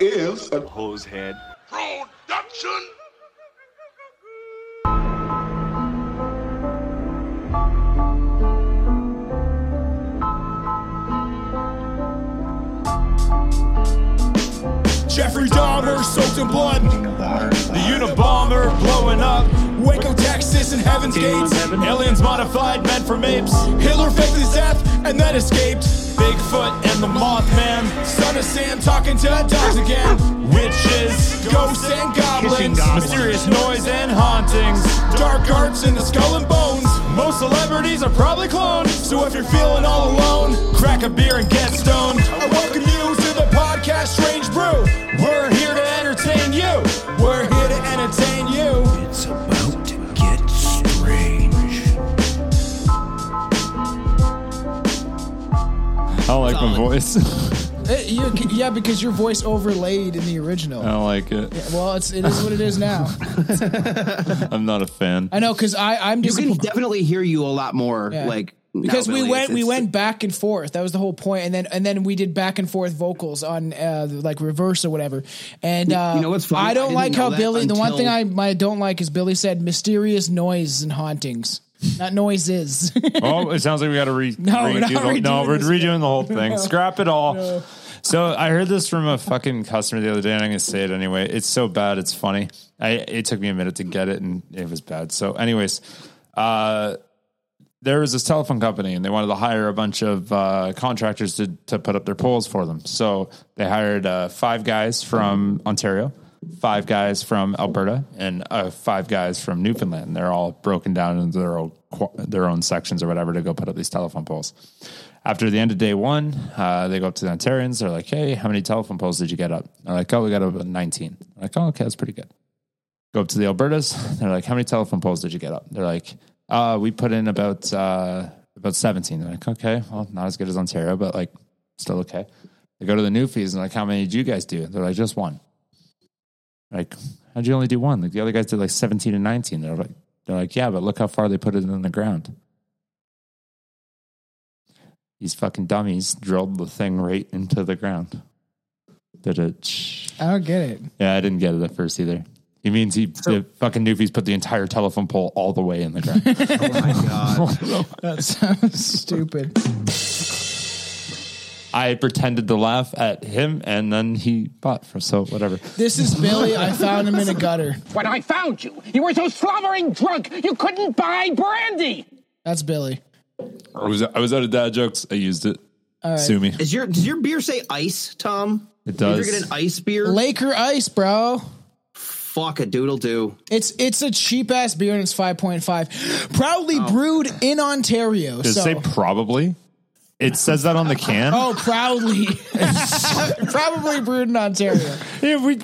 is a hose head. Production. Jeffrey Dahmer soaked in blood. The Unabomber blowing up. Waco, Texas, and Heaven's Gates. Aliens modified, men from apes. Hitler faked his death and then escaped. Bigfoot and the Mothman. Son of Sam talking to dogs again. Witches, ghosts, and goblins. Mysterious noise and hauntings. Dark arts in the skull and bones. Most celebrities are probably cloned. So if you're feeling all alone, crack a beer and get stoned. I welcome you to the podcast Strange Brew. We're here to entertain you. We're here to entertain you. It's about to get strange. I don't like my voice. Eh, you- yeah, because your voice overlaid in the original. I don't like it. Well, it's it is what it is now. I'm not a fan. I know because I I'm You can disappointed definitely hear you a lot more Yeah. like because now, we Billy. went It's- we it's- went back and forth. That was the whole point, and then and then we did back and forth vocals on uh, like reverse or whatever. And uh, you know what's funny? I I don't didn't like know how that Billy. The one until- thing I my don't like is Billy said mysterious noises and hauntings, not noises. Oh, it sounds like we got to re- No, we're redo not the whole- no, redoing we're this. redoing the whole thing. Scrap it all. So I heard this from a fucking customer the other day, and I'm gonna say it anyway. It's so bad, it's funny. I it took me a minute to get it, and it was bad. So, anyways, uh, there was this telephone company, and they wanted to hire a bunch of uh, contractors to to put up their poles for them. So they hired uh, five guys from Ontario, five guys from Alberta, and uh, five guys from Newfoundland. They're all broken down into their own qu- their own sections or whatever to go put up these telephone poles. After the end of day one, uh, they go up to the Ontarians. They're like, "Hey, how many telephone poles did you get up?" They're like, "Oh, we got about 19." They're like, "Oh, okay, that's pretty good." Go up to the Albertas. They're like, "How many telephone poles did you get up?" They're like, "Uh, we put in about uh, about 17." They're like, "Okay, well, not as good as Ontario, but like still okay." They go to the Newfies and like, "How many did you guys do?" They're like, "Just one." Like, how'd you only do one? Like the other guys did like 17 and 19. They're like, they're like, "Yeah, but look how far they put it in the ground." These fucking dummies drilled the thing right into the ground. Did it? I don't get it. Yeah, I didn't get it at first either. He means he the fucking newbies put the entire telephone pole all the way in the ground. That sounds stupid. I pretended to laugh at him, and then he bought for so whatever. This is Billy. I found him in a gutter. When I found you, you were so slobbering drunk you couldn't buy brandy. That's Billy. I was I was out of dad jokes. I used it. Sue me. Is your does your beer say ice, Tom? It Did you does. ever get an ice beer? Laker Ice, bro. Fuck a doodle do. It's it's a cheap ass beer and it's five point five, proudly Oh. brewed in Ontario. Does it so. say probably? It says that on the can. Oh, proudly, probably brewed in Ontario. Yeah, we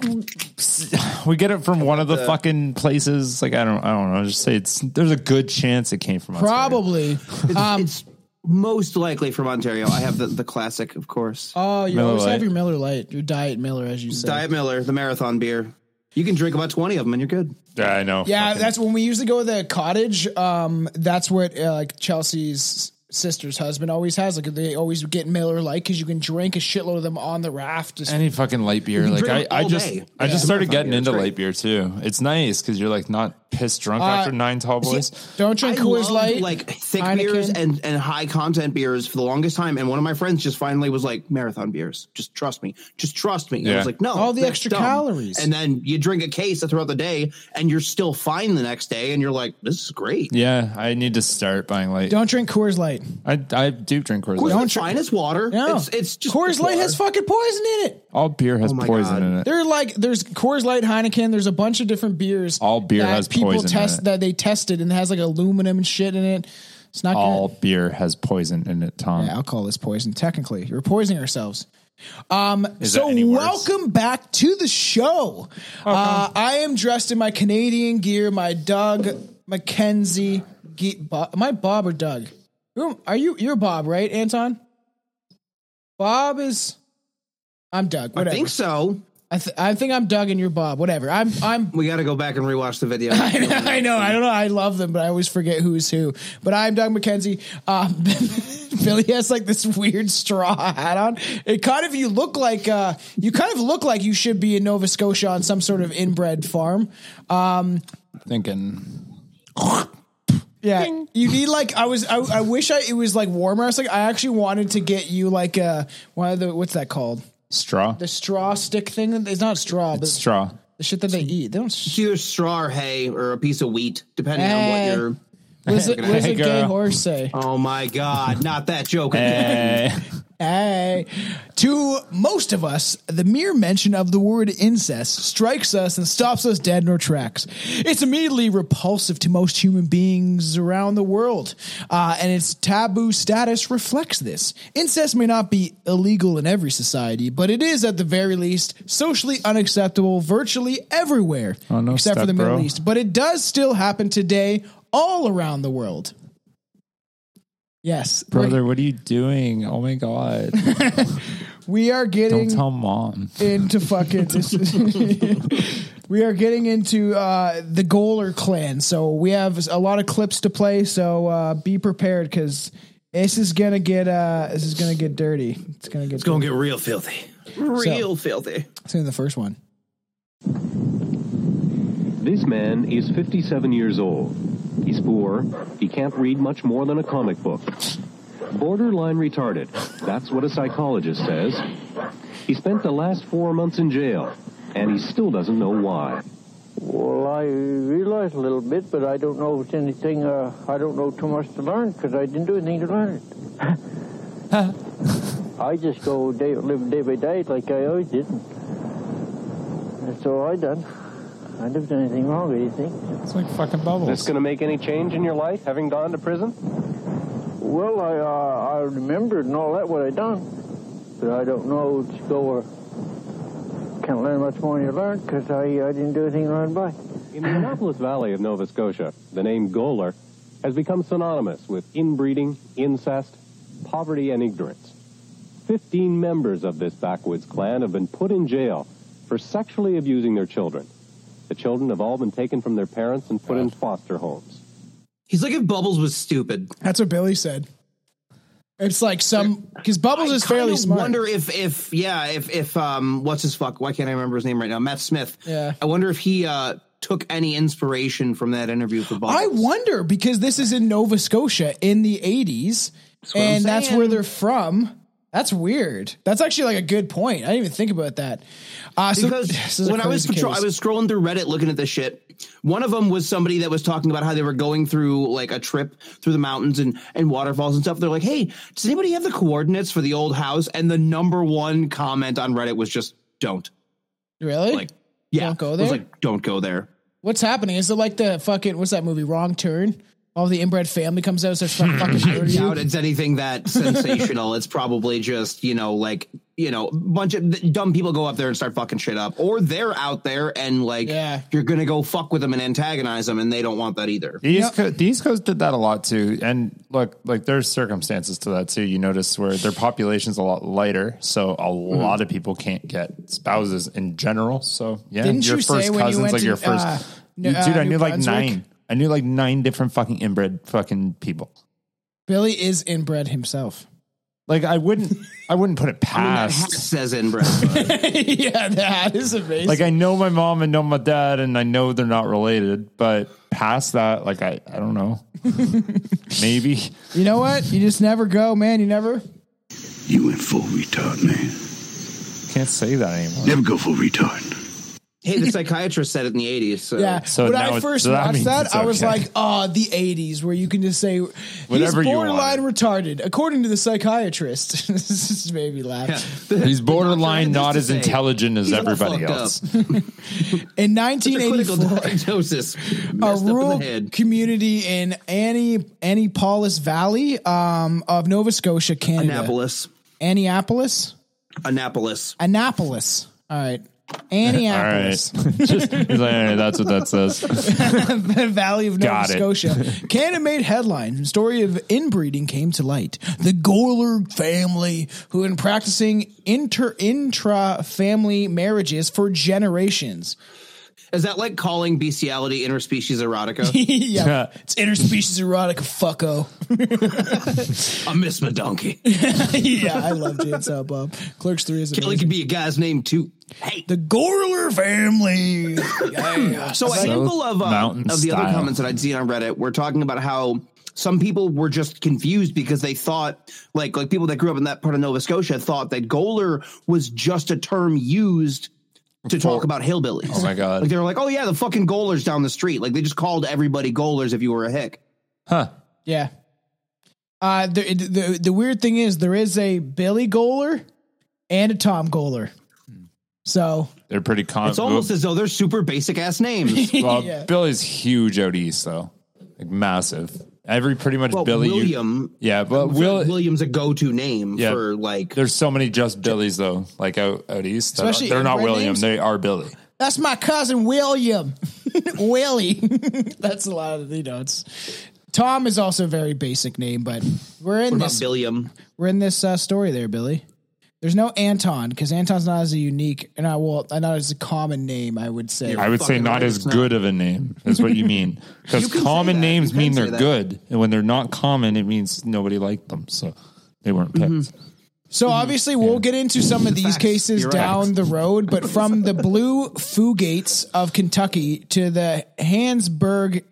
we get it from one of the fucking places. Like I don't I don't know. Just say it's. There's a good chance it came from Ontario. Probably. Um, It's most likely from Ontario. I have the, the classic, of course. oh, you Miller always Lite. have your Miller Light, your Diet Miller, as you say. Diet Miller, the marathon beer. You can drink about twenty of them and you're good. Yeah, I know. yeah, Fucking- that's when we usually go to the cottage. Um, that's what uh, like Chelsea's sister's husband always has. Like they always get Miller Light because you can drink a shitload of them on the raft. Just- any fucking light beer. Like I, drink I all just, day. I just started getting beer, into it's great. light beer too. It's nice because you're like not pissed drunk after nine tall boys. don't drink I Coors loved, Light. like thick Heineken. beers and, and high content beers for the longest time. And one of my friends just finally was like, marathon beers. Just trust me. Just trust me. And I Yeah. was like, no, All the that's extra dumb." calories. And then you drink a case throughout the day, and you're still fine the next day, and you're like, this is great. Yeah, I need to start buying light. don't drink Coors Light. I, I do drink Coors Coors Light. Light's fine as water. No, It's it's just Coors Light water. has fucking poison in it. All beer has my poison God. in it. They're like there's Coors Light, Heineken. There's a bunch of different beers. All beer that has people poison in test it. that they tested and it has like aluminum and shit in it. It's not All good. beer has poison in it. Tom, Yeah, alcohol is poison. Technically, we're poisoning ourselves. Um, Is so that any worse? welcome back to the show. Uh, I am dressed in my Canadian gear. My Doug McKenzie. Ge- Bob, am I Bob or Doug? Who am- Are you? You're Bob, right, Anton? Bob is. I'm Doug. I Whatever. think so. I, th- I think I'm Doug and you're Bob. Whatever. I'm I'm. We got to go back and rewatch the video. I know. I don't know. I love them, but I always forget who's who. But I'm Doug McKenzie. Um, Billy has like this weird straw hat on. It kind of you look like uh, you kind of look like you should be in Nova Scotia on some sort of inbred farm. Um, Thinking Yeah, you need like I was. I, I wish I it was like warmer. I was like I actually wanted to get you like a one of the what's that called straw, the straw stick thing. It's not straw, but straw. the shit that they eat. They don't. It's either straw or hay or a piece of wheat, depending Hey. on what you're. What does a, what does a Hey, gay girl. horse say? Oh my God! Not that joke. again. Eh, Hey. To most of us, the mere mention of the word incest strikes us and stops us dead in our tracks. It's immediately repulsive to most human beings around the world, uh, and its taboo status reflects this. Incest may not be illegal in every society, but it is, at the very least, socially unacceptable virtually everywhere, Oh, no except for step, the Middle bro. East. But it does still happen today all around the world. Yes, we're- brother, what are you doing? Oh my god! we are Don't getting tell mom. into fucking. we are getting into uh, the Goaler clan, so we have a lot of clips to play. So uh, be prepared because this is gonna get uh, this is gonna get dirty. It's gonna get. It's gonna get real filthy. Real filthy. Let's hear the first one. This man is 57 years old. He's poor. He can't read much more than a comic book. Borderline retarded. That's what a psychologist says. He spent the last four months in jail, and he still doesn't know why. Well, I realize a little bit, but I don't know if it's anything. Uh, I don't know too much to learn because I didn't do anything to learn it. I just go day, live day by day like I always did. That's all I done. I never done anything wrong or anything. It's like fucking This bubbles. going to make any change in your life, having gone to prison? Well, I uh, I remembered and all that what I done, but I don't know to go or can't learn much more than you learn because I, I didn't do anything to learn by. In the Annapolis Valley of Nova Scotia, the name Goler has become synonymous with inbreeding, incest, poverty, and ignorance. Fifteen members of this backwoods clan have been put in jail for sexually abusing their children. The children have all been taken from their parents and put in foster homes. He's like if Bubbles was stupid. That's what Billy said. It's like some because Bubbles is fairly kinda smart. Wonder if if yeah if if um what's his fuck? Why can't I remember his name right now? Matt Smith. Yeah. I wonder if he uh took any inspiration from that interview for Bubbles. I wonder because this is in Nova Scotia in the 80s what I'm and that's saying. where they're from. That's weird. That's actually like a good point. I didn't even think about that. Uh, so this because is a when I was crazy patrol, I case. was scrolling through Reddit looking at this shit. One of them was somebody that was talking about how they were going through like a trip through the mountains and and waterfalls and stuff. They're like, "Hey, does anybody have the coordinates for the old house?" And the number one comment on Reddit was just, "Don't." really Like, yeah, Don't go It there? was like, "Don't go there." what's happening? Is it like the fucking what's that movie? Wrong Turn. All the inbred family comes out and starts fucking murder you. doubt it's anything that sensational. It's probably just you know like you know bunch of th- dumb people go up there and start fucking shit up, or they're out there and like Yeah. you're gonna go fuck with them and antagonize them, and they don't want that either. The East, Coast, the East Coast did that a lot too, and look, like there's circumstances to that too. You notice where their population's a lot lighter, so a Mm-hmm. lot of people can't get spouses in general. So yeah, Didn't your you say first when you cousin's went like to, your first uh, You- N- uh, dude. I New knew like Brunswick? nine. I knew like nine different fucking inbred fucking people. Billy is inbred himself. Like I wouldn't, I wouldn't put it That past. says inbred. yeah, that is amazing. like I know my mom and know my dad, and I know they're not related. But past that, like I, I don't know. Maybe you know what? You just never go, man. You never. You went full retard, man. can't say that anymore. Never go full retard. hey, the psychiatrist said it in the '80s. So. Yeah. So when now I it- first so that watched means that, it's I was okay. like, oh, the 80s, where you can just say, Whatever he's you borderline wanted. retarded, according to the psychiatrist. this just made me laugh. He's borderline Doctor had not this as to say. intelligent as He's all everybody fucked else. up. In It's a clinical 1984, diagnosis. a Messed up in the rural head. community in Annie, Annapolis Valley um, of Nova Scotia, Canada. Annapolis. Annapolis? Annapolis. Annapolis. All right. Annapolis, Just, he's like, "All right, that's what that says. the Valley of Nova Got it. Scotia. Canada made headline. Story of inbreeding came to light. The Goler family, who had been practicing inter intra family marriages for generations. Is that like calling bestiality interspecies erotica? yeah, it's interspecies erotic fucko. I miss my donkey. yeah, I love Jan Silent Bob. Clerks Three is Kelly amazing. could be a guy's name too. Hey. The Gorler family. Yeah. So a handful of uh, mountain of the other style. comments that I'd seen on Reddit were talking about how some people were just confused because they thought like like people that grew up in that part of Nova Scotia thought that goaler was just a term used to talk about hillbillies. Oh my God. Like they were like, oh yeah, the fucking goalers down the street. Like they just called everybody goalers if you were a hick. Yeah. Uh, the, the the weird thing is there is a Billy Goler and a Tom Goler. So They're pretty common. It's almost as though they're super basic ass names. well, yeah. Billy's huge out east though, like massive. Every pretty much Well, Billy. you- William. yeah, but Will. William's a go to name Yeah. for like There's so many just Billys though, like out, out east. They're, Especially they're not inbred William. names? They are Billy. that's my cousin William. Willie. that's a lot of you know it's Tom is also a very basic name, but we're what in about this Billiam? we're in this uh, story there, Billy. There's no Anton because Anton's not as a unique and I will not as a common name, I would say. I would say fucking not right, as it's not. good of a name is what you mean. Because You can say common that. names You can mean they're say that. good, and when they're not common, it means nobody liked them, so they weren't Mm-hmm. picked. So Mm-hmm. obviously, we'll get into some of these Facts. cases You're right. down the road, but from the Blue Fugates of Kentucky to the Hansburg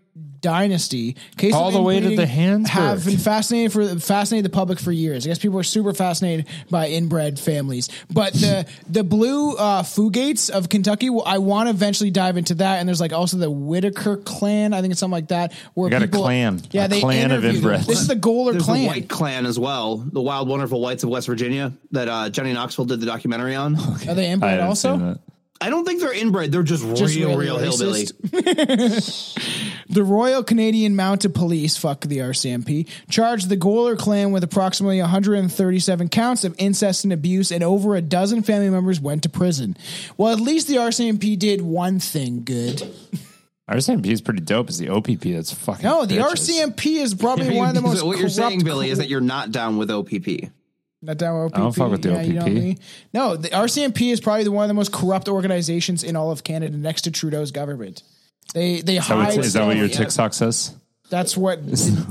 dynasty, cases All of the way to the inbreeding Hansburg. have been fascinated for fascinated the public for years. I guess people are super fascinated by inbred families, but the the Blue uh, Fugates of Kentucky, well, I want to eventually dive into that. And there's like also the Whitaker clan, I think it's something like that. Where You got a clan. yeah, A they clan of interviewed- inbred. This is the Goler There's clan. the White Clan as well, the Wild Wonderful Whites of West Virginia that uh, Johnny Knoxville did the documentary on. are they I inbred haven't also? seen that. I don't think they're inbred; they're just, Just real, really real hillbilly. racist. The Royal Canadian Mounted Police, fuck the RCMP, charged the Goler clan with approximately 137 counts of incest and abuse, and over a dozen family members went to prison. Well, at least the RCMP did one thing good. RCMP is pretty dope. Is the OPP that's fucking No, the bitches. RCMP is probably one of the So most. what you're corrupt saying, Billy, is cor- that you're not down with OPP. Not down with OPP. don't fuck with the you know OPP. me. No, the RCMP is probably the one of the most corrupt organizations in all of Canada, next to Trudeau's government. They they That hide. would- is that what stuff. your TikTok says? That's what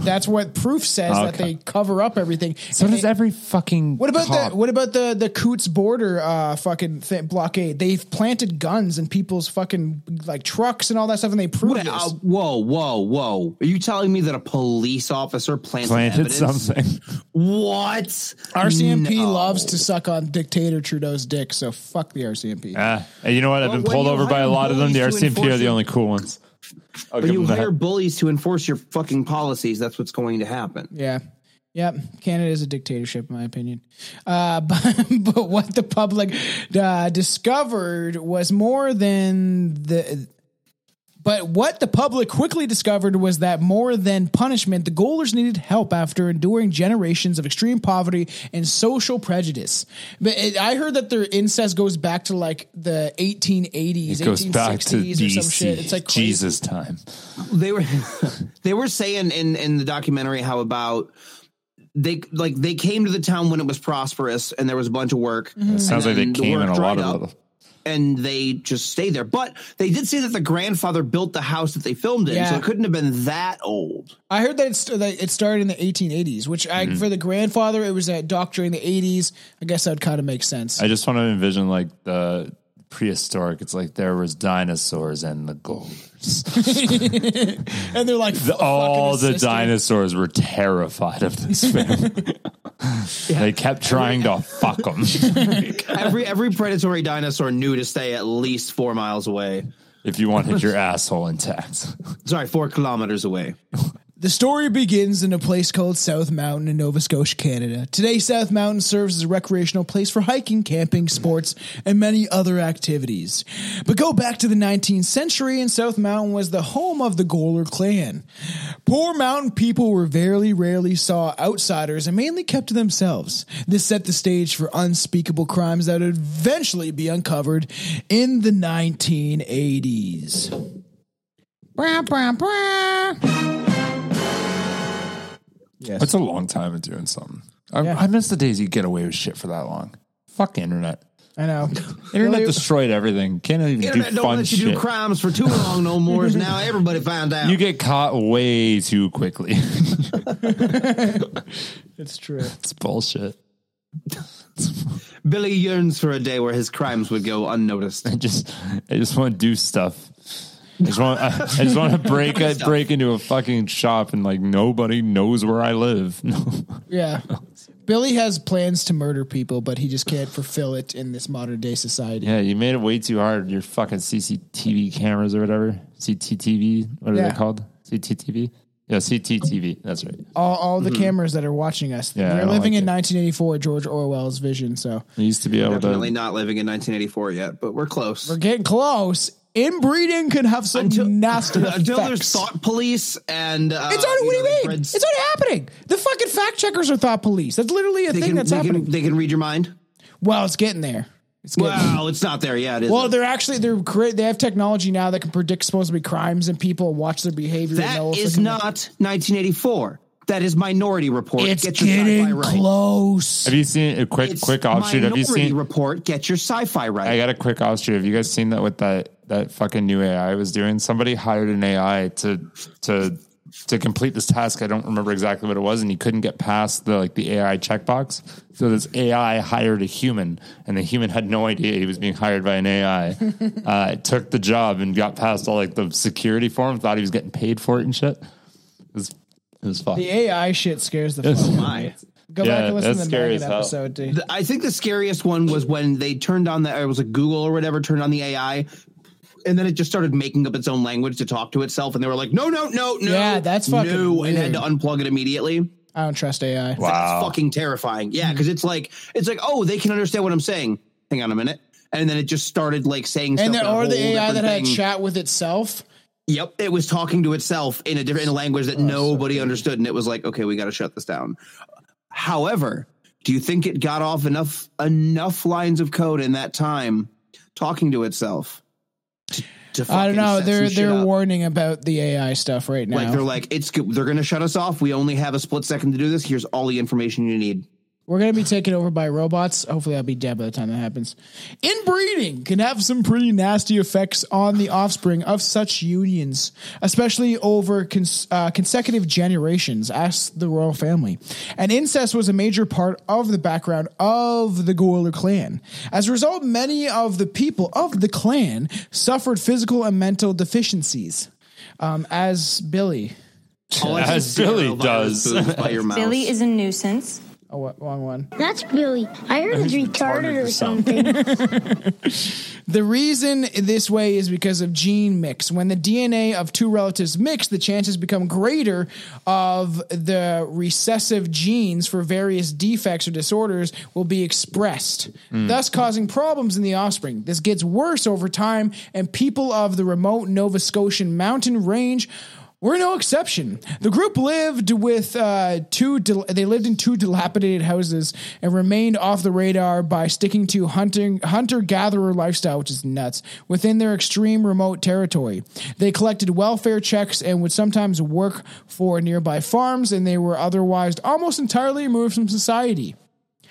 that's what proof says that they Okay. cover up everything. So And does they- every fucking. What about cop. the what about the the Coots border uh fucking th- blockade? They've planted guns in people's fucking like trucks and all that stuff, and they prove Wait, this. uh, whoa, whoa, whoa! Are you telling me that a police officer planted, Planted evidence? something. What? RCMP No. loves to suck on dictator Trudeau's dick, so fuck the RCMP. Ah, and you know what? I've been when pulled you over by hire a lot of them. The bullies to RCMP are enforce the your- only cool ones. I'll When give you them that. hire bullies to enforce your fucking policies, that's what's going to happen. Yeah. Yep. Canada is a dictatorship, in my opinion. Uh, but, but what the public uh, discovered was more than the. But what the public quickly discovered was that more than punishment, the Goalers needed help after enduring generations of extreme poverty and social prejudice. But it, I heard that their incest goes back to like the 1880s, It goes back to 1860s, or some shit. DC. It's like crazy. Jesus time. they were they were saying in in the documentary how about they like they came to the town when it was prosperous and there was a bunch of work Sounds And like they then the came work in a dried lot up. of little. and they just stayed there but they did say that the grandfather built the house that they filmed in so Yeah. it couldn't have been that old I heard that it, st- that it started in the 1880s, which I Mm. for the grandfather it was a doctor in the 80s. I guess that would kind of make sense. I just want to envision like the prehistoric. It's like there was dinosaurs and the golders. and they're like The- "Fuck, all fucking the assistant." dinosaurs were terrified of this family. They kept trying to fuck them. every every predatory dinosaur knew to stay at least four miles away if you wanted your asshole intact, sorry four kilometers away The story begins in a place called South Mountain in Nova Scotia, Canada. Today, South Mountain serves as a recreational place for hiking, camping, sports, and many other activities. But go back to the 19th century, and South Mountain was the home of the Goler clan. Poor mountain people were very rarely saw outsiders and mainly kept to themselves. This set the stage for unspeakable crimes that would eventually be uncovered in the 1980s. Brah, brah, brah. Yes. That's a long time of doing something. I, Yeah. I miss the days you get away with shit for that long. Fuck internet. I know. Internet Really? destroyed everything. Can't even Internet do don't fun let you shit. do crimes for too long no more. is now everybody found out. You get caught way too quickly. it's true. it's bullshit. Billy yearns for a day where his crimes would go unnoticed. I just I just want to do stuff. I just want I, I just want to break I break into a fucking shop and like nobody knows where I live. Yeah. Billy has plans to murder people, but he just can't fulfill it in this modern day society. yeah, you made it way too hard. Your fucking CCTV cameras or whatever. CTTV. What are Yeah. they called? CTTV. Yeah, CTTV. That's right. All, all Mm-hmm. the cameras that are watching us, Yeah, I we're don't living like in it. 1984, George Orwell's vision. So I used to be able Definitely to. not living in 1984 yet, but we're close. we're getting close. Inbreeding can have some Until- nasty Until effects. there's thought police and uh, It's already. What do know, you mean? Fred's- It's already happening. The fucking fact checkers are thought police. That's literally a they thing can, that's they happening. Can, they can read your mind. well, it's getting there. It's getting there. Wow, it's not there yet. Is Well, well, they're actually they're create they have technology now that can predict supposedly crimes and people and watch their behavior. and know that if is they're not gonna- 1984. That is Minority Report. It's Get your sci-fi getting right. close. Have you seen a quick It's quick offshoot? Have you Minority seen? Report? Get your sci-fi I right. got a quick offshoot. Have you guys seen that with that that fucking new AI was doing? Somebody hired an AI to to to complete this task. I don't remember exactly what it was, and he couldn't get past the like the AI checkbox. So this AI hired a human, and the human had no idea he was being hired by an AI. uh, took the job and got past all like the security form. Thought he was getting paid for it and shit. It was it was fucked. The AI shit scares the fuck out of me. Go Yeah, back and listen to that's the scary Maggot as hell. episode, dude. The- I think the scariest one was when they turned on the. It was a Google or whatever turned on the AI. And then it just started making up its own language to talk to itself, and they were like, "No, no, no, no, Yeah, that's fucking no," and had weird. to unplug it immediately. I don't trust AI. That's fucking terrifying. Yeah, because it's like it's like oh they can understand what I'm saying. Hang on a minute, and then it just started like saying stuff And in then, a or the whole AI that different had thing. chat with itself. Yep, it was talking to itself in a different in a language that nobody understood, and it was like okay, we got to shut this down. However, do you think it got off enough enough lines of code in that time talking to itself? to- to I fucking don't know. set They're some shit they're up? warning about the AI stuff right now. like they're like it's go- they're gonna shut us off. We only have a split second to do this. Here's all the information you need. We're gonna be taken over by robots. Hopefully, I'll be dead by the time that happens. Inbreeding can have some pretty nasty effects on the offspring of such unions, especially over cons- uh, consecutive generations. Ask the royal family. And incest was a major part of the background of the Goiler clan. As a result, many of the people of the clan suffered physical and mental deficiencies, um, as Billy. All I can As see are Billy Elvira's does. boobs by your mouth. Billy is a nuisance. Oh, what, wrong one. That's Billy. I heard he's retarded or something. The reason this way is because of gene mix. When the DNA of two relatives mix, the chances become greater of the recessive genes for various defects or disorders will be expressed, thus causing problems in the offspring. This gets worse over time, and people of the remote Nova Scotian mountain range were no exception. The group lived with uh, two. Dil- they lived in two dilapidated houses and remained off the radar by sticking to hunting hunter gatherer lifestyle, which is nuts. Within their extreme remote territory, they collected welfare checks and would sometimes work for nearby farms, and they were otherwise almost entirely removed from society.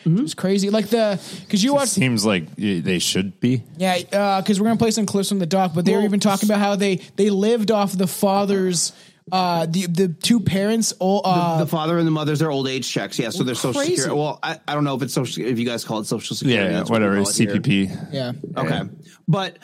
It was crazy, like the because you watch Seems like they should be. yeah, because we're gonna play some clips from the doc, but they were even talking about how they they lived off the father's, uh, the the two parents. All, uh, the father and the mother's their old age checks. Yeah, so they're social Crazy. security. Well, I, I don't know if it's social if you guys call it social security. Yeah, that's what we whatever. call it here. CPP. yeah, Okay, but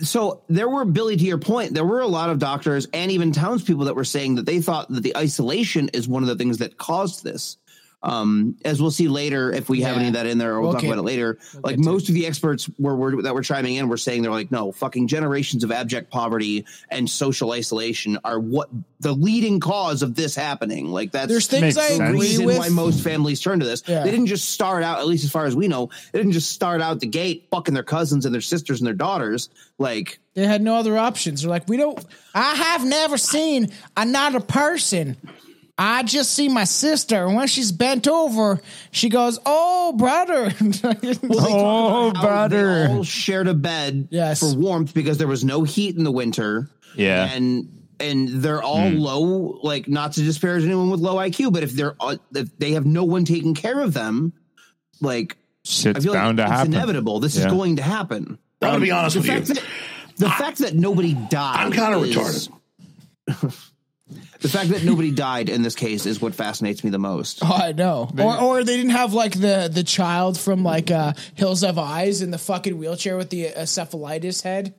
so there were Billy. To your point, there were a lot of doctors and even townspeople that were saying that they thought that the isolation is one of the things that caused this. um, as we'll see later if we have Yeah. any of that in there or we'll Okay. talk about it later like get to most of the experts were, were that were chiming in were saying they're like no fucking generations of abject poverty and social isolation are what the leading cause of this happening like that's There's things Makes I sense. agree reason with. why most families turn to this. Yeah. They didn't just start out, at least as far as we know, they didn't just start out the gate fucking their cousins and their sisters and their daughters. Like, they had no other options. They're like, we don't. I have never seen another person. I just see my sister, and when she's bent over, she goes, "Oh, brother." Oh, how brother. They all shared a bed Yes. for warmth because there was no heat in the winter. Yeah. and and they're all low. Like, not to disparage anyone with low IQ, but if they're uh, if they have no one taking care of them, like Shit's I feel bound like to it's happen. inevitable. This Yeah. is going to happen. Um, I'm gonna be honest the with you. fact That, the fact that nobody died. I'm kinda is- retarded. the fact that nobody died in this case is what fascinates me the most. Oh, I know. or or they didn't have like the the child from like uh Hills Have Eyes in the fucking wheelchair with the uh, encephalitis head.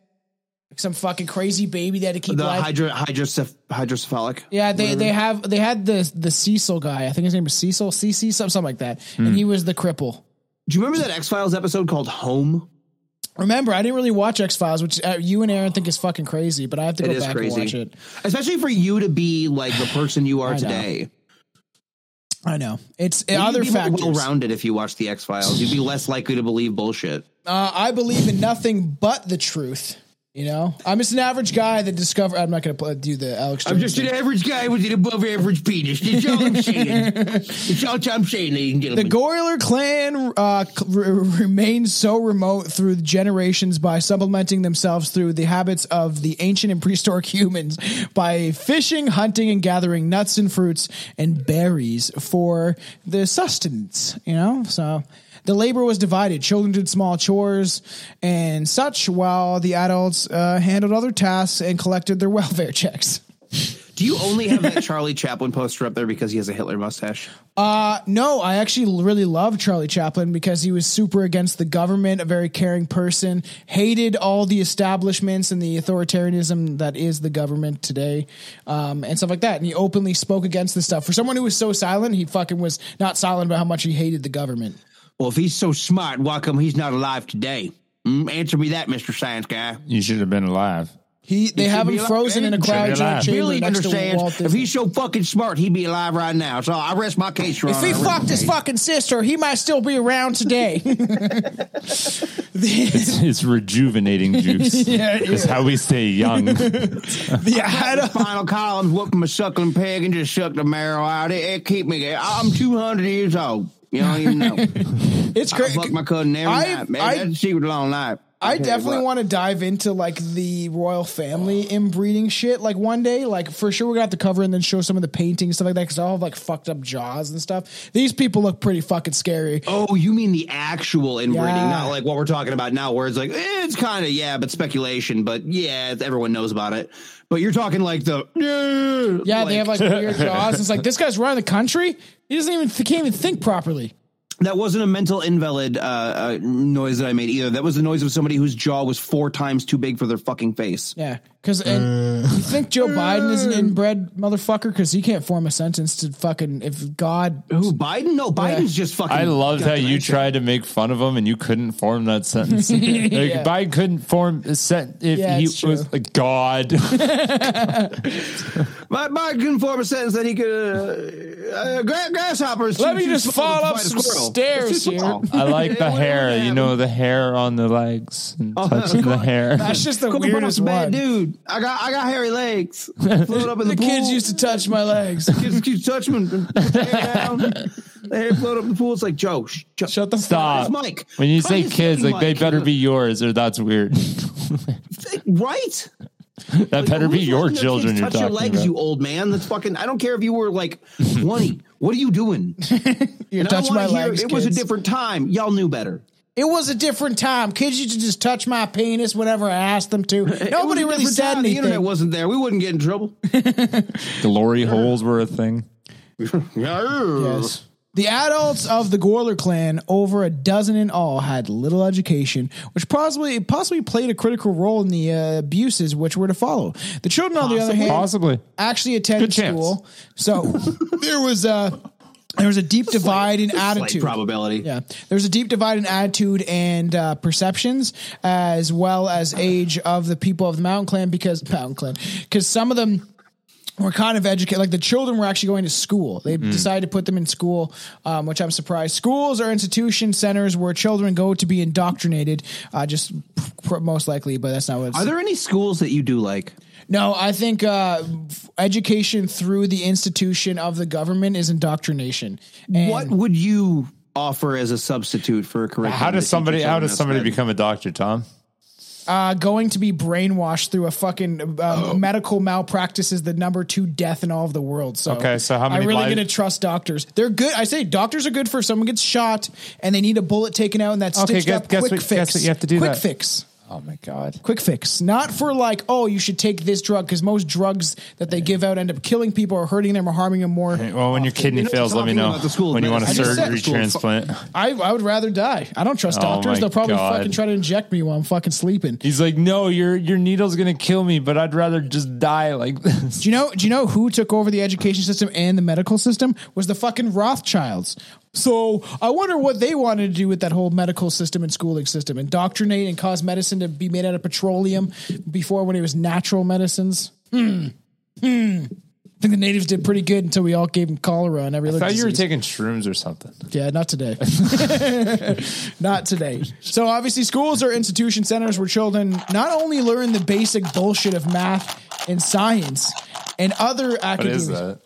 Like some fucking crazy baby that had to keep The alive. hydro, hydrocep, hydrocephalic. yeah, they they have they had the the Cecil guy. I think his name was Cecil, CC something, something like that. Hmm. And he was the cripple. Do you remember that X Files episode called Home? Remember, I didn't really watch X Files, which uh, you and Aaron think is fucking crazy, but I have to It go is back crazy. and watch it. Especially for you to be like the person you are know. today. I know it's You'd other be more factors. well-rounded if you watched the X Files. You'd be less likely to believe bullshit. Uh, I believe in nothing but the truth. You know, I'm just an average guy that discover. I'm not going to do the Alex. Jones thing. average guy with an above-average penis. That's all I'm saying. That's all I'm saying, ladies and The gentlemen. Goyler clan uh, c- re- remained so remote through the generations by supplementing themselves through the habits of the ancient and prehistoric humans by fishing, hunting, and gathering nuts and fruits and berries for the sustenance. You know, so the labor was divided. Children did small chores and such, while the adults uh, handled other tasks and collected their welfare checks. Do you only have that Charlie Chaplin poster up there because he has a Hitler mustache? No, I actually really love Charlie Chaplin because he was super against the government, a very caring person, hated all the establishments and the authoritarianism that is the government today, um, and stuff like that. And he openly spoke against this stuff. For someone who was so silent, he fucking was not silent about how much he hated the government. Well, if he's so smart, why come he's not alive today? Mm, answer me that, Mr. Science Guy. You should have been alive. He they should have be him alive. frozen in a Should be cryogen alive. chamber Billy next to Walt understands. If Disney. he's so fucking smart, he'd be alive right now. So I rest my case, Your If he Honor. I rest fucked my his case. fucking sister, he might still be around today. The- It's rejuvenating juice. Yeah, it It's is. how we stay young. the idol. Spinal columns, whooped my suckling peg, and just sucked the marrow out. It, it keep me. I'm 200 years old. You don't even know. It's I crazy. fuck my cousin every I- night, man. I- That's the secret of long life. I definitely want to dive into like the royal family inbreeding shit. Like one day, like for sure, we're gonna have to cover and then show some of the paintings stuff like that because I have like fucked up jaws and stuff. These people look pretty fucking scary. Oh, you mean the actual inbreeding, Yeah. not like what we're talking about now, where it's like eh, it's kind of yeah, but speculation. But yeah, everyone knows about it. But you're talking like the eh, Yeah, they have like weird jaws. It's like this guy's running the country. He doesn't even he can't even think properly. that wasn't a mental invalid uh, uh, noise that I made either. That was the noise of somebody whose jaw was four times too big for their fucking face. Yeah, because and you think Joe Biden is an inbred motherfucker because he can't form a sentence to fucking if God. Who Biden? No, Biden's just fucking. I loved how you Gotcha. tried to make fun of him and you couldn't form that sentence. Like, Biden couldn't form a sentence if Yeah, he it's true. was like, God. But Biden couldn't form a sentence that he could. Uh, uh, gra- grasshoppers. Let too- me too just small to fall fight up a some squirrel. stairs It's too here. small. I like the Yeah, hair, yeah. you know, the hair on the legs and touching the hair. That's just the Come on, I'm weirdest a bad one. dude. I got I got hairy legs. Float up in the, The pool. kids used to touch my legs. kids keep touching them. Hair down. The hair float up in the pool. It's like Joe. Sh- Joe. Shut the fuck Stop. Cut his mic. When you Cut say his kids, fucking like they mic. better be yours or that's weird. right. That better be Who's your letting their children kids you're touch talking your legs, about. you old man. That's fucking. I don't care if you were like twenty. what are you doing? You And I touch wanna my hear, legs. It was a kids. different time. Y'all knew better. It was a different time. Kids used to just touch my penis whenever I asked them to. It was a Nobody really different said time. The internet anything. wasn't there. We wouldn't get in trouble. Glory holes were a thing. Yes. The adults of the Gorler clan, over a dozen in all, had little education, which possibly possibly played a critical role in the uh, abuses which were to follow. The children, on the other hand, Possibly. actually attended Good chance. school. So there was uh, There was a deep divide in Slight attitude. probability. Yeah, there's a deep divide in attitude and uh, perceptions, as well as age of the people of the Mountain Clan, because Mountain Clan, because some of them were kind of educated. Like the children were actually going to school. They Mm. decided to put them in school, um, which I'm surprised. Schools are institution centers where children go to be indoctrinated, uh, just pr- pr- most likely, but that's not what. It's Are there any schools that you do like? no, I think uh, f- education through the institution of the government is indoctrination. And what would you offer as a substitute for a curriculum? How that does teaches somebody? How children does somebody spread? become a doctor, Tom? uh, going to be brainwashed through a fucking um, Oh. medical malpractice is the number two death in all of the world. So Okay, so how many I'm really lives- gonna trust doctors. They're good. I say doctors are good for if someone gets shot and they need a bullet taken out and that's Okay, stitched guess- up. guess quick what- fix. guess what you have to do Quick that. fix. Oh my god! Quick fix, not for like, oh, you should take this drug because most drugs that they give out end up killing people or hurting them or harming them more. Well, when your kidney You know, fails, let me talking know about the school of when you want a medicine, I just said surgery school of- transplant. I, I would rather die. I don't trust Oh doctors. my They'll probably God. fucking try to inject me while I'm fucking sleeping. Do He's like, no, your your needle's gonna kill me, but I'd rather just die like this. you know? Do you know who took over the education system and the medical system? Was the fucking Rothschilds. So I wonder what they wanted to do with that whole medical system and schooling system, indoctrinate and cause medicine to be made out of petroleum before when it was natural medicines. Hmm. Hmm. I think the natives did pretty good until we all gave them cholera and every I other thought you were disease. taking shrooms or something. Yeah, not today. not today. So obviously, schools are institution centers where children not only learn the basic bullshit of math and science and other What academics. is that?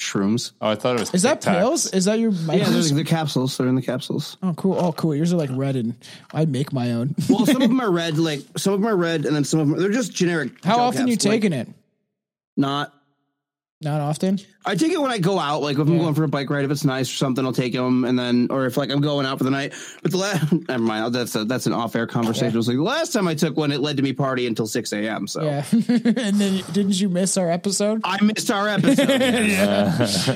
shrooms? Oh, I thought it was. Is that Tic Tacs. pills? Is that your? Yeah, they're the capsules. They're in the capsules. oh, cool. Oh, cool. Yours are like red, and I make my own. Well, some of them are red, like some of them are red, and then some of them they're just generic. How gel often you caps, like, taking it? Not. Not often. I take it when I go out, like if I'm going for a bike ride, if it's nice or something, I'll take them, and then or if like I'm going out for the night. But the last, never mind. I'll- That's a, that's an off air conversation. It was like the last time I took one, it led to me party until six a.m. Oh. So Yeah. and then didn't you miss our episode? I missed our episode.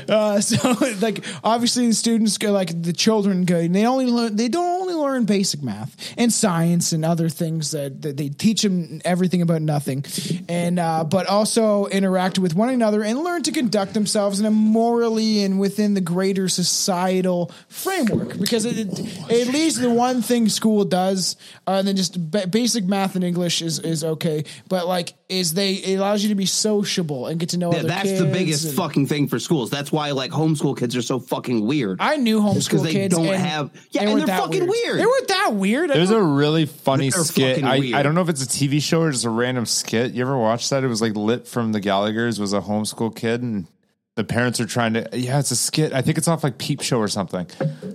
Uh, so like obviously the students go like the children go and they only learn they don't only learn basic math and science and other things that, that they teach them everything about nothing and uh, but also interact with one another and learn to conduct themselves in a morally and within the greater societal framework because it, it at least the one thing school does uh, and then just ba- basic math and English is is okay but like is they it allows you to be sociable and get to know Yeah, other that's the kids biggest and- fucking thing for schools. That's why like homeschool kids are so fucking weird. I knew It's 'cause homeschool they kids don't and have- yeah, they and weren't they're that fucking weird. They weren't that weird. I There's a don't- really funny They're skit. fucking I, weird. I don't know if it's a TV show or just a random skit. You ever watch that? It was like Lit from the Gallagher's was a homeschool kid and the parents are trying to yeah, it's a skit. I think it's off like Peep Show or something.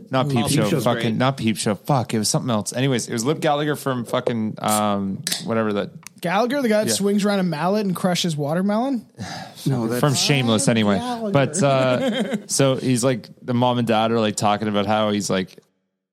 Not Peep Peep Show. Show's fucking great. not Peep Show. Fuck. It was something else. Anyways, it was Lip Gallagher from fucking um whatever that Gallagher, the guy that swings around a mallet and crushes watermelon. no, that's from Shameless anyway. Gallagher. But uh, so he's like the mom and dad are like talking about how he's like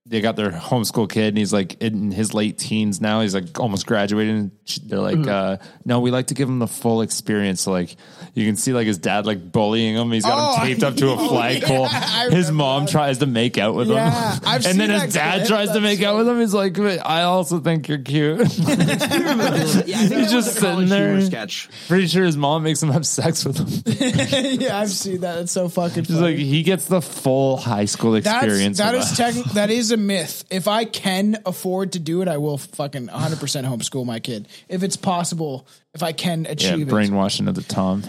they got their homeschool kid and he's like in his late teens now. He's like almost graduating. And sh- They're like, Mm. uh, no, we like to give him the full experience. So like you can see like his dad like bullying him. He's got Oh, him taped up to a yeah, flagpole. I his remember mom tries to make out with Yeah, him. I've and seen then that his dad clip. tries to That's make out with him. He's like, "But I also think you're cute. yeah, I think He's that was just a college sitting there. humor sketch. Pretty sure his mom makes him have sex with him. yeah, I've seen that. It's so fucking. It's funny. like he gets the full high school experience. That's, that of is it. tech, that is a myth. If I can afford to do it, I will fucking 100 percent homeschool my kid if it's possible. If I can yeah, achieve it. brainwashing of the Tom.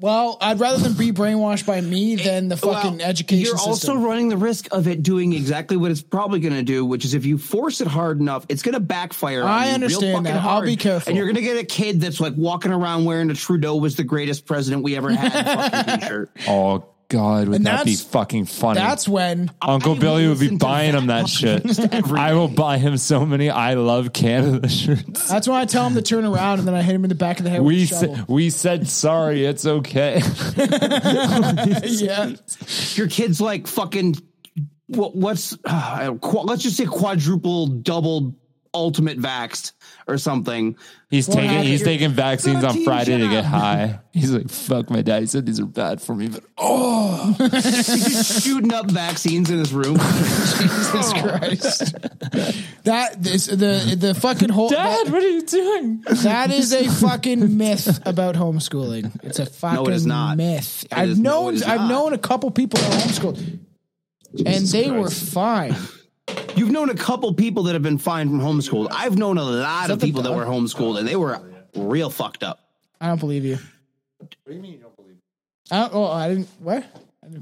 Well, I'd rather than be brainwashed by me than the fucking Well, education You're system. also running the risk of it doing exactly what it's probably going to do, which is if you force it hard enough, it's going to backfire. on I you real understand fucking that. I'll be careful. And you're going to get a kid that's like walking around wearing a Trudeau was the greatest president we ever had fucking t-shirt. Oh God, would And that be that's- fucking funny? That's when Uncle I Billy would be listen to buying that him that shit. every I will buy him so many. I love Canada shirts. that's when I tell him to turn around and then I hit him in the back of the head. with We a shovel. sa- we said sorry. It's okay. yeah. Your kid's like fucking what, what's uh, qu- let's just say quadruple, double, ultimate vaxxed or something. He's taking happened? he's taking vaccines on 13 Friday to shot. get high. He's like, fuck my dad. He said these are bad for me, but Oh, shooting up vaccines in his room. Jesus Christ. That is the the fucking whole Dad, what are you doing? that is a fucking myth about homeschooling. It's a fucking is not. myth. It I've is- no, known it is I've not. known a couple people that are homeschooled. and they were Christ. fine. You've known a couple people that have been fined from homeschooled. I've known a lot of the people that dog? were homeschooled and they were real fucked up. I don't believe you. What do you mean you don't believe? I don't. Oh, I didn't. What?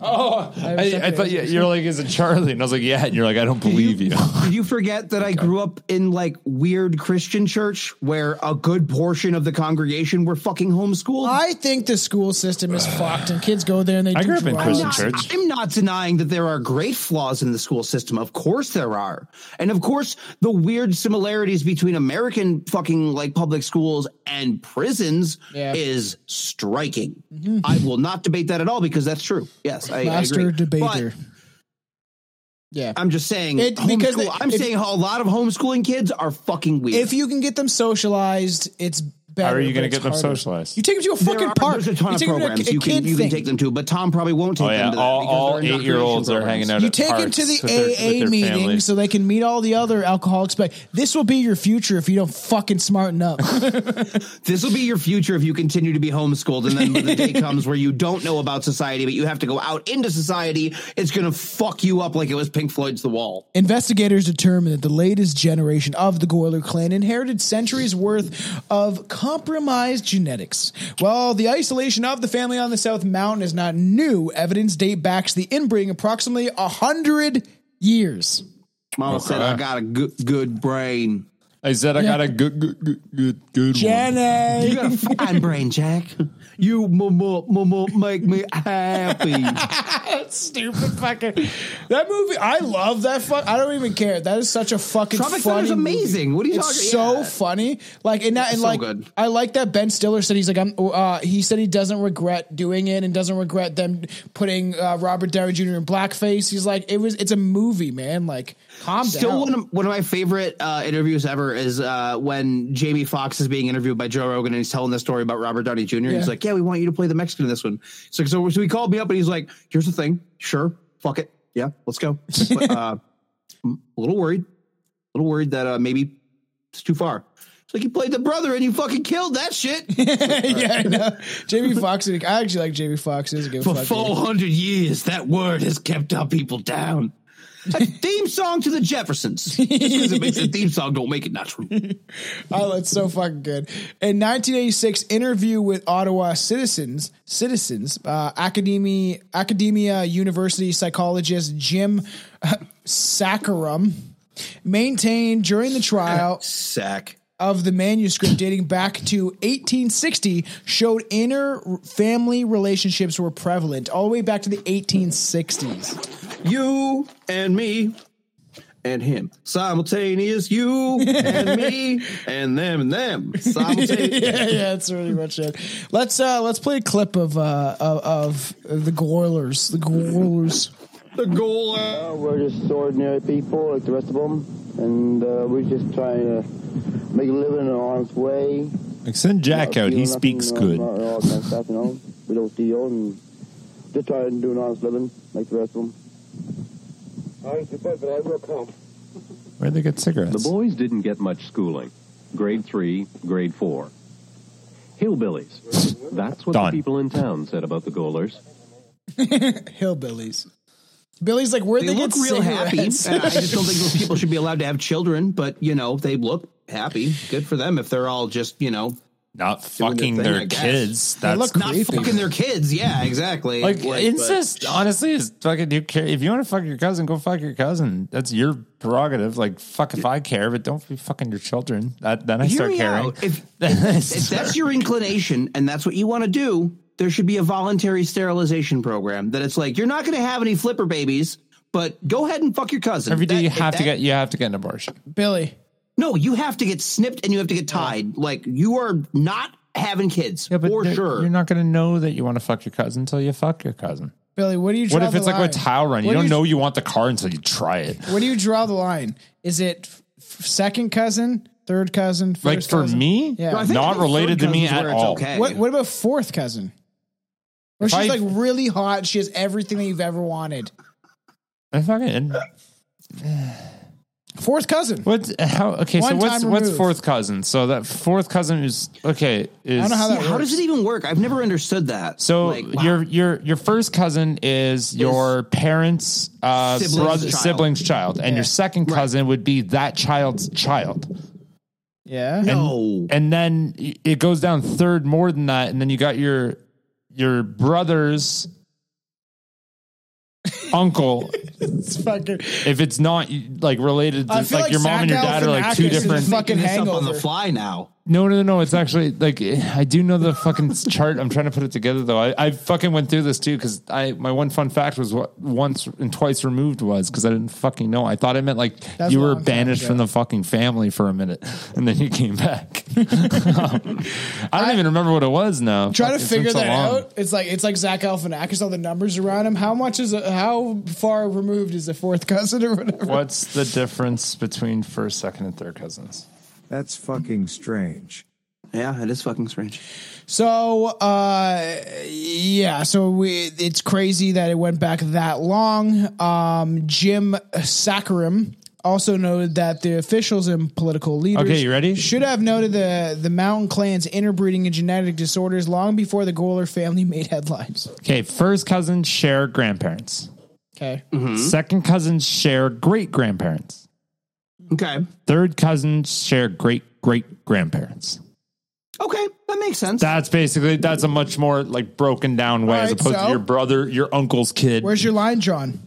Oh, I, I thought you, you're like, is it Charlie? And I was like, yeah. And you're like, I don't believe you. Did you forget that I grew up in like weird Christian church where a good portion of the congregation were fucking homeschooled? I think the school system is fucked, and kids go there and they. I do grew up in drugs. prison not- church. I'm not denying that there are great flaws in the school system. Of course there are. And of course the weird similarities between American fucking like public schools and prisons Yeah. Mm-hmm. is striking. I will not debate that at all because that's true. Yes, I, I Master agree. debater. But yeah. I'm just saying It- because homeschool- I'm if- saying a lot of homeschooling kids are fucking weird. if you can get them socialized, it's better. How are you but going it's to get them harder. socialized? You take them to a There fucking are- park. There's a ton you of take 'em to a- programs a you can kid you can thing. take them to, but Tom probably won't take Oh, yeah. them to that All, because all they're eight year olds are indoctrination hanging programs. out You at take them parks to the with their- with AA their meeting family. so they can meet all the other alcoholics. But this will be your future if you don't fucking smarten up. This will be your future if you continue to be homeschooled, and then when the day comes where you don't know about society, but you have to go out into society. It's gonna fuck you up like it was Pink Floyd's The Wall. Investigators determined that the latest generation of the Goyler clan inherited centuries worth of compromised genetics. While the isolation of the family on the South Mountain is not new, evidence date back to the inbreeding approximately 100 years. Mama said I Okay. got a good good brain. I said I got a good, good, good, good, good one. You Jenny! got a fine brain, Jack. You mama mama make me happy. Stupid fucking. That movie, I love that. Fuck, I don't even care. That is such a fucking Tropic funny Thunder's movie. amazing. What are you It's talking- so yeah. funny. Like and that and so like good. I like that Ben Stiller said he's like I'm uh, he said he doesn't regret doing it and doesn't regret them putting uh, Robert Downey Jr. in blackface. He's like it was it's a movie, man. Like calm Still, down. one of, one of my favorite uh, interviews ever is uh, when Jamie Foxx is being interviewed by Joe Rogan and he's telling the story about Robert Downey Jr. Yeah. He's like, "Yeah, we want you to play the Mexican in this one." It's like, so, so he called me up and he's like, "Here's the thing, sure, fuck it, yeah, let's go." But, uh, I'm a little worried, a little worried that uh, maybe it's too far. It's like you played the brother and you fucking killed that shit yeah, I know. Jamie Fox. I actually like Jamie Fox. He doesn't give a for fuck. four hundred years. That word has kept our people down. A theme song to the Jeffersons. Just because it makes a theme song, don't make it not true. Oh, that's so fucking good. In 1986, interview with Ottawa citizens, citizens, uh, academia, academia, university psychologist Jim uh, Saccharum maintained during the trial Sack. of the manuscript dating back to 1860 showed inner family relationships were prevalent all the way back to the 1860s. you and me and him simultaneous you and me and them and them simultaneous yeah, yeah, that's really much it. Let's uh let's play a clip of uh of, of the Goilers, the Goilers. the goal uh, We're just ordinary people like the rest of them, and uh, we're just trying to make a living in an honest way. Like, send Jack out. He speaks good. uh, uh, all kind of stuff, you know. We don't deal and just try and do an honest living like the rest of them. Where'd they get The cigarettes? boys didn't get much schooling. Grade 3, grade 4. Hillbillies. That's what Done. the people in town said about the Goalers. hillbillies. Billy's like, where'd they they, look get real happy and i cigarettes? just don't think those people should be allowed to have children but you know they look happy good for them if they're all just you know Not their thing, fucking their, I guess. kids. That's look not Creepy. fucking their kids yeah exactly like, but- incest. honestly, is fucking. You care if you want to fuck your cousin, go fuck your cousin. That's your prerogative. Like fuck if I care, but don't be fucking your children. That, then I Hear start me caring. out. If, if, if that's your inclination and that's what you want to do, there should be a voluntary sterilization program that it's like, you're not going to have any flipper babies, but go ahead and fuck your cousin. Every day That- you have that- to get you have to get an abortion. Billy. No, you have to get snipped and you have to get tied. Like, you are not having kids for they're- sure. you're not going to know that you want to fuck your cousin until you fuck your cousin. Billy, what do you draw What if the it's like with line? towel run? You What do don't know you want the car until you try it. Where do you draw the line? Is it f- f- second cousin, third cousin, first Like for cousin? me, Yeah. No, I think not third related to me cousin's at where it's all. okay. What what about fourth cousin? Where If she's I- like really hot, she has everything that you've ever wanted. I fucking Fourth cousin. What? How? Okay, One so what's time what's removed. fourth cousin? So that fourth cousin is okay. Is I don't know how that How works. does it even work? I've never understood that. So Like, wow. your your your first cousin is your parents' uh, Sibling's brother- child. sibling's child, and your second cousin would be that child's child, yeah. no. and then y- it goes down third more than that, and then you got your your brother's uncle. It's fucking. if it's not like related, to, I like, feel like your mom and your Zach dad are like two Galifianakis is different. the fucking Making this up on hangover. the fly now. No, no, no. It's actually like I do know the fucking chart. I'm trying to put it together though. I, I fucking went through this too because I my one fun fact was what once and twice removed was because I didn't fucking know. I thought it meant like That's you a were long time banished ago. from the fucking family for a minute and then you came back. I don't even remember what it was now. Try Fuck, to it's been figure so that long. out. It's like it's like Zach Galifianakis. All the numbers around him. How much is a, how far removed is a fourth cousin or whatever? What's the difference between first, second, and third cousins? That's fucking strange. Yeah, it is fucking strange. So uh yeah, so we it's crazy that it went back that long. Um Jim Saccharum also noted that the officials and political leaders Okay, you ready? should have noted the the mountain clan's interbreeding and genetic disorders long before the Goler family made headlines. Okay, first cousins share grandparents. Okay. Mm-hmm. Second cousins share great grandparents. Okay. third cousins share great great grandparents. Okay, that makes sense. That's basically that's a much more like broken down way as Alright, opposed so- to your brother, your uncle's kid. Where's your line drawn?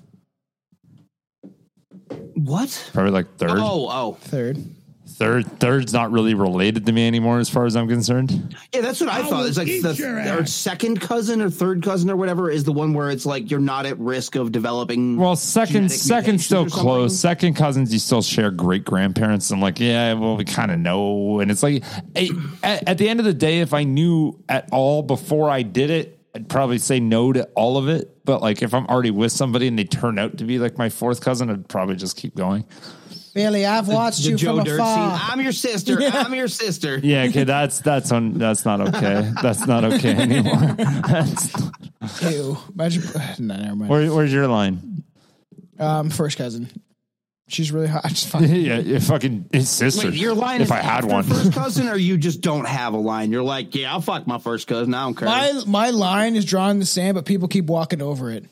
what? Probably like third, Oh, oh. Third. third, third's not really related to me anymore as far as I'm concerned. Yeah, that's what I, thought. It's like eat your the or ass. second cousin or third cousin or whatever is the one where it's like you're not at risk of developing. Well, second, genetic second, mutations still or something. close. Second cousins, you still share great grandparents. I'm like, yeah, well, we kind of know, and it's like, I, at, at the end of the day, if I knew at all before I did it. I'd probably say no to all of it, but like if I'm already with somebody and they turn out to be like my fourth cousin, I'd probably just keep going. Bailey, I've watched The you Joe from Dirt scene. afar. I'm your sister. I'm your sister. Yeah, okay, that's that's on that's not okay. That's not okay anymore. That's, Ew. Imagine no, never mind. where, where's your line? Um first cousin. She's really hot. Just fucking yeah, your fucking his sister. Wait, your line if is I had after one. first cousin, or you just don't have a line. You're like, yeah, I'll fuck my first cousin. I don't care. My my line is drawn in the sand, but people keep walking over it.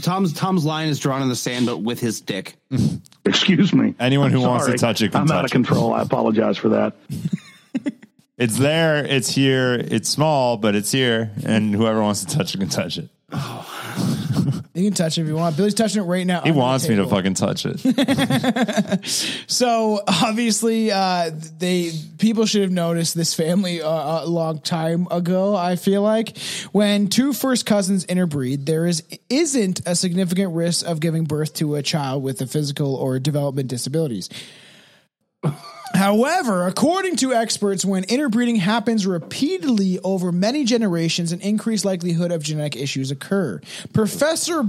Tom's Tom's line is drawn in the sand, but with his dick. Excuse me. Anyone who I'm wants to touch it can I'm out touch of it. control. I apologize for that. It's there, it's here, it's small, but it's here, and whoever wants to touch it can touch it. You can touch it if you want. Billy's touching it right now. He wants me to fucking touch it. So obviously, uh, they people should have noticed this family uh, a long time ago. I feel like when two first cousins interbreed, there is isn't a significant risk of giving birth to a child with a physical or development disabilities. However, according to experts, when interbreeding happens repeatedly over many generations, an increased likelihood of genetic issues occur. Professor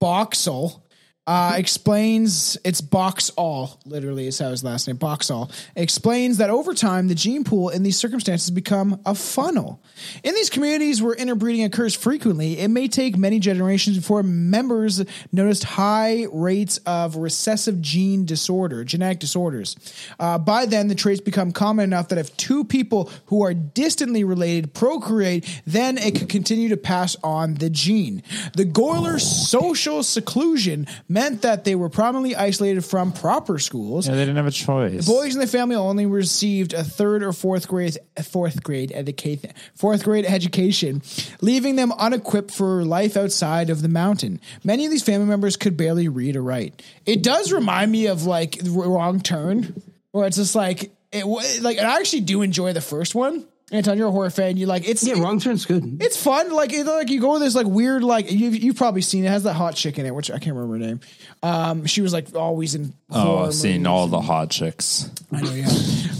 Boxall uh, explains it's Boxall, literally is how his last name Boxall explains that over time the gene pool in these circumstances become a funnel. In these communities where interbreeding occurs frequently, it may take many generations before members noticed high rates of recessive gene disorder, genetic disorders. Uh, by then, the traits become common enough that if two people who are distantly related procreate, then it could continue to pass on the gene. The Goyler's social seclusion meant that they were prominently isolated from proper schools. they didn't have a choice. Boys in the family only received a third or fourth grade fourth grade education fourth grade education, leaving them unequipped for life outside of the mountain. Many of these family members could barely read or write. It does remind me of like Wrong Turn, where it's just like it wa- like and I actually do enjoy the first one. Anton, you're a horror fan. You like it's Yeah, wrong turn's good. it's fun. Like it, like you go with this like weird like you've you've probably seen it. it has that hot chick in it, which I can't remember her name. Um, she was like always in. oh, horror I've seen movies. all the hot chicks. I know, yeah.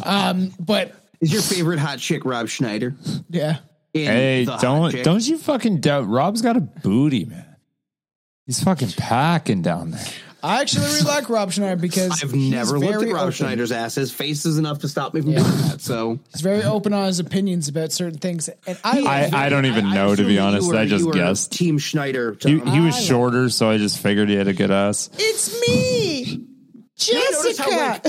um, but Is your favorite hot chick Rob Schneider? yeah, In Hey, The Hot don't Chick? don't you fucking doubt Rob's got a booty, man. He's fucking packing down there. I actually really like Rob Schneider because I've he's never looked very at Rob open. Schneider's ass. His face is enough to stop me from doing that. So He's very open on his opinions about certain things, and I, I- I don't even know, to assume be that honest. you were- I just you were guessed. Team Schneider. He, Tom. he was shorter, so I just figured he had a good ass. it's me. Jessica.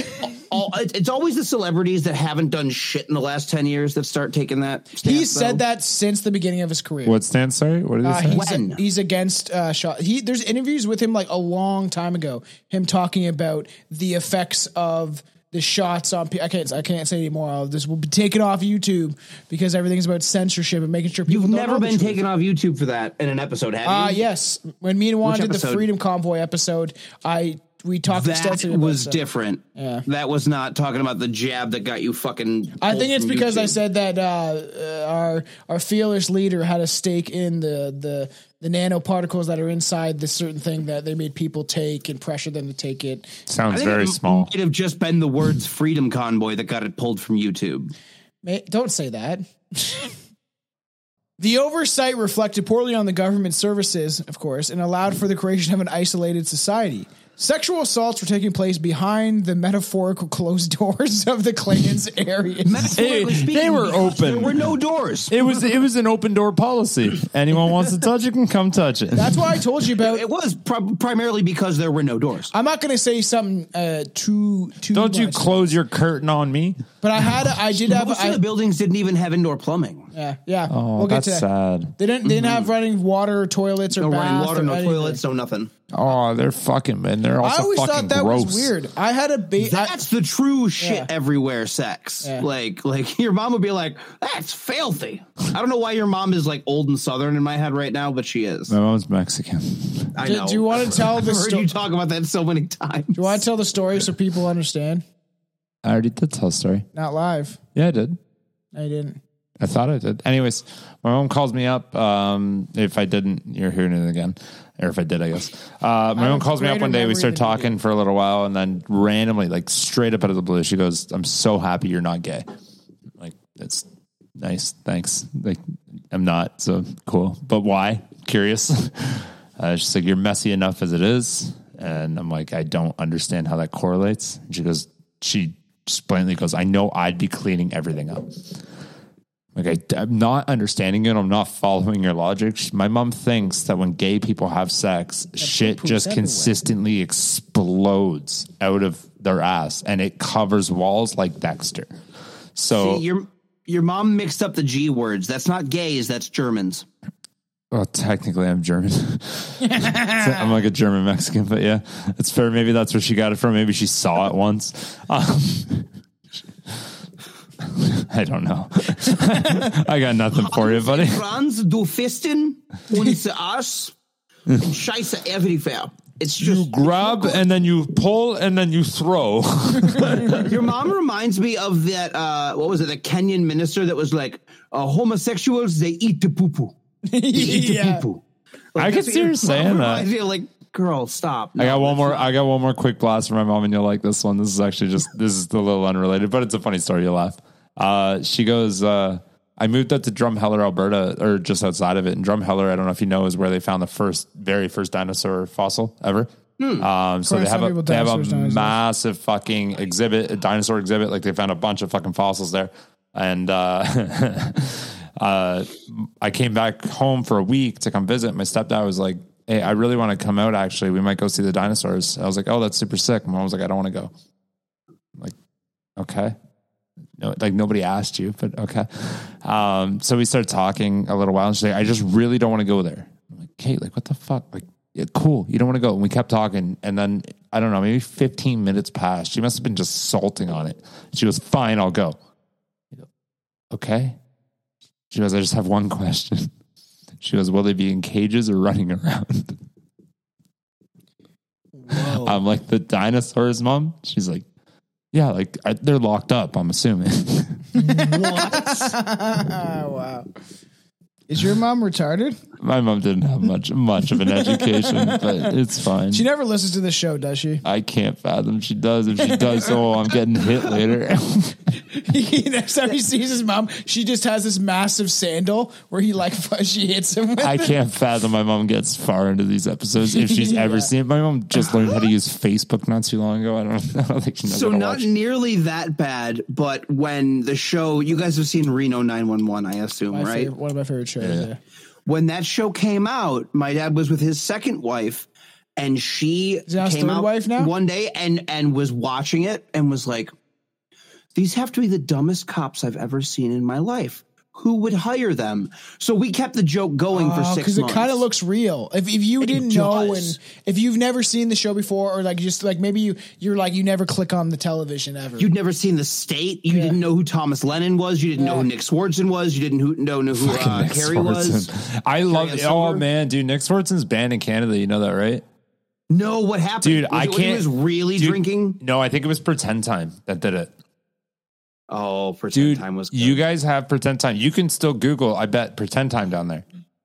All, it- it's always the celebrities that haven't done shit in the last ten years that start taking that. Stance, He said that since the beginning of his career. What stance? Sorry, what did Uh, he say? he's, When? he's against uh, Shaw. He there's interviews with him like a long time ago. Him talking about the effects of the shots on. pe- I can't. I can't say anymore. This will be taken off YouTube because everything's about censorship and making sure people. You've don't know never the been truth. taken off YouTube for that in an episode, have you? Uh, yes. When me and Juan Which did the episode? Freedom Convoy episode, I we talked That extensively. about was stuff. different. That was not talking about the jab that got you fucking. I pulled think it's from because I YouTube. said that uh, uh, our our fearless leader had a stake in the the the nanoparticles that are inside this certain thing that they made people take and pressure them to take it. I Sounds think very it small. Might have just been the words "freedom convoy" that got it pulled from YouTube. Ma- Don't say that. the oversight reflected poorly on the government services, of course, and allowed for the creation of an isolated society. Sexual assaults were taking place behind the metaphorical closed doors of the Klan's area. Metaphorically Hey, they were because There open. were no doors. It was it was an open door policy. Anyone wants to touch it can come touch it. That's why I told you about. It was pri- primarily because there were no doors. I'm not going to say something uh, too too. Don't you much. close your curtain on me? But I had, I did have, Most of I, the buildings didn't even have indoor plumbing. yeah, yeah. Oh, that's sad. They didn't, they didn't have running water, toilets, or No running bath water, or no anything. toilets, no nothing. Oh, they're fucking and they're I also always fucking thought that gross. was weird. I had a ba- I, That's the true shit Yeah. everywhere sex. Yeah. Like like your mom would be like, That's filthy. I don't know why your mom is like old and southern in my head right now, but she is. My mom's Mexican. I Do- know. do you wanna tell the I've heard sto- you talk about that so many times. do I tell the story so people understand? I already did tell a story. Not live. Yeah, I did. I didn't. I thought I did. Anyways, my mom calls me up. Um, if I didn't, you're hearing it again. Or if I did, I guess. Uh, my mom have calls me up greater one day. We memory start than you talking for a little while, and then randomly, like straight up out of the blue, she goes, "I'm so happy you're not gay." Like that's nice. Thanks. Like I'm not. So cool. But why? Curious. Uh, she's like, "You're messy enough as it is," and I'm like, "I don't understand how that correlates." And she goes, "She." Just blatantly goes, I know I'd be cleaning everything up. Like I, am not understanding it. I'm not following your logic. Sh- My mom thinks that when gay people have sex, shit poo-poo's just everywhere. consistently explodes out of their ass, and it covers walls like Dexter. So See, your your mom mixed up the G words. That's not gays, that's Germans. Well, technically, I'm German. So I'm like a German Mexican, but yeah, it's fair. Maybe that's where she got it from. Maybe she saw it once. Um, I don't know. I got nothing for you, buddy. Franz, du Fistin, unser Arsch, Scheiße everywhere. It's just Grab and then you pull and then you throw. Your mom reminds me of that. Uh, what was it? The Kenyan minister that was like, uh, "Homosexuals they eat the poo poo. They eat the Yeah. oh, poo poo." I can see her saying that. I feel like, girl, stop. I got No, one that's more. not- I got one more quick blast from my mom, and you'll like this one. This is actually just this is a little unrelated, but it's a funny story. You'll laugh. Uh, she goes, uh, "I moved up to Drumheller, Alberta, or just outside of it. And Drumheller, I don't know if you know, is where they found the first, very first dinosaur fossil ever. Hmm. Um, so Correct, they have some a people they have a dinosaurs, dinosaurs. massive fucking exhibit, a dinosaur exhibit. Like they found a bunch of fucking fossils there, and uh, uh, I came back home for a week to come visit. My stepdad was like, "Hey, I really want to come out. Actually, we might go see the dinosaurs." I was like, "Oh, that's super sick." My mom was like, "I don't want to go." I'm like, okay, no, like nobody asked you, but okay. Um, so we started talking a little while, and she's like, "I just really don't want to go there." I'm like, "Kate, like what the fuck? Like, yeah, cool, you don't want to go." And we kept talking, and then I don't know, maybe 15 minutes passed. She must have been just salting on it. She goes, "Fine, I'll go." I go, Okay. She goes, "I just have one question." She goes, "Will they be in cages or running around?" I'm like, "The dinosaurs, mom." She's like, "Yeah, like I, they're locked up. I'm assuming." Ah, wow. Is your mom retarded? My mom didn't have much much of an education, but it's fine. She never listens to this show, does she? I can't fathom she does. If she does, oh, I'm getting hit later. Next time he sees his mom, she just has this massive sandal where he like she hits him with. I can't fathom my mom gets far into these episodes if she's Yeah. ever seen it. My mom just learned how to use Facebook not too long ago. I don't, I don't think she knows So how to not watch. nearly that bad, but when the show, you guys have seen Reno 911, I assume, My right? favorite- one of my favorite shows. Yeah. When that show came out, my dad was with his second wife, and she that his came third out wife now? one day and and was watching it and was like, "These have to be the dumbest cops I've ever seen in my life. Who would hire them?" So we kept the joke going for Oh, six months. it kind of looks real. If, if you didn't know does. and if you've never seen the show before, or like just like maybe you you're like you never click on the television ever. You'd never seen the state. You didn't know who Thomas Lennon was. You didn't know who Nick Swartzen was. You didn't who, know, know who uh, Nick Carrie was. Swartzen. I love. Carrie Oh Silver. man, dude, Nick Swartzen's banned in Canada. You know that, right? No, what happened, Dude, Was I it when can't. He was really dude, drinking. No, I think it was pretend time that did it. Oh, pretend Dude, time was. Good. you guys have pretend time. You can still Google. I bet pretend time down there.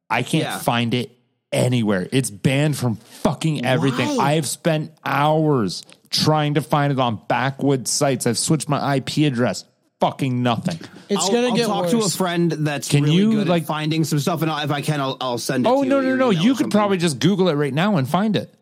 I can't Yeah. find it anywhere. It's banned from fucking everything. Why? I've spent hours trying to find it on backwood sites. I've switched my IP address. Fucking nothing. it's I'll, gonna I'll get talk worse. to a friend that's Can really you, good like- at finding some stuff, and I'll, if I can, I'll, I'll send it. Oh to no you, no or no! email You or could something. probably just Google it right now and find it.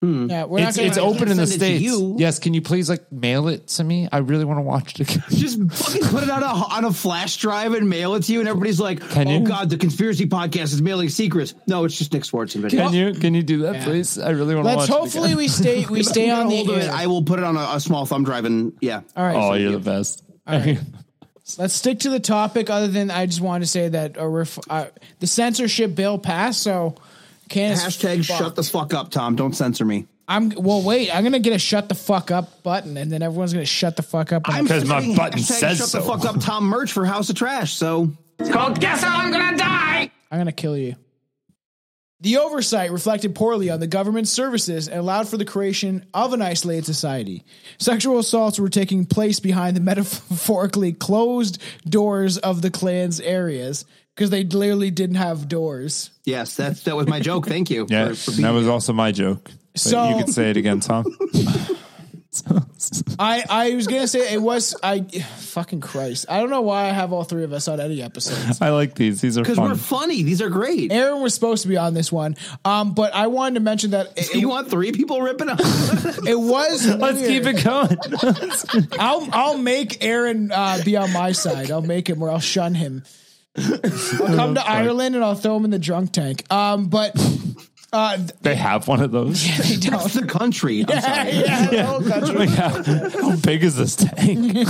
yeah, we're It's, not gonna it's get open that. in the send it to states. you. Yes, can you please like mail it to me? I really want to watch it. again. just fucking put it on a on a flash drive and mail it to you, and everybody's like, Can "Oh you? God, the conspiracy podcast is mailing secrets." No, it's just Nick Swartzen video. Can you can you do that, please? I really want to Let's watch. hopefully it we stay we stay Get on ahold the of it. air. I will put it on a, a small thumb drive, and yeah. All right, again. so Oh, you're the best. let's stick to the topic. Other than I just wanted to say that a ref- uh, the censorship bill passed, so Candace Hashtag shut the fuck up, Tom. Don't censor me. I'm well. Wait, I'm gonna get a shut the fuck up button, and then everyone's gonna shut the fuck up. I'm 'Cause my censoring button hashtag says shut so. the fuck up, Tom. Merch for House of Trash. So It's called Guess How I'm Gonna Die! I'm going to kill you. The oversight reflected poorly on the government's services and allowed for the creation of an isolated society. Sexual assaults were taking place behind the metaphorically closed doors of the Klan's areas because they literally didn't have doors. yes, that's that was my joke. Thank you. Yeah, for- for that being- was also my joke. But So- you could say it again, Tom. I, I was going to say it was. I fucking Christ. I don't know why I have all three of us on any episode. I like these. These are because we're fun. funny. These are great. Aaron was supposed to be on this one, um, but I wanted to mention that it, you want three people ripping up? it was. Let's weird. keep it going. I'll I'll make Aaron uh, be on my side. I'll make him or I'll shun him. I'll come to Ireland and I'll throw him in the drunk tank. Um, but uh, th- they have one of those. they That's the don't. country. I'm sorry. Yeah, the whole country. We have- How big is this tank?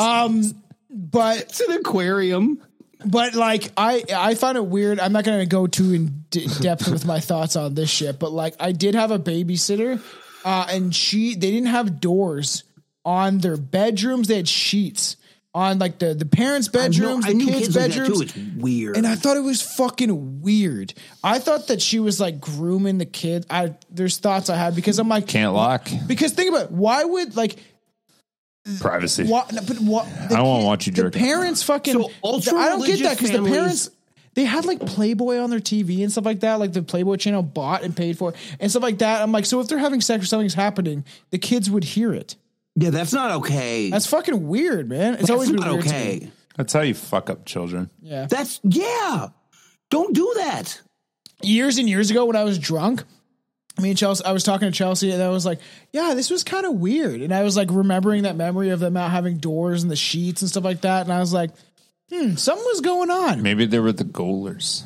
But It's an aquarium. but like I I found it weird. I'm not gonna go too in d- depth with my thoughts on this shit. But like I did have a babysitter, uh, and she they didn't have doors on their bedrooms. They had sheets on like the the parents' bedrooms, I the knew kids', kids like that, bedrooms. too. It's weird. and I thought it was fucking weird. I thought that she was like grooming the kid. I there's thoughts I had because I'm like Can't lock because think about it, why would like privacy. what but what the I won't kid- watch you jerk The off. parents fucking So I don't get ultra-religious that because the families- parents they had like Playboy on their TV and stuff like that, like the Playboy channel bought and paid for and stuff like that. I'm like, so if they're having sex or something's happening, the kids would hear it. yeah, that's not okay. That's fucking weird, man. It's That's always been not weird to me. okay. That's how you fuck up children. Yeah. That's yeah. Don't do that. years and years ago when I was drunk, me and Chelsea, I was talking to Chelsea and I was like, yeah, this was kind of weird. And I was like remembering that memory of them not having doors and the sheets and stuff like that. And I was like, hmm, something was going on. Maybe they were the goalers.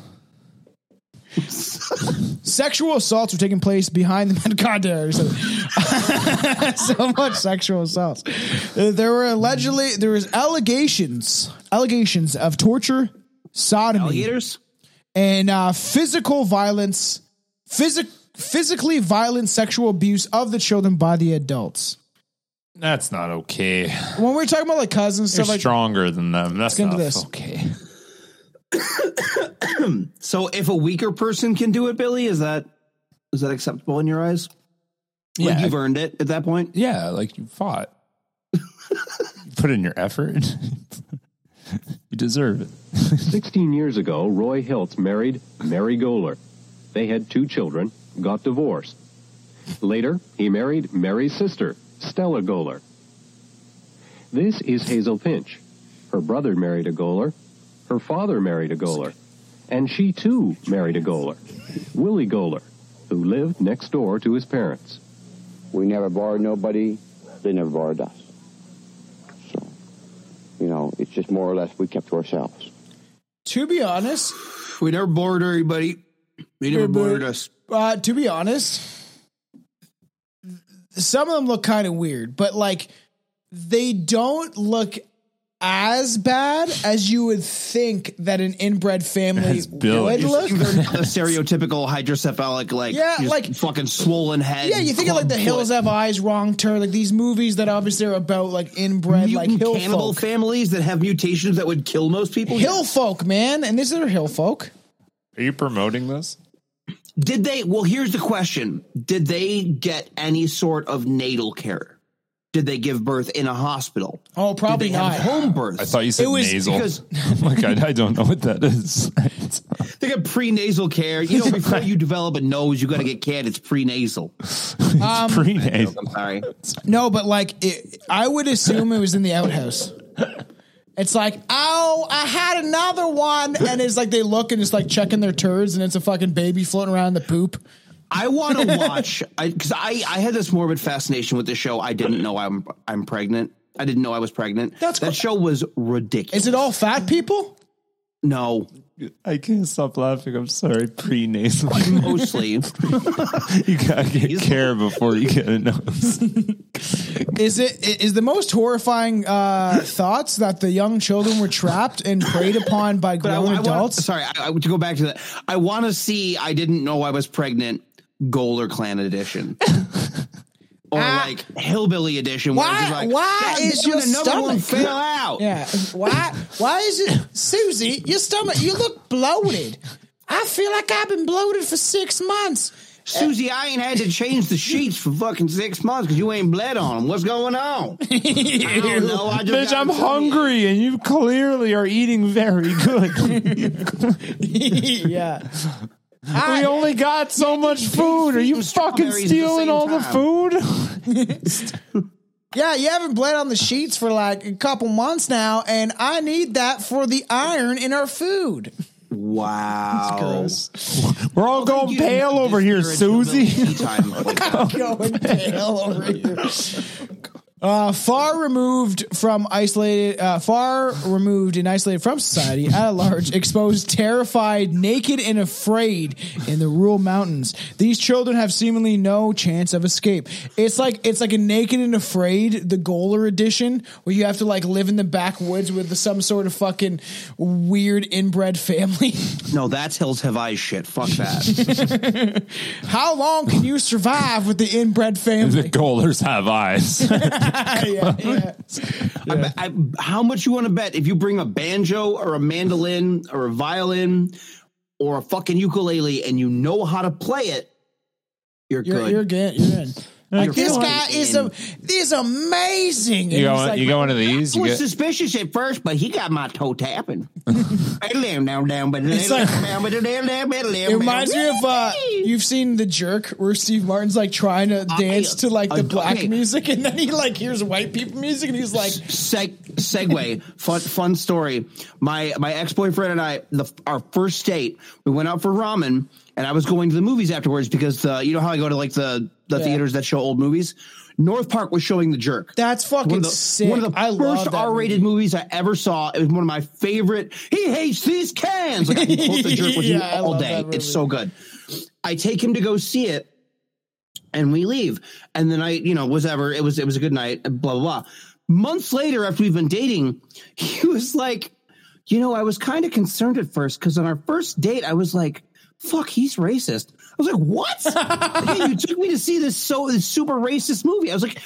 Sexual assaults were taking place behind the God damn, I said it. so much sexual assaults. Uh, There were allegedly there was allegations allegations of torture, sodomy, Alligators. and uh, physical violence, physic- physically violent sexual abuse of the children by the adults. That's not okay. When we're talking about like cousins You're stuff, like stronger than them. That's get not into this. okay. So if a weaker person can do it, Billy, is that is that acceptable in your eyes? Yeah. Like you've earned it at that point. Yeah, like you fought. you put in your effort. you deserve it. 16 years ago, Roy Hiltz married Mary Goler. They had two children, got divorced. Later, he married Mary's sister, Stella Goler. This is Hazel Pinch. Her brother married a Goler. Her father married a Goler. And she, too, married a Goler, Willie Goler, who lived next door to his parents. We never borrowed nobody. They never borrowed us. So, you know, it's just more or less we kept to ourselves. to be honest, We never bored everybody. They never But- boarded us. Uh, to be honest, some of them look kind of weird, but like they don't look as bad as you would think that an inbred family would look. They're not the stereotypical hydrocephalic, like Yeah, just like- fucking swollen head. Yeah, you think of like the club Hills foot. Have Eyes, Wrong Turn, like these movies that obviously are about like inbred, like hill cannibal folk. families that have mutations that would kill most people. Hill folk, man, and these are hill folk. Are you promoting this? Did they? Well, here's the question: Did they get any sort of natal care? Did they give birth in a hospital? Oh, probably Did they have not. Home birth. I thought you said It was nasal. because- like I, I don't know what that is. They got prenasal care. You know, before you develop a nose, you got to get canned. It's prenasal. Um, prenasal. I'm sorry. No, but like it, I would assume it was in the outhouse. It's like, oh, I had another one, and it's like they look and it's like checking their turds, and it's a fucking baby floating around in the poop. I want to watch because I, I had this morbid fascination with the show. I didn't know I'm I'm pregnant. I didn't know I was pregnant. That's that show was ridiculous. Is it all fat people? No, I can't stop laughing. I'm sorry. Prenasal. mostly. you gotta get care before you get a nose. Is it i- is the most horrifying uh, thoughts that the young children were trapped and preyed upon by But I, grown I want, adults? sorry, I, I to go back to that. I want to see. I didn't know I was pregnant. Goler Clan edition, or like Hillbilly edition. where it's Ah. just why? like, why "God is damn, your another one stomach fell out? Yeah. Why? Why is it, Susie? Your stomach. You look bloated. I feel like I've been bloated for six months. Susie, I ain't had to change the sheets for fucking six months because you ain't bled on them. What's going on? I don't know. I just Bitch, got I'm some- hungry, and you clearly are eating very good. yeah. we only got so much food. Are you fucking strawberries at the stealing same all the time. food? Yeah, you haven't bled on the sheets for like a couple months now, and I need that for the iron in our food. Wow. We're all going pale over here, Susie. Going pale over here. Uh, far removed from isolated, uh, far removed and isolated from society at large, exposed, terrified, naked, and afraid in the rural mountains. These children have seemingly no chance of escape. It's like it's like a naked and afraid, the Goaler edition, where you have to like live in the backwoods with some sort of fucking weird inbred family. No, that's Hills Have Eyes shit. Fuck that. How long can you survive with the inbred family? goalers have eyes. yeah, yeah. I, I, how much you want to bet if you bring a banjo or a mandolin or a violin or a fucking ukulele and you know how to play it, you're, You're, good. you're good. You're in. Like You're this good. guy is a is amazing. you And go, he's like, you go into I these. You was get, suspicious at first, but he got my toe tapping. it's like- it It reminds me of uh, you've seen the jerk where Steve Martin's like trying to dance to like the uh, black okay. music, and then he like hears white people music, and he's like, Seg- segue fun fun story my my ex-boyfriend and i the our first date we went out for ramen and i was going to the movies afterwards because the you know how i go to like the the Yeah. theaters that show old movies north park was showing the jerk "That's fucking one of the, sick." one of the I love first that r-rated movies i ever saw it was one of my favorite he hates these cans like i can quote the jerk with Yeah, I you all love day that it's movie. so good i take him to go see it and we leave. And the night, you know, was ever it was it was a good night, and blah blah blah. Months later, after we've been dating, he was like, you know, I was kind of concerned at first because on our first date, I was like, fuck, he's racist. I was like, what? Hey, you took me to see this so this super racist movie. I was like.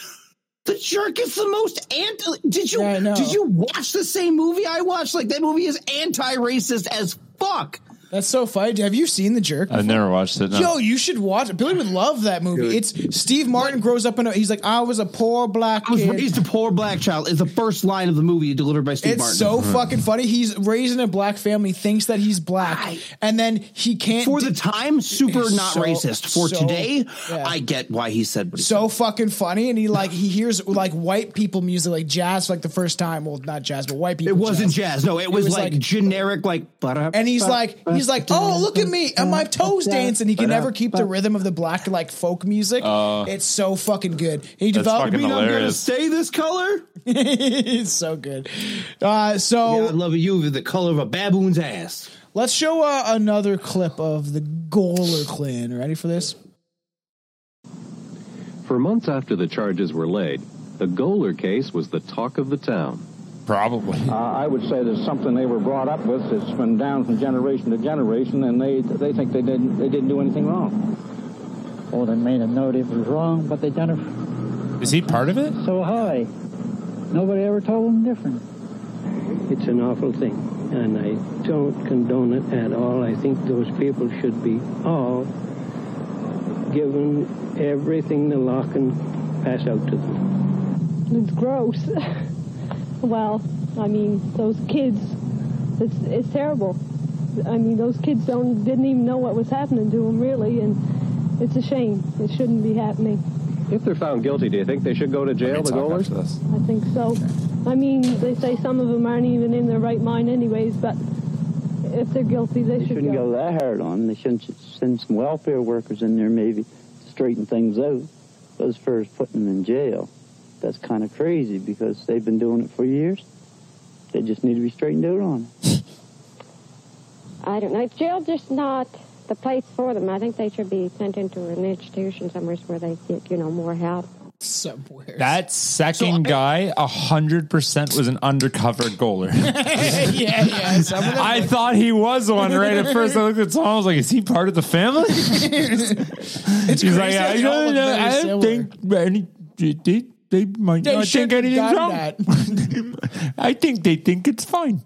The jerk is the most anti. Did you Yeah, I know. did you watch the same movie I watched? Like that movie is anti-racist as fuck. That's so funny. Have you seen the jerk? I've never watched it. No. Yo, you should watch it. Billy would love that movie. It's Steve Martin grows up in a. He's like, I was a poor black I was kid. raised a poor black child. Is the first line of the movie delivered by Steve It's Martin. Uh-huh. so fucking funny. He's raised in a black family, thinks that he's black, and then he can't. for the d- time, super not So- racist. For so- today, yeah. I get why he said what he so fucking funny, and he like he hears like white people music, like jazz, for, like the first time. Well, not jazz, but white people. said. It wasn't jazz. No, it was, was like, like- generic, like. And he's like, he's like, oh look at me and my toes dancing. He can never keep the rhythm of the black like folk music. it's so fucking good. He developed. Uh, fucking mean I'm gonna hilarious. stay this color? it's so good. Uh, so Oh, Yeah, I love you with the color of a baboon's ass. Let's show uh, another clip of the Goler clan. Ready for this? For months after the charges were laid, the Goler case was the talk of the town. Probably. Uh, I would say there's something they were brought up with that's been down from generation to generation, and they they think they didn't they didn't do anything wrong. Well, they made a note it was wrong, but they done it Is he part of it? so high. Nobody ever told them different. It's an awful thing, and I don't condone it at all. I think those people should be all given everything the law can pass out to them. It's gross. well, I mean, those kids, it's, it's terrible. I mean, those kids don't didn't even know what was happening to them, really, and it's a shame. It shouldn't be happening. If they're found guilty, do you think they should go to jail, the Golers? I think so. I mean, they say some of them aren't even in their right mind, anyways. But if they're guilty, they, should shouldn't go that hard on them. They should send some welfare workers in there maybe to straighten things out. But as far as putting them in jail, that's kind of crazy because they've been doing it for years. They just need to be straightened out on it. I don't know. Jail just not the place for them. I think they should be sent into an institution somewhere where they get, you know, more help. Somewhere. That second guy, a hundred percent, was an undercover goaler. yeah, yeah. Some of them I thought he was one right at first. I looked at Tom. I was like, "Is he part of the family?" it's He's crazy like, how "I they all look don't know. very I similar. don't think any, they, they, they might They not shouldn't think have anything's done wrong. I think they think it's fine."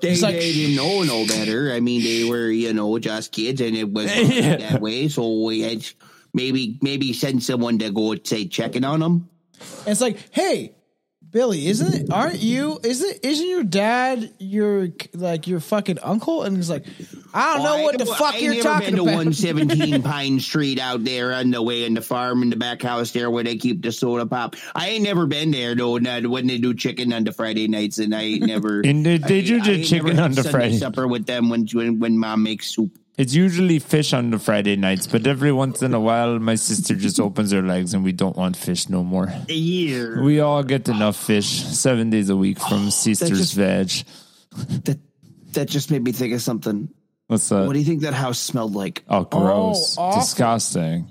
They, It's like- they didn't know no better. I mean, they were you know just kids, and it was Yeah. that way. So we had maybe maybe send someone to go say checking on them. And it's like, hey, Billy, isn't it? Aren't you? Isn't isn't your dad your like your fucking uncle? And he's like, I don't know I- what the well, fuck I you're never talking been to about. One seventeen Pine Street out there on the way in the farm in the back house there where they keep the soda pop. I ain't never been there though. Not when they do chicken on the Friday nights, and I ain't never. And they- they I- do I do ain't chicken never had on the Sunday Friday. supper with them when when, when mom makes soup. It's usually fish on the Friday nights, but every once in a while, my sister just opens her legs, and we don't want fish no more. A year. We all get enough fish seven days a week from just- sister's veg. That just made me think of something. What's that? What do you think that house smelled like? Uh, Oh, gross! Oh, awful. Disgusting.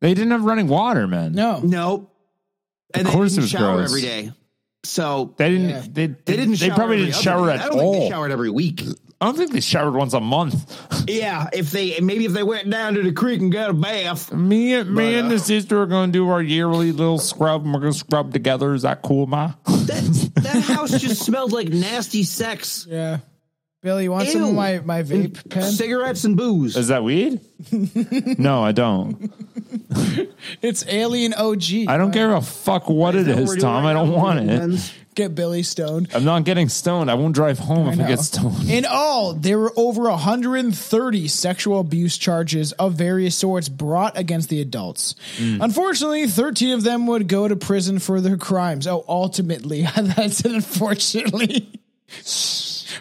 They didn't have running water, man. No, no. Of And they course, didn't it was shower gross. every day. So they didn't. They, They didn't. They shower probably every didn't other shower day. at I don't all. Think they showered every week. I don't think they showered once a month. Yeah, if they maybe if they went down to the creek and got a bath. Me, and me and the sister are going to do our yearly little scrub, and we're going to scrub together. Is that cool, ma? That house just smelled like nasty sex. Yeah. Billy, you want some of Ew. my my vape pen? Cigarettes and booze. Is that weed? no, I don't. It's Alien OG. I don't give a fuck what it that what is, we're doing Tom. right I don't now? want it. Friends? Get Billy stoned. I'm not getting stoned. I won't drive home if I know. get stoned. In all, there were over 130 sexual abuse charges of various sorts brought against the adults. Unfortunately, 13 of them would go to prison for their crimes. Oh, ultimately, that's an unfortunately.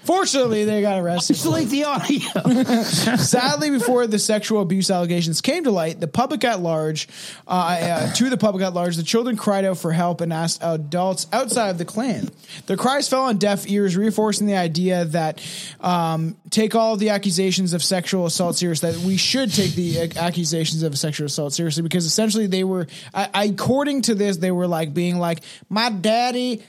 Fortunately, they got arrested. Isolate the audio. Sadly, before the sexual abuse allegations came to light, the public at large, uh, uh, to the public at large, the children cried out for help and asked adults outside of the clan. Their cries fell on deaf ears, reinforcing the idea that um, take all the accusations of sexual assault serious. That we should take the ac- accusations of sexual assault seriously because essentially they were, I, I- according to this, they were like being like, my daddy.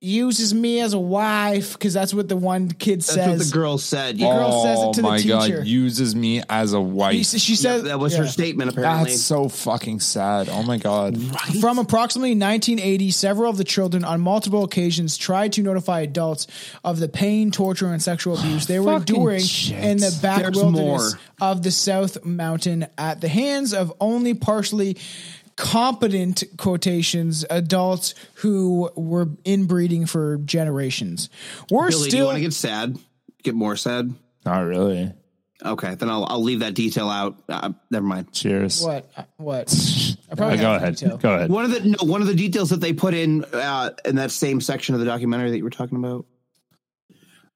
Uses me as a wife because that's what the one kid That's says. what the girl said. The girl says it to the teacher. Oh Uses me as a wife. He- she said- that was her yeah. statement. Apparently, That's so fucking sad. Oh my god. From approximately 1980, several of the children on multiple occasions tried to notify adults of the pain, torture, and sexual abuse they were Fucking enduring shit. in the back There's wilderness more. of the South Mountain at the hands of only partially competent quotations adults who were inbreeding for generations. Billy, We're do you still want to get sad? Get more sad. Not really. Okay, then I'll I'll leave that detail out. Uh, never mind. Cheers. what Uh, what I Uh, go have the ahead. detail. Go ahead. One of the no, one of the details that they put in uh, in that same section of the documentary that you were talking about.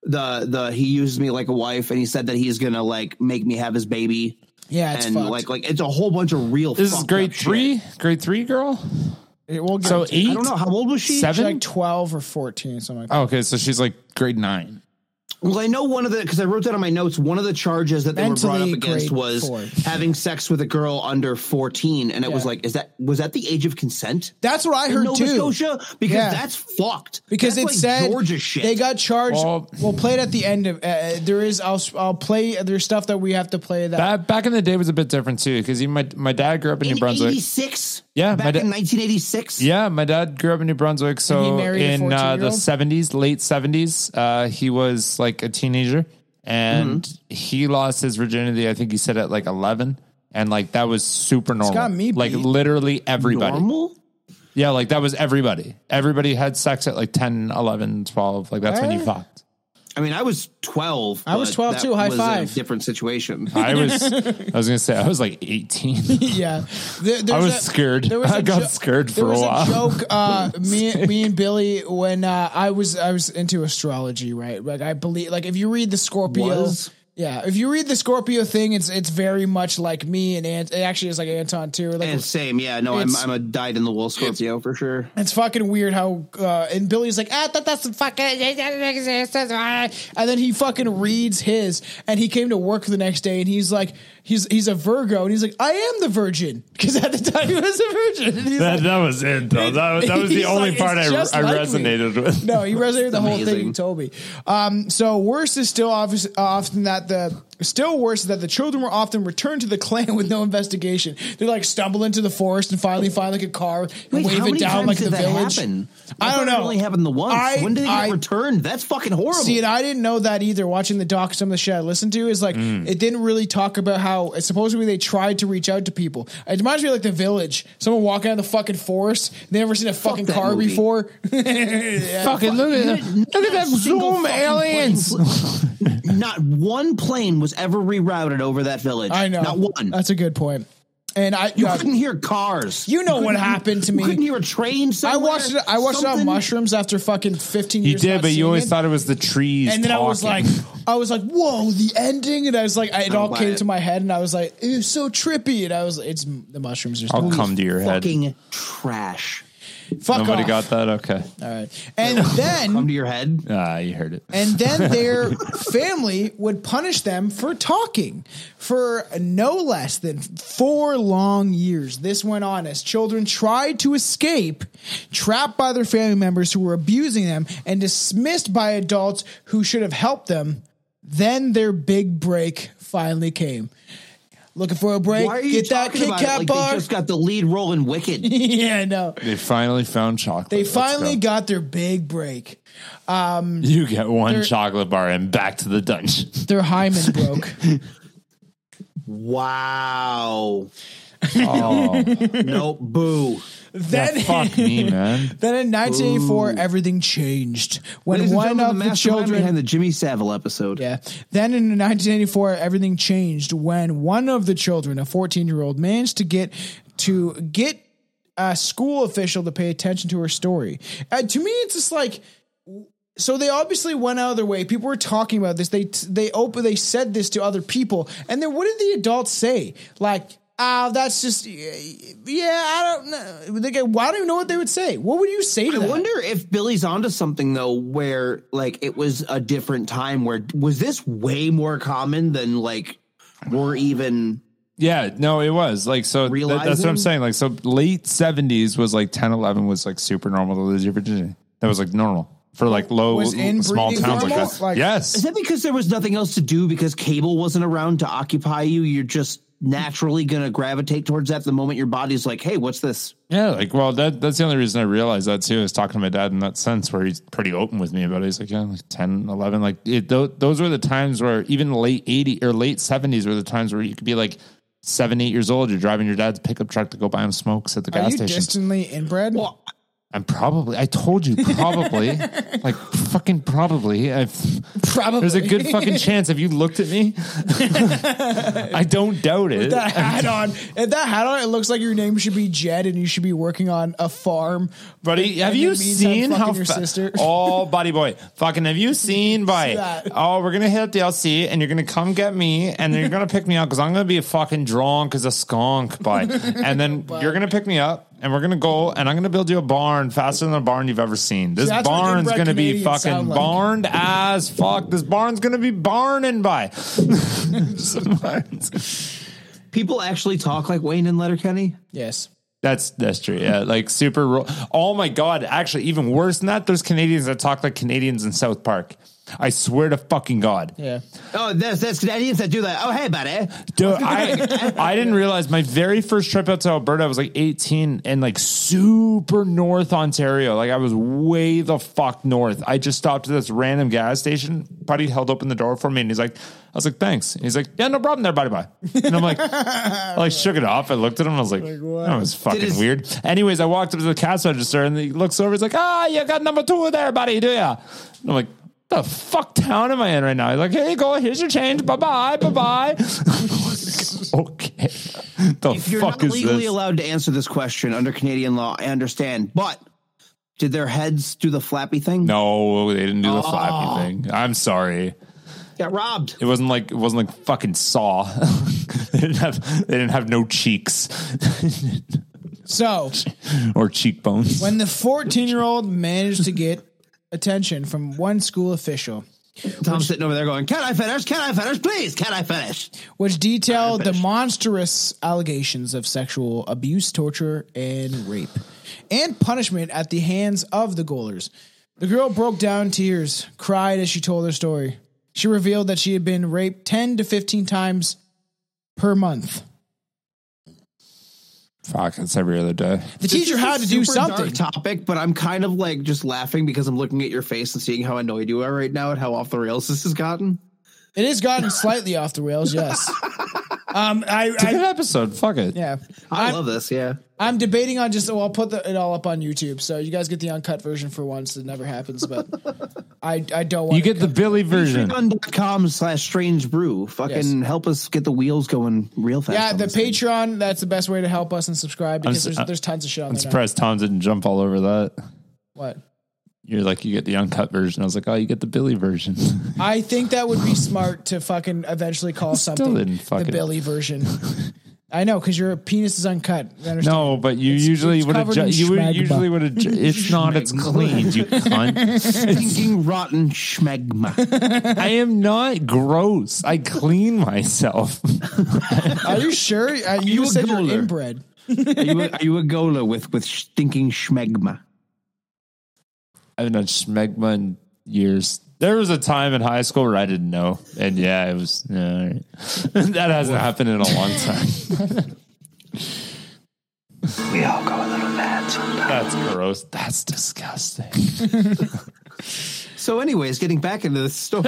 The the he used me like a wife, and he said that he's gonna like make me have his baby. Yeah, it's and fucked. like like it's a whole bunch of real. This is fucked grade up shit. three. Grade three girl. It will get So to- eight. I don't know how old was she. She's Seven. like 12 or 14 something like that. Oh, okay, so she's like grade nine. Well, I know one of the because I wrote that on my notes. One of the charges that they were brought Mentally up against grade was four. having sex with a girl under fourteen, and it was Yeah. like, is that was that the age of consent? That's what I In heard Nova too. Scotia? because Yeah. that's fucked. Because That's it like said Georgia shit. they got charged. Well- Well, played at the end of uh, there is. I'll I'll play. There's stuff that we have to play that. Back, back in the day was a bit different too, because my my dad grew up in, New Brunswick. eighty six. Yeah, my back da- in nineteen eighty six. Yeah, my dad grew up in New Brunswick. So married a in uh, the 14-year-old? seventies, late seventies, uh, he was like a teenager, and Mm-hmm. he lost his virginity. I think he said at like eleven, and like that was super normal. got me like beat. literally everybody. Normal? Yeah, like that was everybody. Everybody had sex at like 10, 11, 12. Like that's when Eh? you fucked. I mean, I was twelve. I was but 12 that too. High was a five. different situation. I was. I was gonna say I was like eighteen. yeah, There- there's I was a- scared. I got scared there for was a while. joke. Uh, me, me and Billy, when uh, I was I was into astrology, right? Like I believe, like if you read the Scorpio, Was? yeah, if you read the Scorpio thing, it's it's very much like me and Ant- it actually is like Anton too. Like and same, yeah. No, I'm It's- I'm a dyed in the wool Scorpio for sure. It's fucking weird how uh, and Billy's like ah that that's fucking and then he fucking reads his and he came to work the next day and he's like he's he's a Virgo and he's like I am the virgin because at the time he was a virgin. And he's That, like- that was it though. That was, that was the He's only like, part I, "It's just I like me." resonated with. No, he resonated the whole thing Amazing. you told me. Um, so worse is still obvious, uh, often that the still worse is that the children were often returned to the clan with no investigation. They like stumble into the forest and finally find like a car and Wait, wave how it many down times like did the that village. happen? I I don't thought it know. only happened the once. When did they get returned? That's fucking horrible. See, and I didn't know that either. Watching the doc, some of the shit I listened to is like Mm. it didn't really talk about how supposedly they tried to reach out to people. It reminds me of like the village. Someone walking out of the fucking forest. They never seen a fucking that car movie. before. Yeah. Fucking look at them. Look at them single zoom fucking aliens. plane flew- Not one plane was ever rerouted over that village. I know. Not one. That's a good point. And I, You uh, couldn't hear cars. you know couldn't- what happened to me. You couldn't hear a train. I Somewhere, watched it. I watched it on something. mushrooms after fucking fifteen You years. did, not but seeing you always it. thought it was the trees. And then I was like, talking. I was like, whoa, the ending, and I was like, I, it don't all buy came it. to my head, and I was like, it was so trippy, and I was, it's the mushrooms are. I'll still- come to your head. Fucking trash. Fuck Nobody off. got that. Okay. All right, and then Come to your head. Ah, you heard it. And then their family would punish them for talking for no less than four long years. This went on as children tried to escape, trapped by their family members who were abusing them, and dismissed by adults who should have helped them. Then their big break finally came. Looking for a break? Why are you Get that talking Kit about it Kat like bar. They just got the lead rolling wicked. yeah, no. They finally found chocolate. They Let's finally go. got their big break. Um, You get one They're- chocolate bar and back to the dungeon. their hymen broke. Wow. Oh, no, boo. Then, yeah, fuck me, man. Then in 1984, everything changed when Ladies and one gentlemen, of the, mastermind children. behind the Jimmy Savile episode. yeah. Then in 1984, everything changed when one of the children, a 14-year-old, managed to get to get a school official to pay attention to her story. And to me, it's just like. So they obviously went out of their way. People were talking about this. They they open they said this to other people, and then what did the adults say? Like, ah, that's just yeah. I don't know. They go, well, I don't even know what they would say. What would you say to I that? wonder if Billy's onto something though, where like it was a different time where was this way more common than like we're even Yeah, no, it was like so. th- that's what Realizing- I'm saying. Like so, late seventies was like 10, 11 was like super normal to lose your virginity. That was like normal for like low Was inbreeding small towns like normal? that. Like- Is yes, that because there was nothing else to do because cable wasn't around to occupy you? You're just naturally gonna gravitate towards that the moment your body's like, hey, what's this? yeah. Like well, that that's the only reason I realized that too. Is talking to my dad in that sense where he's pretty open with me about it. He's like, yeah, like 10, 11. Like it, th- those were the times where even late eighty or late seventies were the times where you could be like seven, eight years old. You're driving your dad's pickup truck to go buy him smokes at the Are gas you station. distantly inbred? I'm probably. I told you probably. like fucking probably. I've, Probably. There's a good fucking chance. Have you looked at me? I don't doubt it. that hat on. If that hat on, it looks like your name should be Jed, and you should be working on a farm. Buddy, And- have and you it means I'm seen fucking how your fa- sister? Oh, buddy boy, fucking have you seen boy? that. Oh, we're gonna hit up the LC and you're gonna come get me and then you're gonna pick me up because I'm gonna be a fucking drunk as a skunk, boy. And then you're gonna pick me up. and we're gonna go, and I'm gonna build you a barn faster than a barn you've ever seen. This See, that's what good barn's bred gonna be Canadians fucking sound like. barned as fuck. This barn's gonna be barning by. People actually talk like Wayne in Letterkenny. Yes. That's that's true. Yeah, like super. Ro- oh my god! Actually, even worse than that, there's Canadians that talk like Canadians in South Park. I swear to fucking god. Yeah. Oh, that's that's Canadians that do that. Oh, hey, buddy. Dude, I I didn't realize my very first trip out to Alberta, I was like 18 and like super north Ontario. Like I was way the fuck north. I just stopped at this random gas station. Buddy held open the door for me and he's like, I was like, thanks. And he's like, yeah, no problem there, buddy. Bye. And I'm like, I like shook it off. I looked at him. I was like, that was fucking weird. Anyways, I walked up to the cash register and he looks over. He's like, ah, you got number two there, buddy, do ya? And I'm like, the fuck town am I in right now? He's like, here you go. Here's your change. Bye bye. Bye bye. okay. The if you're fuck not is legally this? allowed to answer this question under Canadian law, I understand. But did their heads do the flappy thing? No, they didn't do the Oh. flappy thing. I'm sorry. Got robbed. It wasn't like it wasn't like fucking saw. they didn't have they didn't have no cheeks So or cheekbones. when the 14 year old managed to get attention from one school official, Tom's sitting over there going, "Can I finish? Can I finish? Please, can I finish?" which detailed the monstrous allegations of sexual abuse, torture, and rape, and punishment at the hands of the goalers. The girl broke down in tears, cried as she told her story. She revealed that she had been raped 10 to 15 times per month. Fuck, it's every other day. The This teacher is a had to do super dark something. topic, but I'm kind of like just laughing because I'm looking at your face and seeing how annoyed you are right now and how off the rails this has gotten. It has gotten slightly off the rails, yes. Um, I, It's a good I episode. Fuck it. yeah, I I'm- love this. Yeah, I'm debating on just. Well, I'll put the, it all up on YouTube, so you guys get the uncut version for once. It never happens, but I I don't want You get the Billy version. patreon.com slash strange brew. Fucking Yes. help us get the wheels going real fast. Yeah, on the this. Patreon. That's the best way to help us and subscribe I'm because su- there's, there's tons of shit on I'm there. now. surprised Tom didn't jump all over that. What? You're like, you get the uncut version. I was like, oh, you get the Billy version. I think that would be smart to fucking eventually call something didn't the fucking- Billy version. I know because your penis is uncut. You understand? no, but you usually it's would have. covered Ju- in you would schmagma. usually would have. Ju- it's not. It's clean. You cunt. Stinking rotten schmegma. I am not gross. I clean myself. Are you sure? Uh, you, you just a said you're goaler? inbred. are, you a, are you a gola with with stinking schmegma? I haven't done schmegma in years. There was a time in high school where I didn't know, and yeah, it was. Yeah, all right. that hasn't happened in a long time. We all go a little mad sometimes. That's gross. That's disgusting. So, anyways, getting back into the story.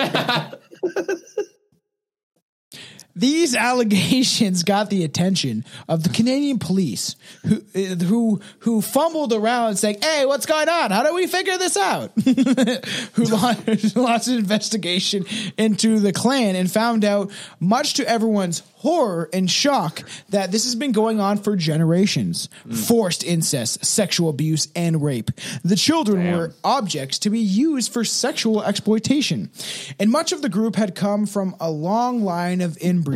These allegations got the attention of the Canadian police, who uh, who who fumbled around saying, "Hey, what's going on? How do we figure this out?" who launched, launched an investigation into the clan and found out, much to everyone's horror and shock, that this has been going on for generations: Hmm. forced incest, sexual abuse, and rape. The children were objects to be used for sexual exploitation, and much of the group had come from a long line of inbreeding.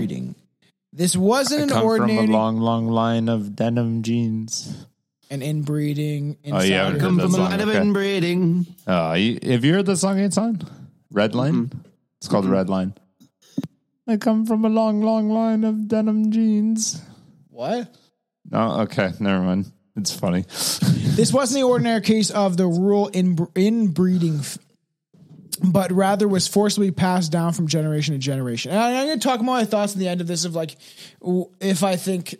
This wasn't an Come ordinary from a long, long line of denim jeans. and inbreeding. Oh, insider- yeah, I would've done that song, okay. inbreeding. Uh, you, have you heard the song Anton? Red Line. Mm-hmm. It's called Red Line. I come from a long, long line of denim jeans. What? No, okay, never mind. It's funny. This wasn't the ordinary case of the rural inb- inbreeding, f- but rather was forcibly passed down from generation to generation. And I, am going to talk more my thoughts at the end of this of like, w- if I think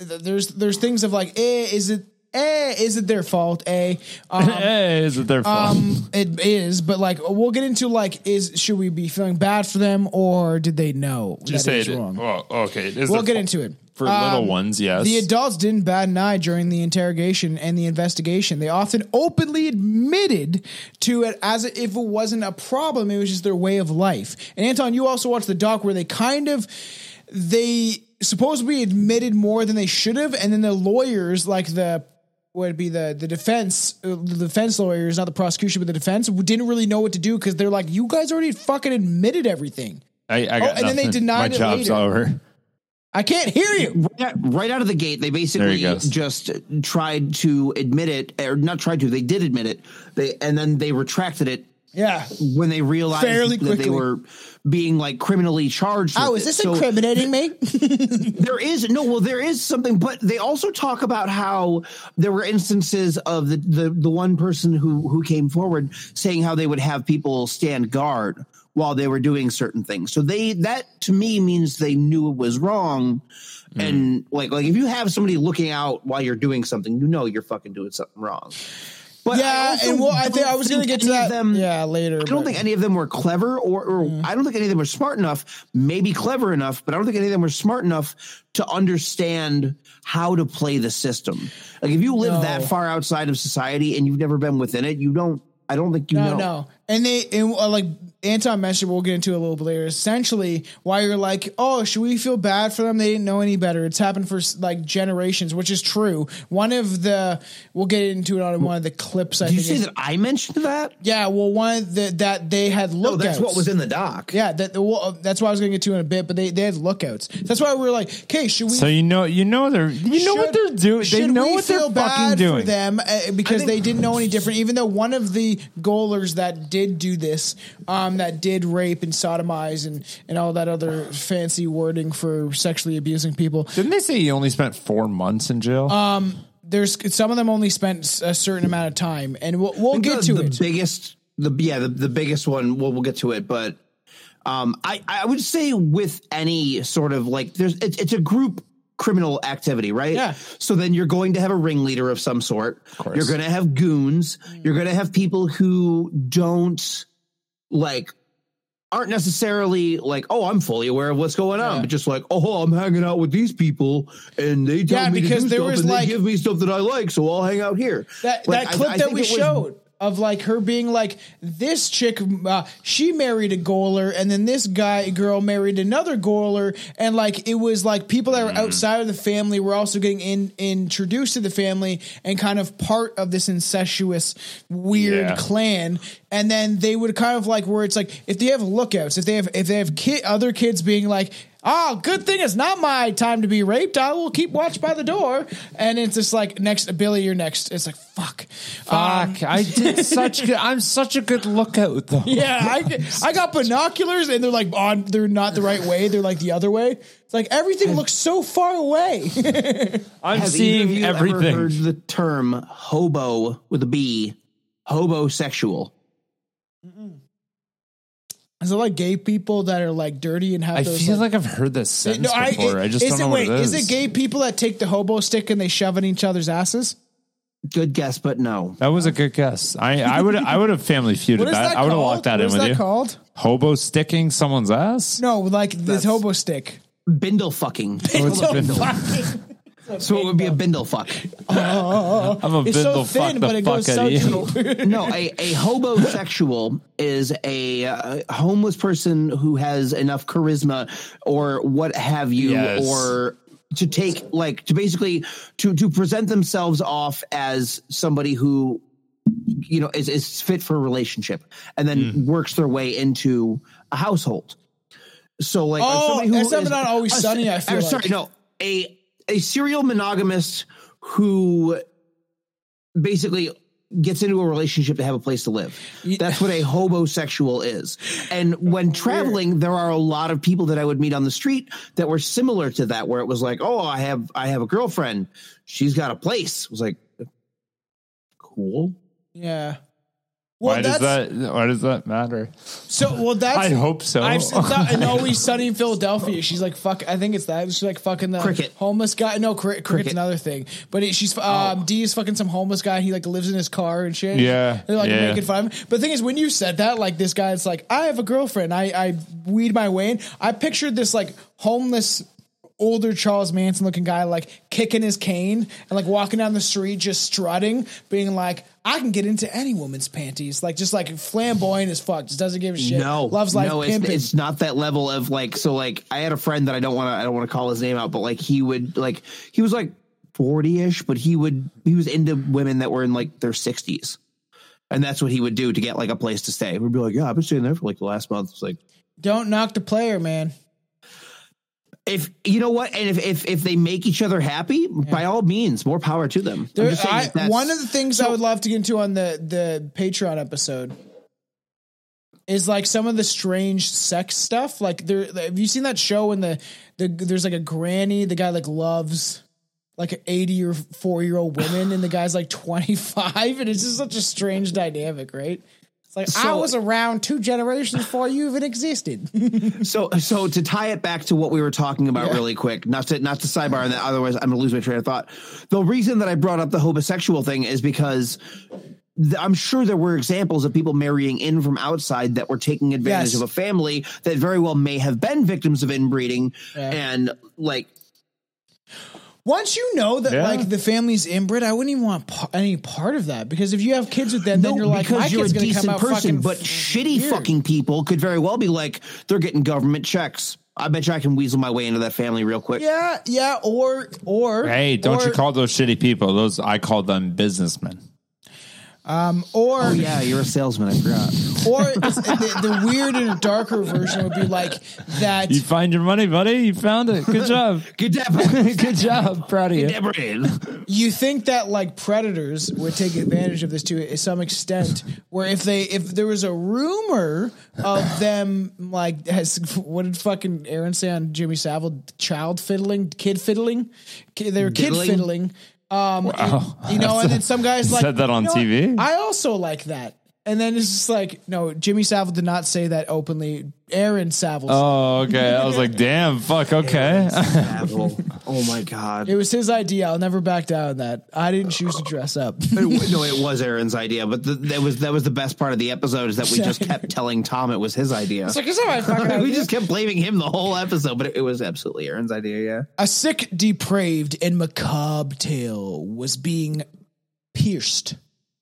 th- there's there's things of like, eh, is it eh, is it their fault? Eh, um, hey, is it their fault? um, it is, but like we'll get into like, is should we be feeling bad for them or did they know Just that say it was it- wrong? Oh, okay. it is We'll get their fault. into it. For Um, little ones, yes. The adults didn't bat an eye during the interrogation and the investigation. They often openly admitted to it as if it wasn't a problem. It was just their way of life. And Anton, you also watched the doc where they kind of they supposedly admitted more than they should have, and then the lawyers, like the would be the the defense uh, the defense lawyers, not the prosecution, but the defense didn't really know what to do because they're like, you guys already fucking admitted everything. I, I got Oh, and then they nothing. denied My it job's later. over. I can't hear you. Right out, right out of the gate, they basically just tried to admit it, or not tried to. They did admit it. They and then they retracted it. Yeah, when they realized Fairly that quickly. they were being like criminally charged. Oh, is with it. this So- incriminating me? there is no well there is something but they also talk about how there were instances of the, the the one person who who came forward saying how they would have people stand guard while they were doing certain things so they that to me means they knew it was wrong Hmm. and like like if you have somebody looking out while you're doing something you know you're fucking doing something wrong but yeah, also and well, I don't think I was going to get to any of that. them- yeah, later. I don't think any of them were clever, or, or Mm-hmm. I don't think any of them were smart enough. Maybe clever enough, but I don't think any of them were smart enough to understand how to play the system. Like if you live No. that far outside of society and you've never been within it, you don't. I don't think you no, know. no. And they and uh, like Anton mentioned, we'll get into it a little bit later. Essentially, why you're like, oh, should we feel bad for them? They didn't know any better. It's happened for like generations, which is true. One of the we'll get into it on one of the clips. I Did you think say is- that I mentioned that? Yeah, well, one of the, that they had lookouts. Oh, that's what was in the doc. Yeah, that well, uh, that's why I was going to get to in a bit. But they, they had lookouts. That's why we were like, okay, should we? So you know, you know they're, you know what they're doing. They should know we what they're feel fucking bad doing. for them uh, because they didn't know any different. Even though one of the goalers that did do this, um, that did rape and sodomize and and all that other fancy wording for sexually abusing people, Didn't they say he only spent four months in jail? um, there's some of them only spent a certain amount of time, and we'll, we'll think get the- to the it. biggest the yeah the, the biggest one well we'll get to it but um i i would say with any sort of like there's it's, it's a group criminal activity right yeah so then you're going to have a ringleader of some sort you're going to have goons Mm. you're going to have people who don't like aren't necessarily like oh i'm fully aware of what's going on but just like oh i'm hanging out with these people and they tell Yeah, me because to do there stuff was and like- they give me stuff that i like so i'll hang out here That Like, that I- clip I that think we it was- showed of like her being like this chick uh, she married a goaler and then this guy girl married another goaler and like it was like people that were outside of the family were also getting in introduced to the family and kind of part of this incestuous weird Yeah. clan and then they would kind of like where it's like if they have lookouts if they have if they have ki- other kids being like oh good thing it's not my time to be raped i will keep watch by the door and it's just like next billy you're next it's like fuck Um, Fuck! I did such. Good, I'm such a good lookout, though. yeah, I, I got binoculars and they're like on. They're not the right way. They're like the other way. It's like everything looks so far away. I'm Has seeing either of you everything. Ever heard the term hobo with a B, hobosexual. Is it like gay people that are like dirty and have? I those, feel like, I've heard this sentence before. I, just is don't it, know wait, what it is. it gay people that take the hobo stick and they shove it in each other's asses? Good guess, but no. That was a good guess. I, I would I would have family feuded What that. is that I would have called? locked that What in is with that you. called? Hobo sticking someone's ass. No, like this hobo stick. Bindle fucking. Oh, it's bindle. So it would be a bindle fuck. Oh, I'm a it's so bindle fuck thin, the but it goes fuck so outta deep. no, a, a hobosexual is a uh, homeless person who has enough charisma or what have you, Yes. or to take like to basically to to present themselves off as somebody who you know is is fit for a relationship and then Mm. works their way into a household. So like or Oh, somebody who that's something is- on Always a- Sunny, I feel I'm sorry, like. no a a serial monogamist who basically gets into a relationship to have a place to live. That's what a hobosexual is. And when traveling, there are a lot of people that I would meet on the street that were similar to that, where it was like, oh, I have I have a girlfriend, she's got a place. It was like, cool. Yeah. why does that? Why does that matter? So well, that's I hope so. I've seen that in Always Sunny in Philadelphia. She's like fuck. I think it's that. She's like fucking the Cricket. homeless guy. No, cri- cricket's Cricket. Oh. another thing. But it, she's um, D is fucking some homeless guy. He like lives in his car and shit. Yeah, they're like yeah. making fun of him. But the thing is, when you said that, like this guy, it's like I have a girlfriend. I I weed my way in. I pictured this like homeless. Older Charles Manson looking guy, like kicking his cane and like walking down the street, just strutting, being like, I can get into any woman's panties. Like, just like flamboyant as fuck. Just doesn't give a shit shit. No, loves life No, it's, pimping. it's not that level of like. So like, I had a friend that I don't want to. I don't want to call his name out, but like he would like he was like forty ish, but he would he was into women that were in like their sixties, and that's what he would do to get like a place to stay. We'd be like, yeah, I've been staying there for like the last month. It's like Don't knock the player, man. If you know what, and if if, if they make each other happy, by all means, more power to them. I'm There- just saying I- that that's- one of the things I would love to get into on the the Patreon episode is like some of the strange sex stuff. Like there, have you seen that show when the the there's like a granny, the guy like loves like eighty or four year old women, and the guy's like twenty five, and it's just such a strange dynamic, right? It's like I So- was around two generations before you even existed. so so to tie it back to what we were talking about really quick, not to not to sidebar on that, otherwise I'm gonna lose my train of thought. The reason that I brought up the homosexual thing is because th- I'm sure there were examples of people marrying in from outside that were taking advantage Yes. of a family that very well may have been victims of inbreeding Yeah. and like Once you know that Yeah. like the family's inbred, I wouldn't even want pa- any part of that because if you have kids with them, then you're like, my because you're a kid's going to come decent out person, fucking. but shitty fucking people could very well be like, they're getting government checks. I bet you I can weasel my way into that family real quick. yeah, yeah, or or Hey, don't or, you call those shitty people? Those I call them businessmen. um or Oh yeah, you're a salesman. I forgot. or it's- the, the weird and darker version would be like that. You find your money, buddy. You found it. Good job. Good job. Good job. Proud of you. you think that like predators would take advantage of this to some extent where if they if there was a rumor of them like has what did fucking aaron say on jimmy savile child fiddling kid fiddling Ki- they were Diddling? kid fiddling um Wow. and- you know and then some guys You like said that on "You know what? TV? i also like that and then it's just like no jimmy savile did not say that openly aaron savile said Oh, okay. I was like, damn, fuck, okay. oh my god. it was his idea i'll never back down on that i didn't choose to dress up It wa- no, it was Aaron's idea, but the, that was that was the best part of the episode is that we just kept telling Tom it was his idea. It's like, it's not my fucking we idea. just kept blaming him the whole episode, but it, it was absolutely Aaron's idea. Yeah. A sick, depraved, and macabre tail was being pierced,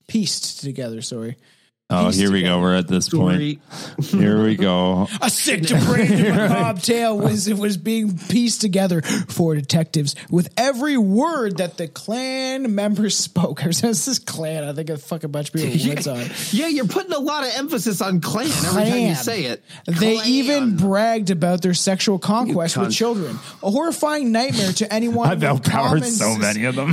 pieced together. Sorry. Oh, here we go. We're at this point. Here we go. A sick, depraved, and macabre tale was was being pieced together for detectives with every word that the clan members spoke. This is clan. I think a fucking bunch of people wits on. Yeah, you're putting a lot of emphasis on clan, every time you Clan. say it. They even bragged about their sexual conquest with cunt. children, a horrifying nightmare to anyone. I've with outpowered common so s- many of them.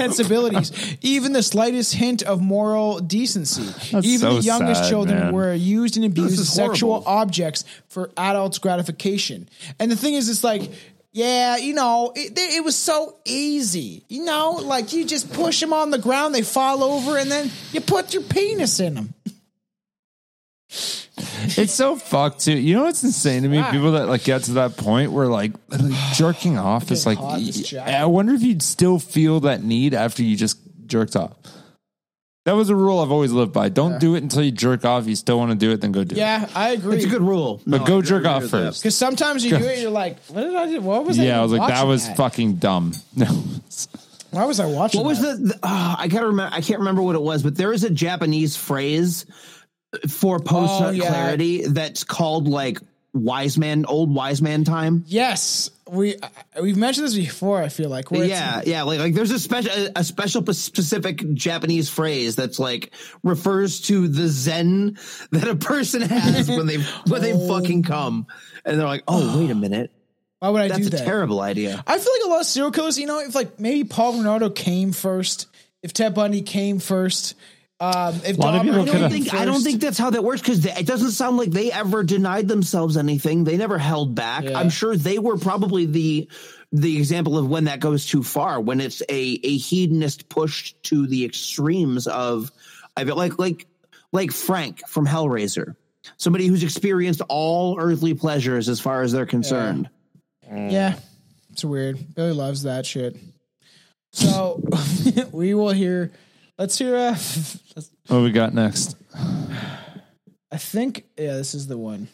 sensibilities, even the slightest hint of moral decency. even so the youngest sad, children man. were used and abused is as sexual objects for adults' gratification. And the thing is, it's like. Yeah, you know, it, they- it was so easy. You know, like you just push them on the ground, they fall over, and then you put your penis in them. It's so fucked too. You know what's insane to me? Why? People that like get to that point where like, literally jerking off is like. hot, this jacket. I wonder if you'd still feel that need after you just jerked off. That was a rule I've always lived by. Don't do it until you jerk off. You still want to do it, then go do it. Yeah, I agree. It's a good rule. But go jerk off first. Because sometimes you do it, you're like, what did I do? What was I? Yeah, I was like, that watching was fucking dumb. No. Why was I watching? What was the? the oh, I gotta remember. I can't remember what it was, but there is a Japanese phrase for post Oh, nut yeah. clarity that's called like wise man, old wise man time. Yes, we uh, we've mentioned this before. I feel like where it's- yeah, yeah. Like, like there's a special, a, a special p- specific Japanese phrase that's like refers to the zen that a person has when they when Oh. they fucking come, and they're like, oh, wait a minute, Why would I that's do a that? terrible idea. I feel like a lot of serial killers. You know, if like maybe Paul Renato came first, if Ted Bundy came first, um, if A lot of I Dahmer came people don't could've- first, think I don't think that's how that works because it doesn't sound like they ever denied themselves anything. They never held back. Yeah. I'm sure they were probably the the example of when that goes too far, when it's a a hedonist push to the extremes of I feel like like like Frank from Hellraiser, somebody who's experienced all earthly pleasures as far as they're concerned. Yeah, it's weird. Billy loves that shit. So we will hear. Let's hear. Uh, let's- What do we got next? I think yeah, this is the one.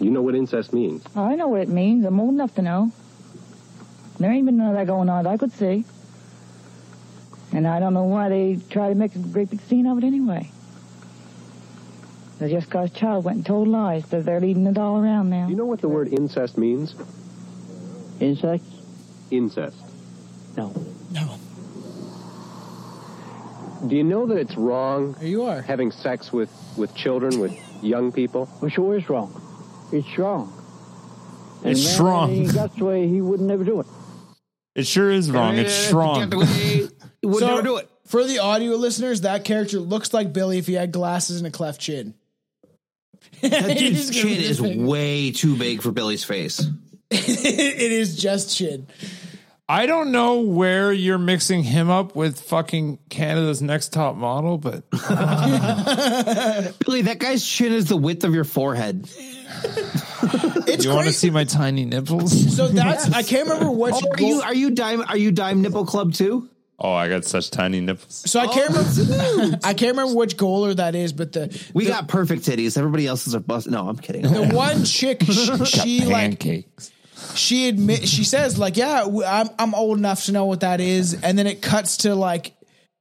You know what incest means. I know what it means. I'm old enough to know. There ain't been none of that going on that I could see. And I don't know why they try to make a great big scene of it anyway. They just got a child went and told lies, so they're leading it all around now. You know what the word incest means? Insect? Incest. No. No. Do you know that it's wrong you are. having sex with, with children, with young people? Well, sure is wrong. It's wrong. It's And that shrunk. ain't That's the way he would never do it. It sure is wrong. It's strong. would never do it. For the audio listeners, that character looks like Billy if he had glasses and a cleft chin. That dude's He's gonna chin be is big. way too big for Billy's face. it is just chin. I don't know where you're mixing him up with fucking Canada's next top model, but Billy, that guy's chin is the width of your forehead. you want to see my tiny nipples? So that's I can't remember what. Oh, are you are you dime are you dime nipple club too? Oh, I got such tiny nipples. So I can't remember. I can't remember which goaler that is, but the We got perfect titties. Everybody else is a bust. No, I'm kidding. the one chick she, she Got like pancakes. she admit she says like yeah w- I'm I'm old enough to know what that is and then it cuts to like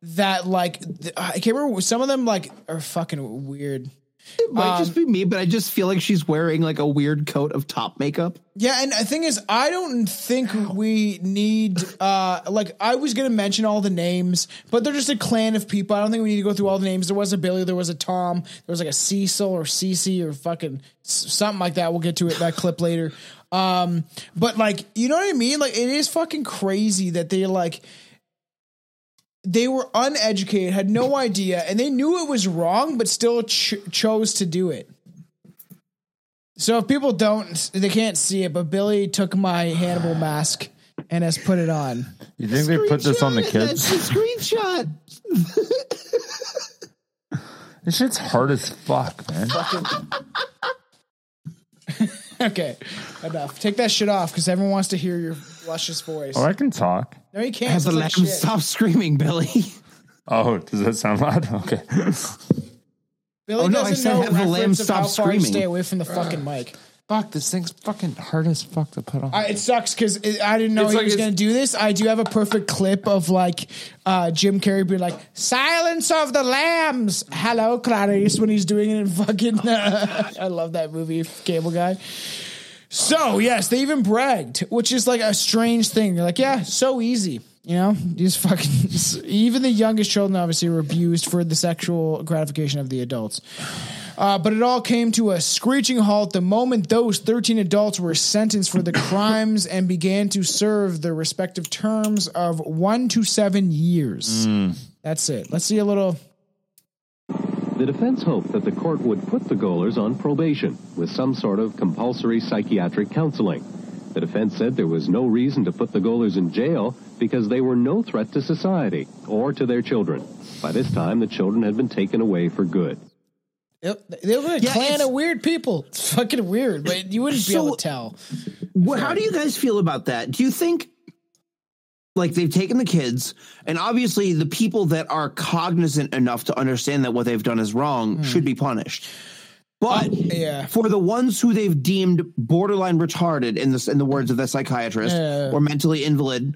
that like th- I can't remember some of them like are fucking weird. It might just be me, but I just feel like she's wearing like a weird coat of top makeup. Yeah, and the thing is, I don't think we need uh like I was gonna mention all the names, but they're just a clan of people. I don't think we need to go through all the names. There was a Billy, there was a Tom, there was like a Cecil or Cece or fucking s- something like that. We'll get to it that clip later. Um, but like, you know what I mean? Like, it is fucking crazy that they like they were uneducated, had no idea, and they knew it was wrong, but still ch- chose to do it. So if people don't, they can't see it, but Billy took my Hannibal mask and has put it on. You think they put this on the kids? a screenshot. This shit's hard as fuck, man. okay, enough. Take that shit off because everyone wants to hear your luscious voice. Oh, I can talk. No, you can't. Have It's to like let him shit. stop screaming, Billy. Oh, does that sound loud? Okay. Billy Oh, no, I doesn't said know have the lamb reference of stop how far to screaming. stay away from the fucking mic. Fuck, this thing's fucking hard as fuck to put on. I, it sucks because I didn't know It's he like was it's- going to do this. I do have a perfect clip of like uh, Jim Carrey being like, "Silence of the Lambs." Hello, Clarice, when he's doing it in fucking. I love that movie, Cable Guy. So yes, they even bragged, which is like a strange thing. They're like, "Yeah, so easy." You know, these fucking even the youngest children obviously were abused for the sexual gratification of the adults. Uh, but it all came to a screeching halt the moment those 13 adults were sentenced for the crimes and began to serve their respective terms of one to seven years. Mm. That's it. Let's see a little. The defense hoped that the court would put the goalers on probation with some sort of compulsory psychiatric counseling. The defense said there was no reason to put the goalers in jail because they were no threat to society or to their children. By this time, the children had been taken away for good. Yep, They were a clan of weird people. It's fucking weird, but you wouldn't be able to tell. Well, how do you guys feel about that? Do you think like they've taken the kids and obviously the people that are cognizant enough to understand that what they've done is wrong should be punished. Hmm. But yeah. for the ones who they've deemed borderline retarded in this in the words of the psychiatrist Yeah. or mentally invalid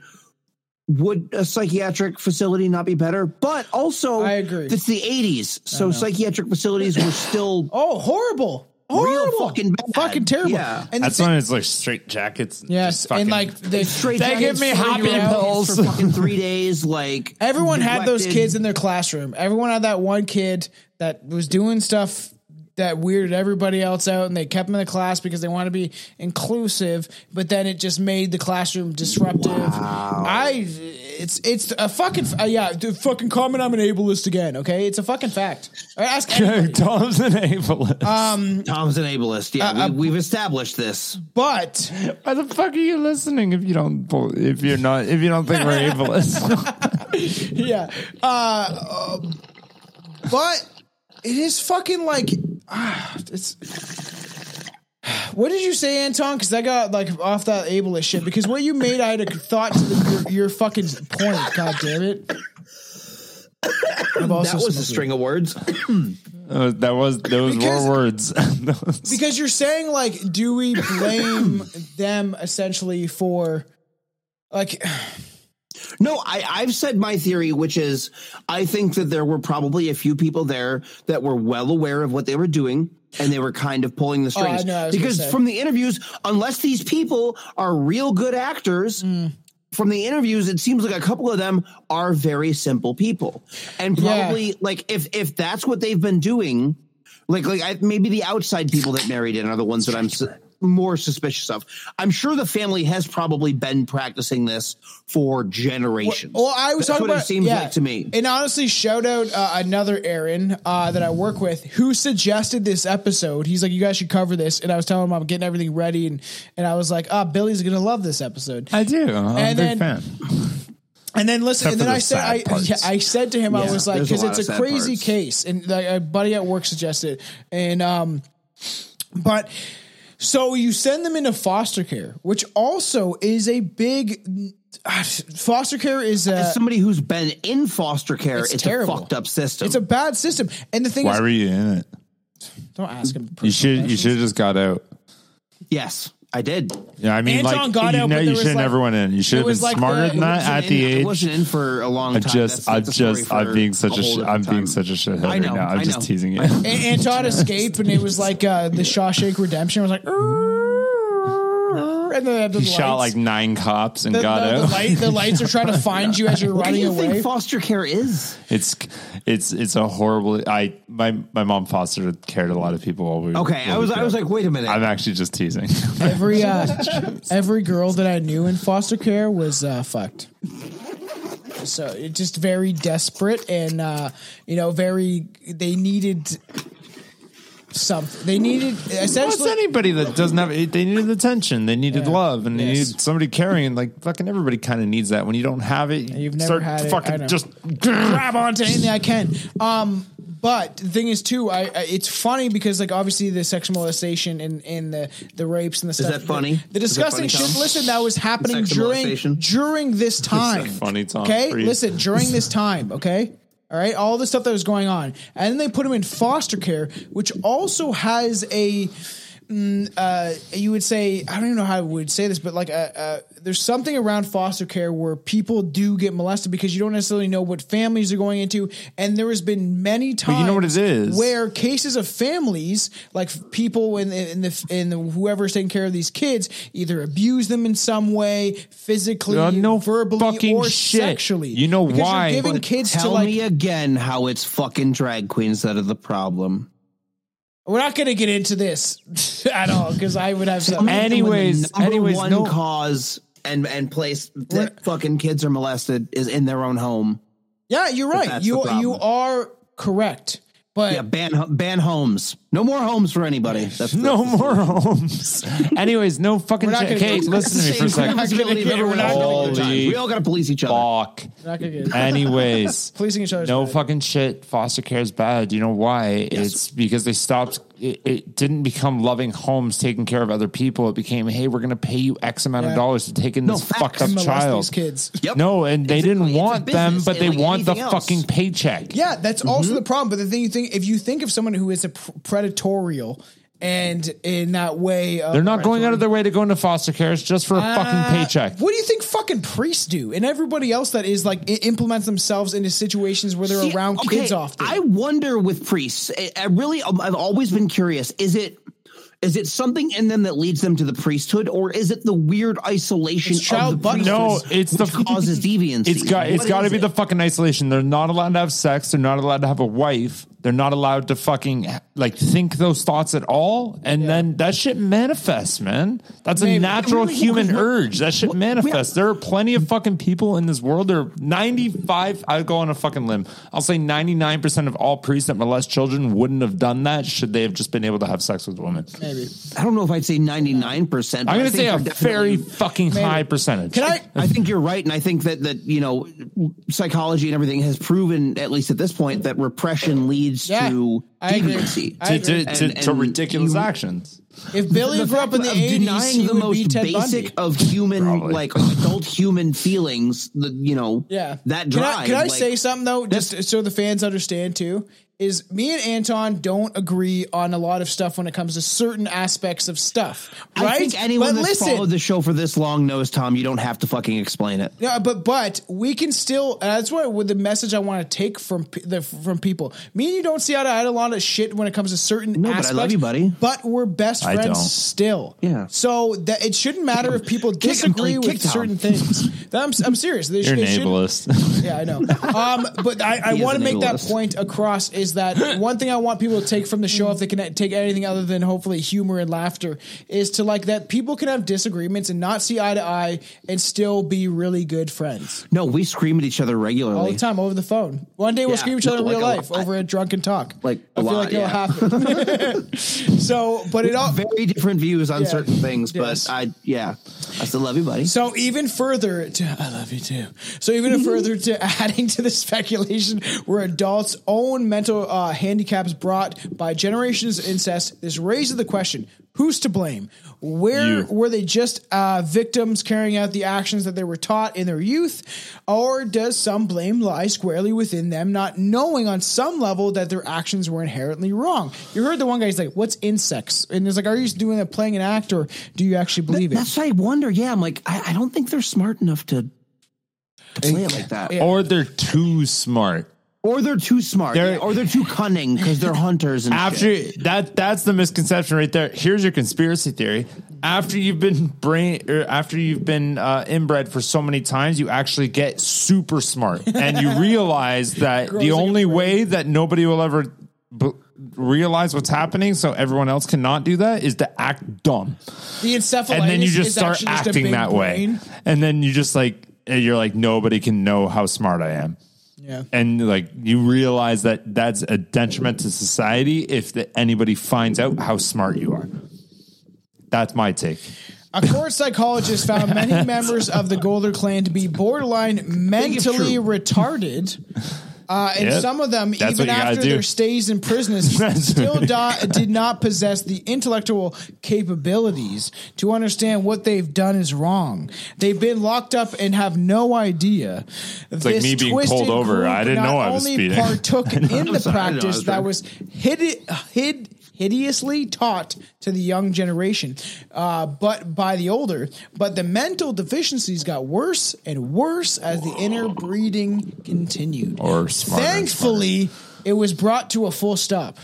would a psychiatric facility not be better? But also I agree. It's the 80s. So psychiatric facilities were still Oh, horrible. Horrible. real fucking bad. Fucking terrible. Yeah. And That's the when it's like straight jackets. Yes, fucking- and like they, Straight they jackets give me throw you happy out pills. for fucking three days. Like Everyone had those neglected. kids in their classroom. Everyone had that one kid that was doing stuff that weirded everybody else out, and they kept them in the class because they want to be inclusive. But then it just made the classroom disruptive. I, it's it's a fucking uh, yeah, dude, fucking comment. I'm an ableist again. Okay, it's a fucking fact. All right, ask anybody. Tom's an ableist. Um, Tom's an ableist. Uh, Yeah, we, we've established this. but Why the fuck are you listening if you don't bel- if you're not if you don't think we're ableist? yeah. Uh, um, but it is fucking like ah, it's. What did you say, Anton? Because I got like off that ableist shit. Because what you made, I had a thought to the, your, your fucking point. God damn it! I've That also was a smoked string of words. Uh, that was those Because- were words. because you're saying like do we blame them essentially for like No, I, I've said my theory, which is I think that there were probably a few people there that were well aware of what they were doing and they were kind of pulling the Oh, I strings. know, I was gonna because say. from the interviews, unless these people are real good actors, Hmm. from the interviews, it seems like a couple of them are very simple people. And Yeah. probably like if if that's what they've been doing, like like I, maybe the outside people that married in are the ones that I'm s- more suspicious of. I'm sure the family has probably been practicing this for generations. Well, I That's was talking what about it seems yeah. like to me. And honestly, shout out uh, another Aaron uh, that I work with who suggested this episode. He's like, "You guys should cover this," and I was telling him I'm getting everything ready, and and I was like, "Ah, Billy's gonna love this episode." I do. I'm a big and then, fan. And then listen, Except and then for I the said, sad I, parts. yeah, I said to him, I Yeah, was like, there's a because lot it's of a sad crazy parts. case, and like, a buddy at work suggested, and um, but so you send them into foster care, which also is a big uh, foster care is a, uh, As somebody who's been in foster care, It's it's, a terrible. fucked up system. It's a bad system, and the thing Why is, were you in it? don't ask him. You should you should have just got out. Yes, I did. Yeah, I mean, like you, know, you should have never went in. You should have been smarter than that at the age. I wasn't in for a long I time. just, I just, I'm being such a, whole sh- different I'm being time. such a shithead I right know, now. I'm I just know. teasing you. and, and Todd escaped, and it was like uh, the Shawshank Redemption. I was like, "Err," and then the He shot lights- like nine cops and the, got the, out. the light, the lights are trying to find you as you're What do running you away. think foster care is? It's, it's, it's a horrible. I my my mom fostered cared a lot of people while we. Okay, while I was- we I was grew up. like, wait a minute. I'm actually just teasing. Every uh, every girl that I knew in foster care was uh, fucked. So it just very desperate and uh, you know very they needed something. They needed What's essentially anybody that doesn't have? They needed attention. They needed love, and they needed somebody caring. And like fucking everybody kind of needs that. When you don't have it, You've you've never start had it. I fucking know. just grab onto anything I can. Um, but the thing is, too, I, I it's funny because like obviously the sexual molestation and, and the the rapes and the Is stuff. that funny? The, Is that disgusting funny, Tom? shit. Listen, that was happening Sexual during molestation? during this time. funny, Tom? Okay, Please. listen, during this time, okay? All right, all the stuff that was going on. And then they put him in foster care, which also has a mm, uh, you would say I don't even know how I would say this, but like uh, uh, there's something around foster care where people do get molested because you don't necessarily know what families are going into, and there has been many times But you know what it is. where cases of families like f- people in, in the in the whoever's taking care of these kids either abuse them in some way physically, Uh, no verbally, fucking or shit. sexually. You know Because you're why. giving But kids to Tell like me again how it's fucking drag queens that are the problem. we're not going to get into this at all because I would have Tell some. me when the number one cause and and place that fucking kids are molested is in their own home. yeah, you're But right. that's You the problem. you are correct, but yeah, ban ban homes. No more homes for anybody. That's no more homes. Anyways, no fucking. We're not Shit. gonna Okay, do- listen to me for Same a second. responsibility of everyone else. Holy We all got to police each other. Fuck. We're not gonna get into it. Anyways, policing each other. no fucking shit. Foster care is bad. You know why? It's because they stopped. It, it didn't become loving homes taking care of other people. It became, hey, we're gonna pay you X amount Yeah. of dollars to take in No, this facts. fucked up And molest child. these kids. Yep. No, and they didn't want them, business, but they like want the anything else. fucking paycheck. Yeah, that's Mm-hmm. also the problem. But the thing you think, if you think of someone who is a pr- predatorial and in that way, of They're not going out of their way to go into foster care. It's just for a Uh, fucking paycheck. What do you think fucking priests do and everybody else that is like I- implements themselves into situations where they're See, around okay, kids often? I wonder with priests. I, I really, um, I've always been curious. Is it is it something in them that leads them to the priesthood, or is it the weird isolation It's child of the priesthood? No, it's the which causes deviance. It's got it's got to be the fucking isolation. They're not allowed to have sex. They're not allowed to have a wife. They're not allowed to fucking like think those thoughts at all. And then that shit manifests, man. That's Maybe. a natural Really? human What- urge. That shit manifests. There are plenty of fucking people in this world. There are 95, I'll go on a fucking limb. I'll say 99% of all priests that molest children wouldn't have done that should they have just been able to have sex with women. Maybe. I don't know if I'd say ninety nine percent. I'm going to say a very fucking Maybe. high percentage. Can I? I think you're right, and I think that that you know, psychology and everything has proven, at least at this point, that repression leads to I agree. deviancy. I agree. To- to- to ridiculous actions. If Billy the grew up in fact the of eighties, denying he the would most be Ted basic Bundy. of human, like adult human feelings. The you know, Yeah, that Can I- drive. Can I, like- say something though, just so the fans understand too? Is me and Anton don't agree on a lot of stuff when it comes to certain aspects of stuff, right? I think anyone But that's followed the show for this long knows, Tom. You don't have to fucking explain it. No, but but we can still. and That's what with the message I want to take from pe- the from people. Me and you don't see out I had a lot of shit when it comes to certain. No, but I aspects, love you, buddy. But we're best I don't. friends still. Yeah. So that it shouldn't matter if people Kick him, disagree Blake, with kick Tom. certain things. That I'm, I'm serious. They, sh- You're an they shouldn't- ableist. Yeah, I know. Um, but I, I He is want to an make that ableist. point across is is that one thing I want people to take from the show, if they can take anything other than hopefully humor and laughter, is to like that people can have disagreements and not see eye to eye and still be really good friends No, we scream at each other regularly. all the time over the phone. One day we'll Yeah. scream at each other in Like real a lot. life over a drunken talk. Like I a feel lot, like it'll yeah. happen. so, but it Oh. all very different views on Yeah. certain things, Yes. but I yeah, I still love you, buddy. So even further to I love you too. So even further to adding to the speculation where adults' own mental uh, handicaps brought by generations of incest, this raises the question: Who's to blame? Where You. were they just uh, victims carrying out the actions that they were taught in their youth, or does some blame lie squarely within them, not knowing on some level that their actions were inherently wrong? You heard the one guy's like, "What's insects?" And it's like, "Are you just doing that playing an act, or do you actually believe it?" That's what I wonder. Yeah, I'm like, I, I don't think they're smart enough to, to play it like that. Or they're too smart. Or they're too smart. They're- yeah, or they're too cunning because they're hunters and After shit. that, that's the misconception right there. Here's your conspiracy theory. After you've been brain, or after you've been uh, inbred for so many times, you actually get super smart, and you realize that Grows like the a only way that nobody will ever b- realize what's happening, so everyone else cannot do that, is to act dumb. The encephalitis and then you just is start actually just a acting big that way, brain. and then you just like you're like nobody can know how smart I am. Yeah. and like you realize that that's a detriment to society if the, anybody finds out how smart you are. That's my take. A court psychologist found many members of the Golder clan to be borderline mentally retarded. Uh, and Yeah. some of them, That's even what you gotta after do. their stays in prison, is still di- did not possess the intellectual capabilities to understand what they've done is wrong. They've been locked up and have no idea. It's like me being pulled over. I didn't know I was speeding. partook in I'm the sorry. I know I practice was that driving. was hid, hid, hideously taught to the young generation, uh, but by the older. But the mental deficiencies got worse and worse as the inner breeding continued. Or smarter. Thankfully, it was brought to a full stop.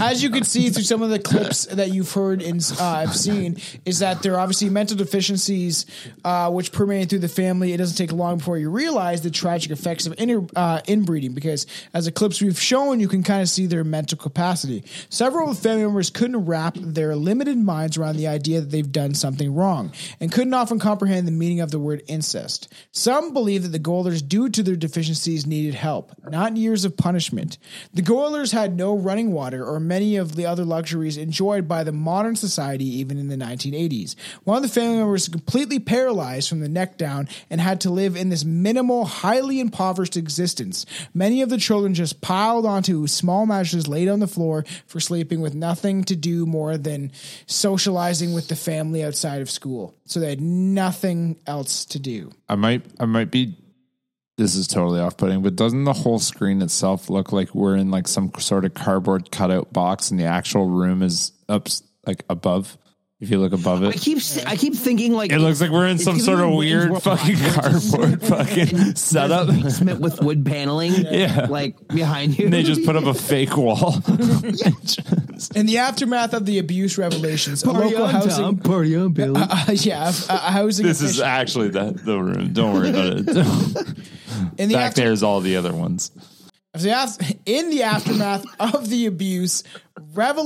As you can see through some of the clips that you've heard and uh, I've seen, is that there are obviously mental deficiencies uh, which permeate through the family. It doesn't take long before you realize the tragic effects of inner, uh, inbreeding because, as the clips we've shown, you can kind of see their mental capacity. Several of the family members couldn't wrap their limited minds around the idea that they've done something wrong and couldn't often comprehend the meaning of the word incest. Some believe that the Goalers, due to their deficiencies, needed help, not years of punishment. The Goalers had no running water or many of the other luxuries enjoyed by the modern society even in the 1980s. One of the family members was completely paralyzed from the neck down and had to live in this minimal, highly impoverished existence. Many of the children just piled onto small mattresses laid on the floor for sleeping with nothing to do more than socializing with the family outside of school. So they had nothing else to do. I might I might be this is totally off putting, but doesn't the whole screen itself look like we're in like some sort of cardboard cutout box and the actual room is up like above? If you look above I it. keep si- I keep thinking like it looks like we're in it's some giving sort me of Wayne's weird World fucking vibes. cardboard fucking setup. basement with wood paneling, Yeah. like behind you. And they just put up a fake wall. In the aftermath of the abuse revelations, a Party local on, housing. Tom. Party on, Billy. Uh, uh, yeah, a, a housing. this is official- actually the, the room. Don't worry about it. in the Back after, there's all the other ones. of the af- in the aftermath of the abuse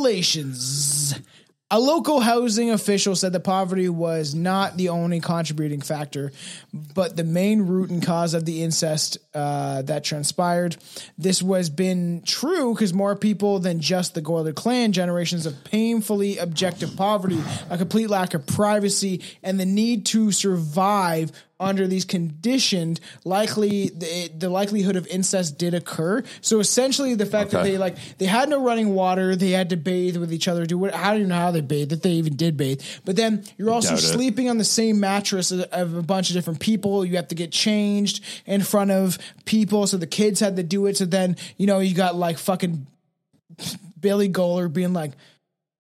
revelations. A local housing official said that poverty was not the only contributing factor, but the main root and cause of the incest uh, that transpired. This was been true because more people than just the Goyler clan, generations of painfully objective poverty, a complete lack of privacy, and the need to survive under these conditioned likely the, the likelihood of incest did occur so essentially the fact that Okay. they like they had no running water they had to bathe with each other do what i don't even know how they bathed if they even did bathe but then you're also doubt it. sleeping on the same mattress of- of a bunch of different people you have to get changed in front of people so the kids had to do it so then you know you got like fucking billy goler being like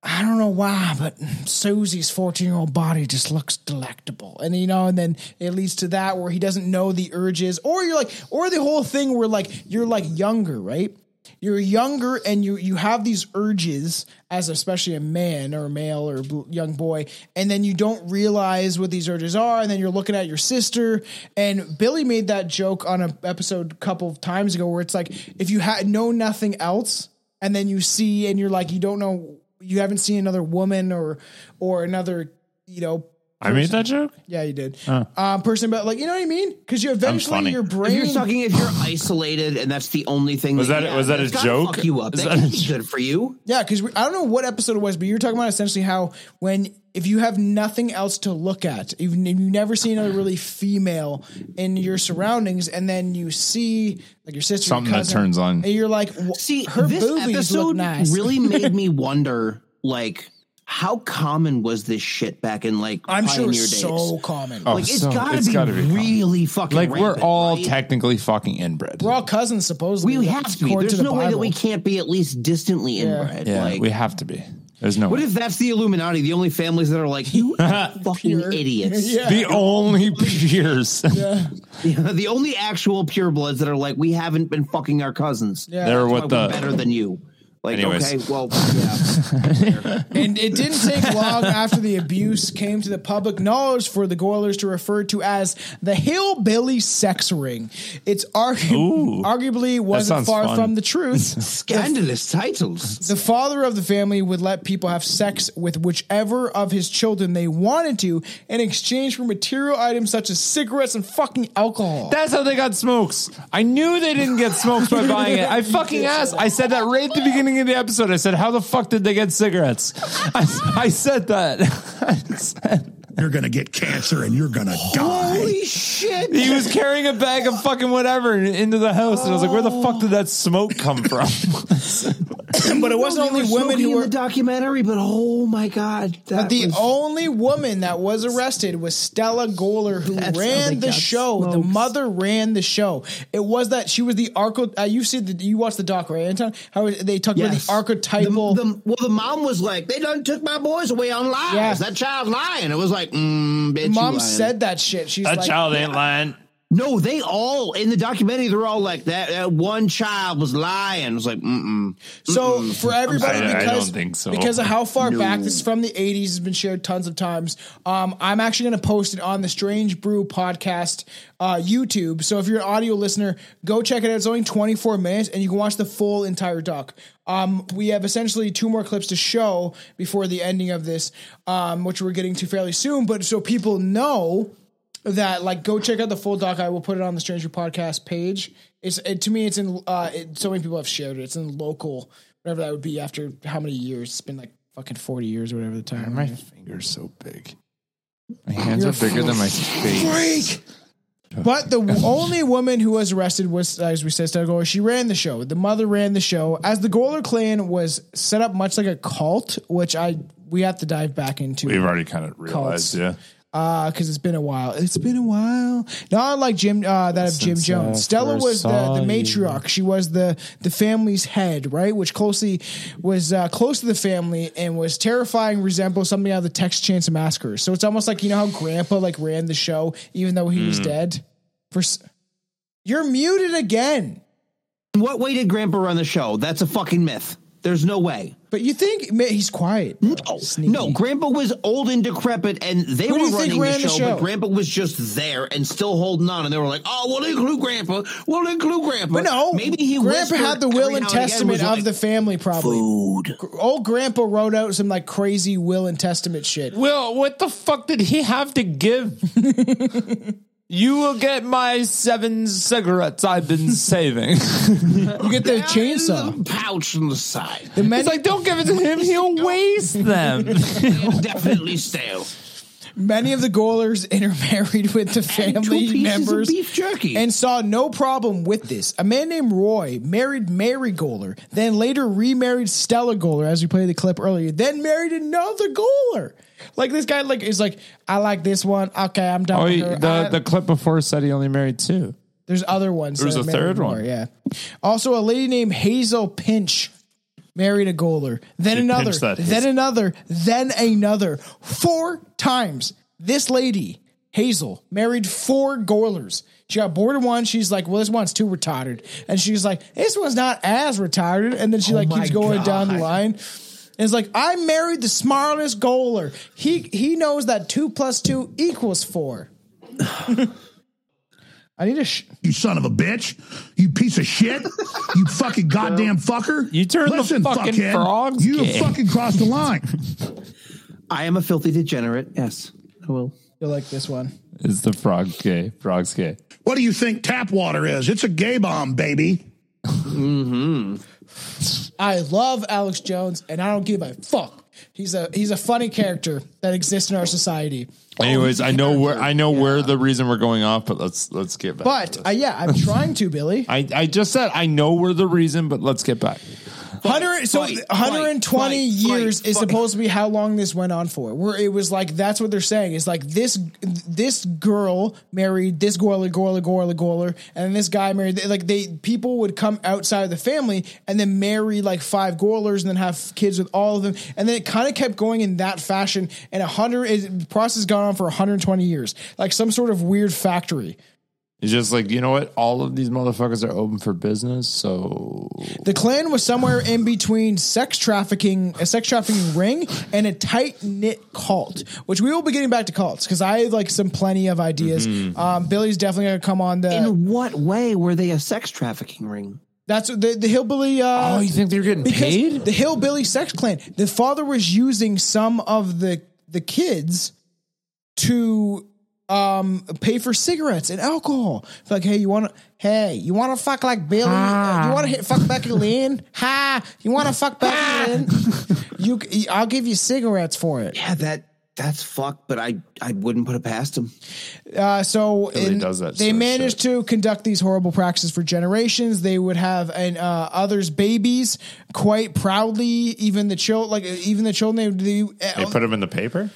I don't know why, but Susie's 14 year old body just looks delectable. And you know, and then it leads to that where he doesn't know the urges, or you're like, or the whole thing where like you're like younger, right? you're younger and you you have these urges as especially a man or a male or bl- young boy and then you don't realize what these urges are and then you're looking at your sister and Billy made that joke on an episode a couple of times ago where it's like if you had know nothing else and then you see and you're like you don't know you haven't seen another woman or or another you know I made that joke. yeah you did Oh. um, person but like you know what I mean because you eventually funny. your If brain If you're talking if you're isolated and that's the only thing Was that- you have, was that a that's gotta joke? Fuck you up. Is That, that a can't be good for you. Yeah, because I don't know what episode it was, but you were talking about essentially how when if you have nothing else to look at, if you never see another really female in your surroundings, and then you see like your sister, your Something that cousin, turns on. and you're like, see, her this boobies episode look nice. really made me wonder, like, how common was this shit back in like I'm sure pioneer it's days? so common. Oh, like it's gotta be really fucking like we're rampant, all right? technically fucking inbred. We're all cousins, supposedly. We have to be. according There's to the no way that Bible. we can't be at least distantly inbred. Yeah, like, we have to be. There's no. what way. if that's the Illuminati? The only families that are like you are fucking idiots. Yeah. The only peers. Yeah, the only actual purebloods that are like we haven't been fucking our cousins. Yeah. They're That's what why the- we're better than you. Like Anyways. okay, well, yeah. And it didn't take long after the abuse came to the public knowledge for the Goilers to refer to as the hillbilly sex ring. It's argu- Ooh. arguably wasn't sounds far fun. from the truth. Scandalous titles. The father of the family would let people have sex with whichever of his children they wanted to in exchange for material items such as cigarettes and fucking alcohol. That's how they got smokes. I knew they didn't get smokes by buying it. I fucking asked. I said that right at the beginning of the episode. I said, "How the fuck did they get cigarettes?" I, I said that. You're gonna get cancer and you're gonna Holy shit! He was carrying a bag of fucking whatever into the house, and I was like, "Where the fuck did that smoke come from?" but it wasn't only women who were in the documentary, but oh my god, that But the was- only woman that was arrested was Stella Gohler, who ran the show. The mother ran the show. It was that she was the archetype. Uh, you see, the, you watched the doc, right, Anton? How they talked about Yes. the archetypal. well, the mom was like, "They done took my boys away on lies. Yeah. That child lying." It was like, mm, bitch, you mom lying. said that shit. She's that like, child ain't lying. No, they all in the documentary. They're all like that. That one child was lying. It was like, mm-mm. So for everybody, I- I because don't think so. because of how far No. back this is from the '80s has been shared tons of times. Um, I'm actually going to post it on the Strange Brew podcast uh, YouTube. So if you're an audio listener, go check it out. It's only 24 minutes, and you can watch the full entire doc. Um, we have essentially two more clips to show before the ending of this, um, which we're getting to fairly soon. But so people know that like go check out the full doc i will put it on the stranger podcast page it's it, to me it's in uh it, so many people have shared it it's in local whatever that would be after how many years it's been like fucking 40 years or whatever the time my fingers so big My hands are bigger than my face. freak but the only woman who was arrested was, as we said, Stella Gohler. She ran the show. The mother ran the show. As the Gohler clan was set up much like a cult, which I we have to dive back into. We've already kind of Cults. realized, yeah. Uh, cause it's been a while. It's been a while. Not like Jim, uh, that of Jim Since I Jones. Stella first was the, saw the you. matriarch. She was the, the family's head, right? Which closely was, uh, close to the family and was terrifying, resembles something out of the Texas Chainsaw Massacre. So it's almost like, you know how grandpa like ran the show, even though he was Hmm. Mm. dead for, s- you're muted again. In what way did Grandpa run the show? That's a fucking myth. There's no way. But you think man, he's quiet? No, no. Grandpa was old and decrepit, and they Who do were you think running ran the the show, show? But Grandpa was just there and still holding on, and they were like, "Oh, we'll include Grandpa. We'll include Grandpa." But no, maybe he Grandpa whispered had the will every and now again, testament was like, of the family, probably. Food. Old Grandpa wrote out some like crazy will and testament shit. Will, what the fuck did he have to give? you will get my seven cigarettes I've been saving. you get the chainsaw pouch on the side. The many, like, don't give it to him; he'll waste them. definitely stale. many of the Goalers intermarried with the family pieces of members beef jerky. and saw no problem with this. A man named Roy married Mary Goaler, then later remarried Stella Goaler, as we played the clip earlier. Then married another Goaler. Like this guy, like is like, I like this one. Okay, I'm done. Oh, with he- her. the I- the clip before said he only married two. There's other ones. There's that a married third more, one. Yeah. Also, a lady named Hazel Pinch married a goaler. Then She another. pinched that Then Hazel. another. Then another. Four times this lady Hazel married four goalers. She got bored of one. She's like, well, this one's too retarded. And she's like, this one's not as retarded. And then she Oh like my keeps going God. down the line. And it's like, I married the smartest goaler. He he knows that two plus two equals four. I need a. Sh- you son of a bitch. You piece of shit. you fucking goddamn fucker. You turned the fucking frogs You gay. fucking crossed the line. I am a filthy degenerate. Yes, I will. You'll like this one. Is the frog gay? Frog's gay. What do you think tap water is? It's a gay bomb, baby. Mm-hmm. I love Alex Jones, and I don't give a fuck. He's a he's a funny character that exists in our society. Anyways, I know where I know where the reason we're going off, but let's let's get back. But uh, yeah, I'm trying to Billy. I, I just said I know where the reason, but let's get back. Hundred so 120 years is supposed to be how long this went on for. Where it was like that's what they're saying. It's like this this girl married this goiler goiler goiler goiler, and this guy married like they people would come outside of the family and then marry like five goilers and then have kids with all of them, and then it kind of kept going in that fashion. And a hundred it- the process has gone on for 120 years, like some sort of weird factory. It's just like you know what? All of these motherfuckers are open for business, so The Klan was somewhere in between sex trafficking, a sex trafficking ring, and a tight knit cult, which we will be getting back to cults because I have like some plenty of ideas. Mhm. Um, Billy's definitely going to come on the. In what way were they a sex trafficking ring? That's the, the hillbilly. Uh, Oh, you think they're getting paid? The hillbilly sex clan. The father was using some of the the kids to um pay for cigarettes and alcohol. It's like, hey, you want to, hey, you want to fuck like Billy? Ah. You want to hit fuck Becky Lynn? ha! You want to fuck Ah. Becky Lynn? You, c- I'll give you cigarettes for it. Yeah, that that's fucked, but I I wouldn't put it past them. Uh, so Billy in- does that they sort of managed to conduct these horrible practices for generations. They would have and uh, others' babies quite proudly. Even the child, like even the children, they, uh, they they put them in the paper.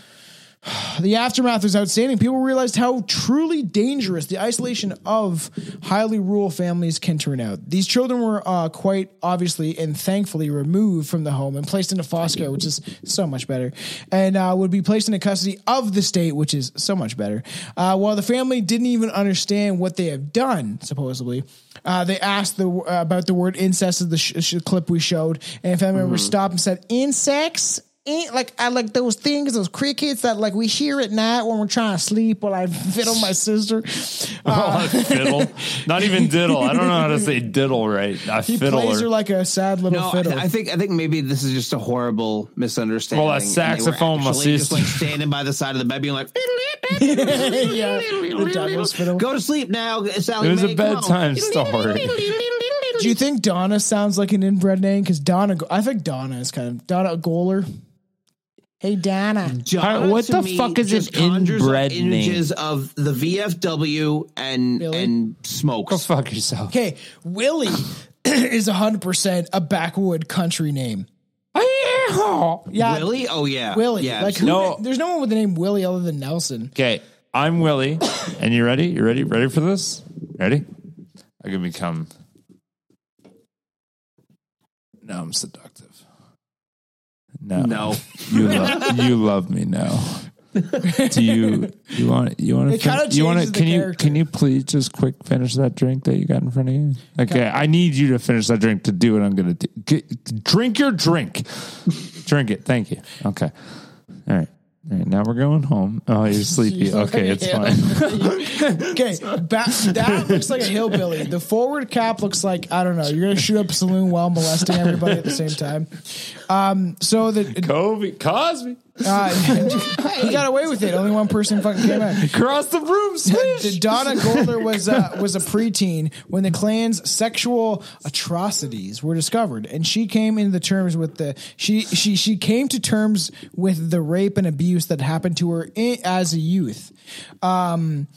the aftermath was outstanding. People realized how truly dangerous the isolation of highly rural families can turn out. These children were uh, quite obviously and thankfully removed from the home and placed into foster, which is so much better, and uh, would be placed into custody of the state, which is so much better. Uh, while the family didn't even understand what they have done, supposedly. Uh, they asked the, uh, about the word incest of the sh- sh- clip we showed, and a family member Mhm. stopped and said, "Insects." ain't like I like those things, those crickets that like we hear at night when we're trying to sleep or like fiddle my sister. Uh, I fiddle, not even diddle. I don't know how to say diddle right. I He fiddle. plays or- her like a sad little No, I, fiddle. th- I think I think maybe this is just a horrible misunderstanding. Well, a and they were saxophone must actually is- just like standing by the side of the bed, being like, yeah, the Douglas fiddle. "Go to sleep now, Sally." It was Mae, a come on." bedtime story. Do you think Donna sounds like an inbred name? Because Donna, I think Donna is kind of Donna Goaler. Hey Donna, Donna to me just conjures up images name? of the VFW and and smokes. Go fuck yourself. Okay, Willie is hundred percent a backwood country name. Yeah, Willie. Oh yeah, Willie. Yeah, like who, no. there's no one with the name Willie other than Nelson. Okay, I'm Willie, and you ready? You ready? Ready for this? Ready? I can become. Now I'm seductive. No, No. you love you love me now. Do you you want you want It kinda to you want to changes the can you character. can you please just quick finish that drink that you got in front of you? Okay, I need you to finish that drink to do what I'm gonna do. G- drink your drink, drink it. Thank you. Okay, all right, all right. Now we're going home. Oh, you're sleepy. Okay, it's fine. okay, ba- that looks like a hillbilly. The forward cap looks like I don't know. You're gonna shoot up a saloon while molesting everybody at the same time. Um, so the Kobe Cosby, uh, he got away with it. Only one person fucking came out. Cross the room, swish. Donna Golder was uh, was a preteen when the Klan's sexual atrocities were discovered, and she came into terms with the she she she came to terms with the rape and abuse that happened to her in, as a youth. Um,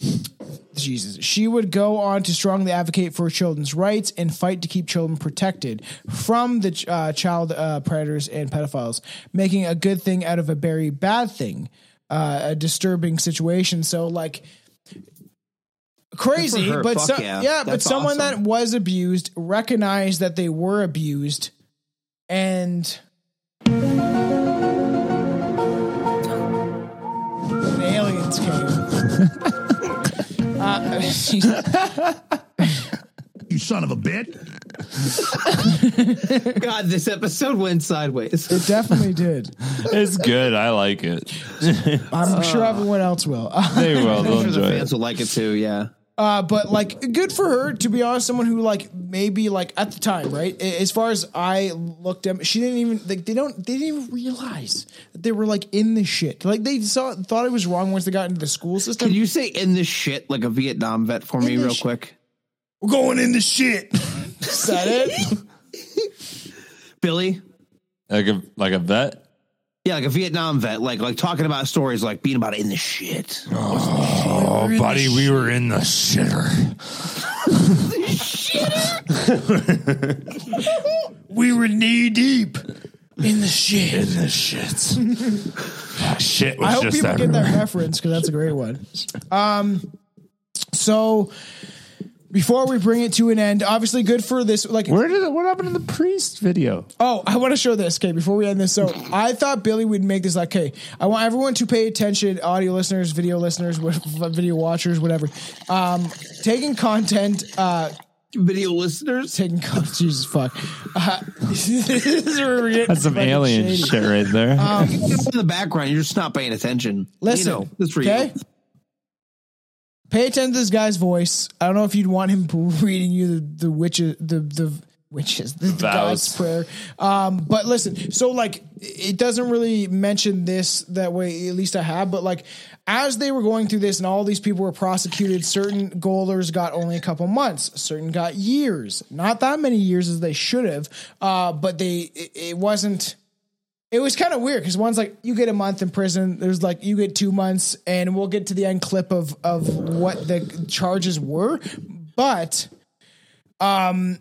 Jesus. She would go on to strongly advocate for children's rights and fight to keep children protected from the ch- uh, child uh, predators and pedophiles, making a good thing out of a very bad thing, uh, a disturbing situation. So, like, crazy, Good for her. but Fuck so, yeah, yeah. but That's someone awesome. that was abused recognized that they were abused and. The aliens came. Uh, you son of a bitch. God, this episode went sideways. It definitely did. It's good. I like it. I'm sure everyone else will. They will. They'll I'm sure the enjoy fans it. will like it too. Yeah. Uh, but like, good for her to be honest. Someone who like maybe like at the time, right? A- As far as I looked at, she didn't even like they don't they didn't even realize that they were like in this shit. Like they saw thought it was wrong once they got into the school system. Can you say in this shit like a Vietnam vet for me, In the real sh- quick? We're going in the shit. Is that it? Billy? Like a like a vet? Yeah, like a Vietnam vet, like like talking about stories, like being about it in the shit. Oh, buddy, we were in the shitter. we were knee deep in the shit. In the shit. That shit was I hope just people get everywhere. that reference because that's a great one. Um, so before we bring it to an end, obviously good for this. Like, where did it, what happened to the priest video? Oh, I want to show this. Okay, before we end this, so I thought Billy would make this like, okay, I want everyone to pay attention, audio listeners, video listeners, wha- video watchers, whatever. Um, taking content. Uh, Video listeners taking content. Jesus fuck. Uh, this is where we're getting That's some fucking alien shady. shit right there. Um, in the background, you're just not paying attention. Listen, you know, it's for okay? you. Pay attention to this guy's voice. I don't know if you'd want him reading you the, the witches, the the witches, the, the God's Vows. prayer. Um, but listen, so like it doesn't really mention this that way. At least I have, but like as they were going through this, and all these people were prosecuted. Certain goalers got only a couple months. Certain got years. Not that many years as they should have. Uh, but they it, it wasn't it was kind of weird because one's like you get a month in prison. There's like you get two months, and we'll get to the end clip of of what the charges were, but um,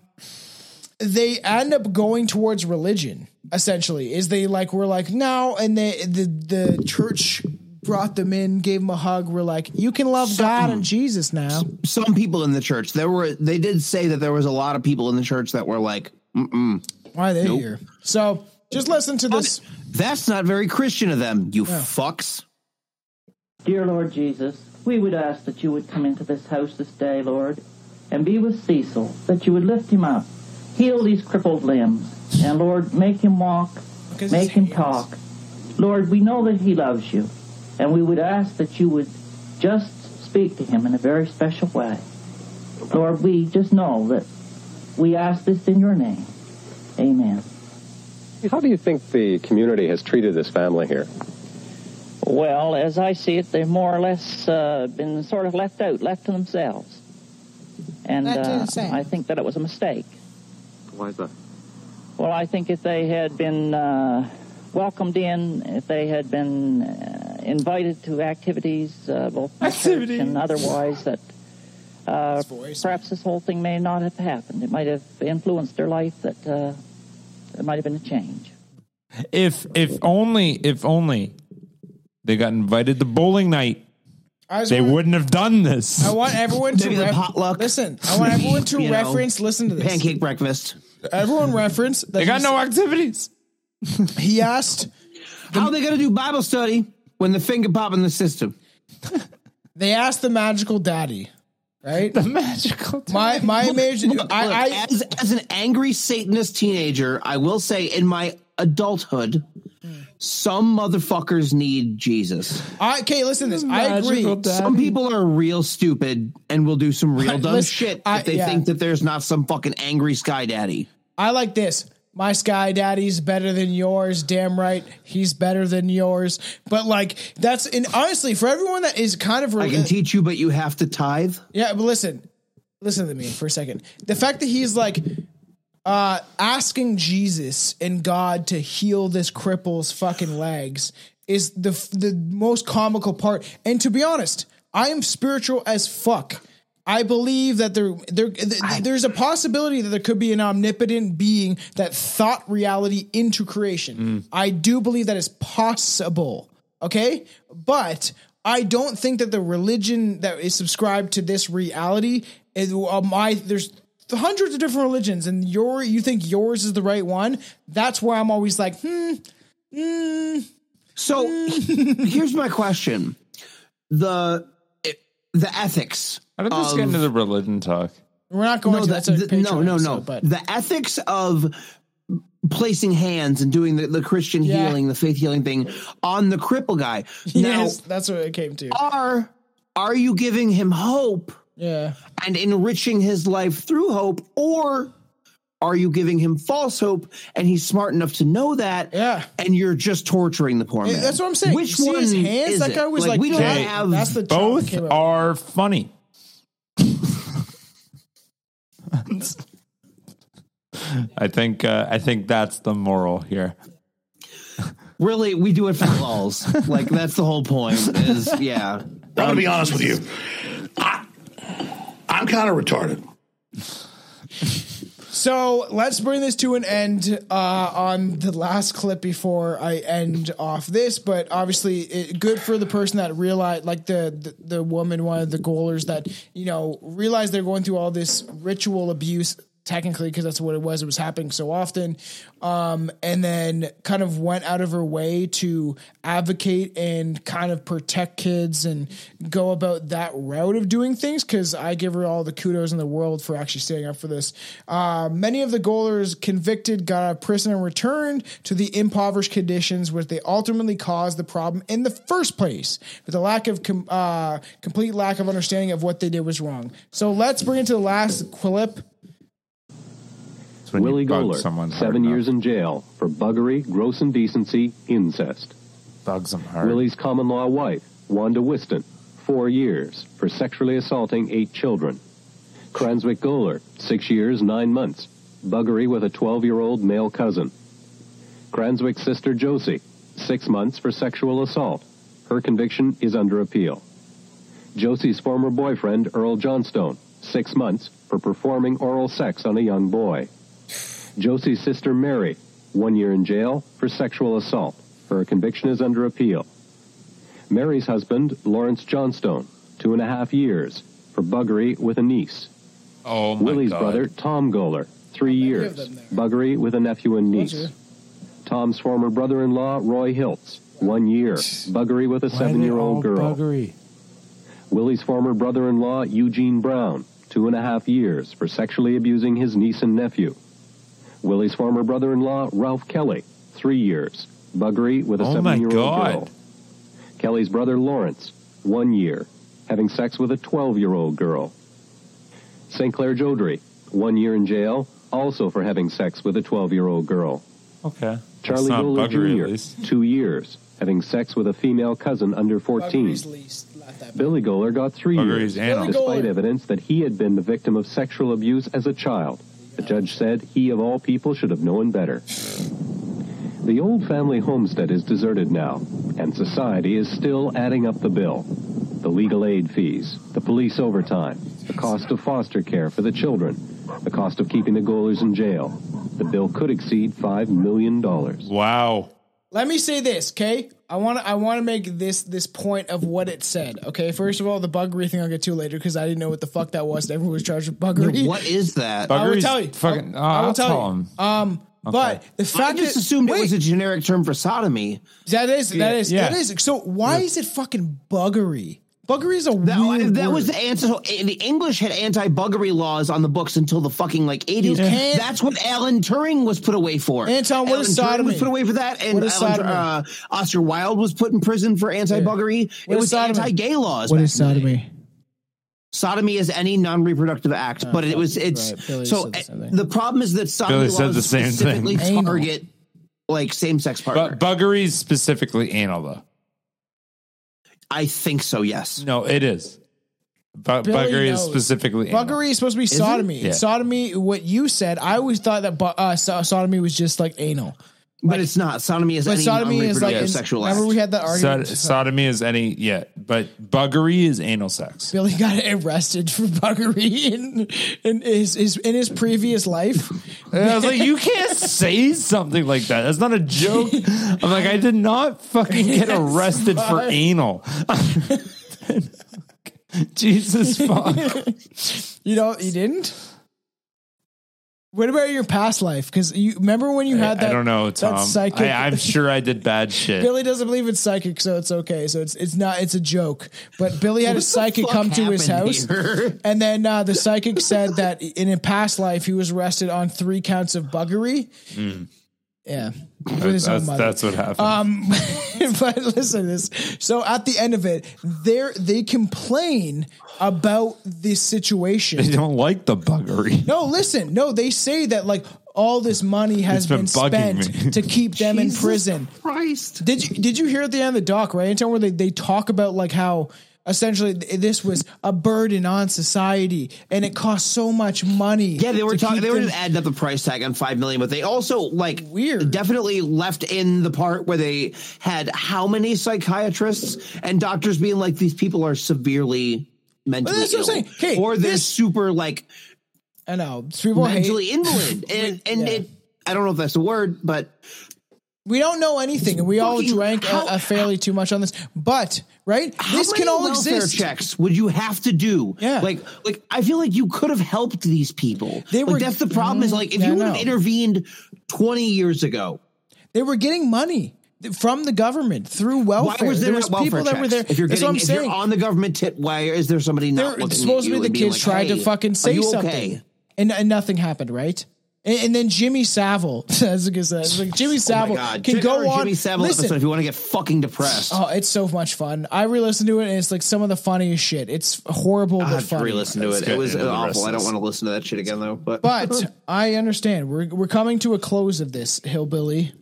they end up going towards religion. Essentially, is they like were like no, and they the the church brought them in, gave them a hug. We're like you can love God and Jesus now. Some people in the church, there were they did say that there was a lot of people in the church that were like, mm Why are they Nope. here? So just listen to this. That's not very Christian of them, you fucks. Dear Lord Jesus, we would ask that you would come into this house this day, Lord, and be with Cecil, that you would lift him up, heal these crippled limbs, and Lord, make him walk, Because make his him talk. Lord, we know that he loves you, and we would ask that you would just speak to him in a very special way. Lord, we just know that we ask this in your name. Amen. How do you think the community has treated this family here? Well, as I see it, they've more or less uh, been sort of left out, left to themselves. And Left to uh, themselves. I think that it was a mistake. Why is that? Well, I think if they had been uh, welcomed in, if they had been uh, invited to activities, uh, both in church and otherwise, that uh, perhaps this whole thing may not have happened. It might have influenced their life. That uh, there might have been a change. If if only if only they got invited to bowling night, I was they wondering- wouldn't have done this. I want everyone to Maybe the ref- potluck. Listen, I want everyone to You know, reference. listen to this. Pancake breakfast. Everyone reference. That They got he's- no activities. He asked. How are they going to do Bible study when the finger pop in the system? They asked the magical daddy, right? The magical. My my Look, major. look, I, look, I as, as an angry Satanist teenager, I will say in my adulthood, some motherfuckers need Jesus. I okay, listen to this. I agree. Some people are real stupid and will do some real dumb Uh, Listen, shit if I- they yeah. think that there's not some fucking angry sky daddy. I like this. My sky daddy's better than yours. Damn right, he's better than yours. But like that's and honestly, for everyone that is kind of I can teach you, but you have to tithe. Yeah, but listen, listen to me for a second. The fact that he's like uh asking Jesus and God to heal this cripple's fucking legs is the the most comical part. And to be honest, I am spiritual as fuck. I believe that there, there th- there's a possibility that there could be an omnipotent being that thought reality into creation. I do believe that is possible. Okay? But I don't think that the religion that is subscribed to this reality is uh, my there's hundreds of different religions and your you think yours is the right one. That's where I'm always like, hmm, hmm. Mm. So here's my question: the the ethics. How did of- this Um, get into the religion talk? We're not going to. the- Oh, That's a the- Patreon no, no, no. episode, but- the ethics of placing hands and doing the, the Christian Yeah. healing, the faith healing thing on the cripple guy. Now, yes, that's what it came to. are are you giving him hope Yeah. and enriching his life through hope, or are you giving him false hope and he's smart enough to know that? Yeah, and you're just torturing the poor Yeah, man. that's what I'm saying. Oh, Which You see one his hands? is That it? guy was like, we don't "Okay, have that's the job both came up with." are funny. I think uh, I think that's the moral here. really we do it for lols. like that's the whole point. Is yeah. I'm gonna be honest with you. I, I'm kind of retarded. So let's bring this to an end uh, on the last clip before I end off this. But obviously, it, good for the person that realized, like the, the the woman, one of the goalers that you know realized they're going through all this ritual abuse. Technically, because that's what it was. It was happening so often, um, and then kind of went out of her way to advocate and kind of protect kids and go about that route of doing things because I give her all the kudos in the world for actually standing up for this. Uh, many of the goalers convicted got out of prison and returned to the impoverished conditions which they ultimately caused the problem in the first place with a lack of com- uh, complete lack of understanding of what they did was wrong. So let's bring it to the last clip. when you Willie bug Goller, someone hard seven enough. years in jail for buggery, gross indecency, incest. Bugs him hard. Willie's common law wife, Wanda Whiston, four years for sexually assaulting eight children. Kranzwick Goller, six years, nine months, buggery with a 12 year old male cousin. Kranzwick's sister Josie, six months for sexual assault. Her conviction is under appeal. Josie's former boyfriend, Earl Johnstone, six months for performing oral sex on a young boy. Josie's sister Mary, one year in jail for sexual assault. Her conviction is under appeal. Mary's husband, Lawrence Johnstone, two and a half years for buggery with a niece. Oh, my Willie's God. brother, Tom Goller, three years, buggery with a nephew and niece. Tom's former brother in law, Roy Hiltz, one year, buggery with a seven year old girl. Willie's former brother in law, Eugene Brown, two and a half years for sexually abusing his niece and nephew. Willie's former brother in law, Ralph Kelly, three years, buggery with a Oh my seven year old God. girl. Kelly's brother, Lawrence, one year, having sex with a 12 year old girl. St. Clair Jodry, one year in jail, also for having sex with a 12 year old girl. Okay. Charlie That's not Goller buggery, at Jr., two years, having sex with a female cousin under 14. Billy Goller got three Buggery's years, animal. despite evidence that he had been the victim of sexual abuse as a child. The judge said he, of all people, should have known better. The old family homestead is deserted now, and society is still adding up the bill. The legal aid fees, the police overtime, the cost of foster care for the children, the cost of keeping the goalers in jail. The bill could exceed $5 million. Wow. Let me say this, okay? I want to I want to make this this point of what it said. Okay, first of all, the buggery thing I'll get to later because I didn't know what the fuck that was. Everyone was charged with buggery. Yeah, what is that? I will Buggery's tell you. fucking- I'll, I will uh, I'll tell, tell you. him. Um, but the fact I just that, assumed wait, it was a generic term for sodomy. that is that is that is so. Why is it fucking buggery? Buggery is a That, weird that was word. the anti. The English had anti-buggery laws on the books until the fucking like eighties. can't- That's what Alan Turing was put away for. Anton, what Alan is Turing sodomy? was put away for that, and What is Alan- sodomy? uh, Oscar Wilde was put in prison for anti-buggery. What it is was sodomy? anti-gay laws. What back is then. sodomy? Sodomy is any non-reproductive act, but it was it's Oh, right. Billy so said the same uh, thing. the, problem is that sodomy Billy said laws the same thing. specifically Anal. target like same-sex partner. But buggery is specifically anal, though. I think so. Yes. No, it is. Bu- Billy buggery is knows. specifically anal. Buggery is supposed to be Is it? sodomy. Yeah. Sodomy, what you said, I always thought that bu- uh, so- sodomy was just like anal. but it's not. Sodomy is But any sodomy is non-reproductive like in- sexual act. remember we had that argument. Sod- sodomy is any, yeah, but buggery is anal sex. Billy got arrested for buggery in, in his, his in his previous life. And I was like, you can't say something like that. That's not a joke. I'm like, I did not fucking get Yes, arrested for fuck. anal. Jesus fuck. you know, you didn't. What about your past life? Because you remember when you had that. I don't know, that Tom. psychic- I, I'm sure I did bad shit. Billy doesn't believe it's psychic, so it's okay. So it's it's not it's a joke. But Billy had What a the psychic fuck come to his happened house, here? and then uh, the psychic said that in a past life he was arrested on three counts of buggery. Mm. Yeah, with That- his own that's- mother. that's what happened. Um, but listen to this. So at the end of it, they they complain about this situation. They don't like the buggery. No, listen. No, they say that like all this money has It's been been, bugging spent me. to keep them Jesus in prison. Christ. Did you did you hear at the end of the doc, right? Anton, where they, they talk about like how essentially th- this was a burden on society and it cost so much money. Yeah, they were talking. They were just adding up the price tag on five million, but they also like weird. Definitely left in the part where they had how many psychiatrists and doctors being like, these people are severely mentally that's what I'm ill, saying. Hey, or they're super like I know people hate- mentally invalid, and and Yeah. it. I don't know if that's the word, but we don't know anything and we all drank a, a fairly too much on this. But right, how this can many all welfare exist. Checks would you have to do? Yeah, like like I feel like you could have helped these people. They Mm, were- like, that's the problem. Is like if Yeah, I you would have know. intervened twenty years ago, They were getting money th- from the government through welfare. Why was there, not was welfare people that were checks? there. If you're That's getting, what I'm if saying. you're on the government tip, why is there somebody not They're looking at supposed to you be the and being kids like, tried to "Hey, fucking are say you something, okay?" Oh and, and nothing happened, right? And, and then Jimmy Savile, that's like I said, it's like Oh Jimmy my Savile God. can Check out go our on. Jimmy Savile listen, episode if you want to get fucking depressed. oh, it's so much fun. I re-listened to it, and it's like some of the funniest shit. It's horrible I but have to funny. re-listen to it. It was awful. I don't want to listen to that shit again though. But But I understand. We're we're coming to a close of this hillbilly.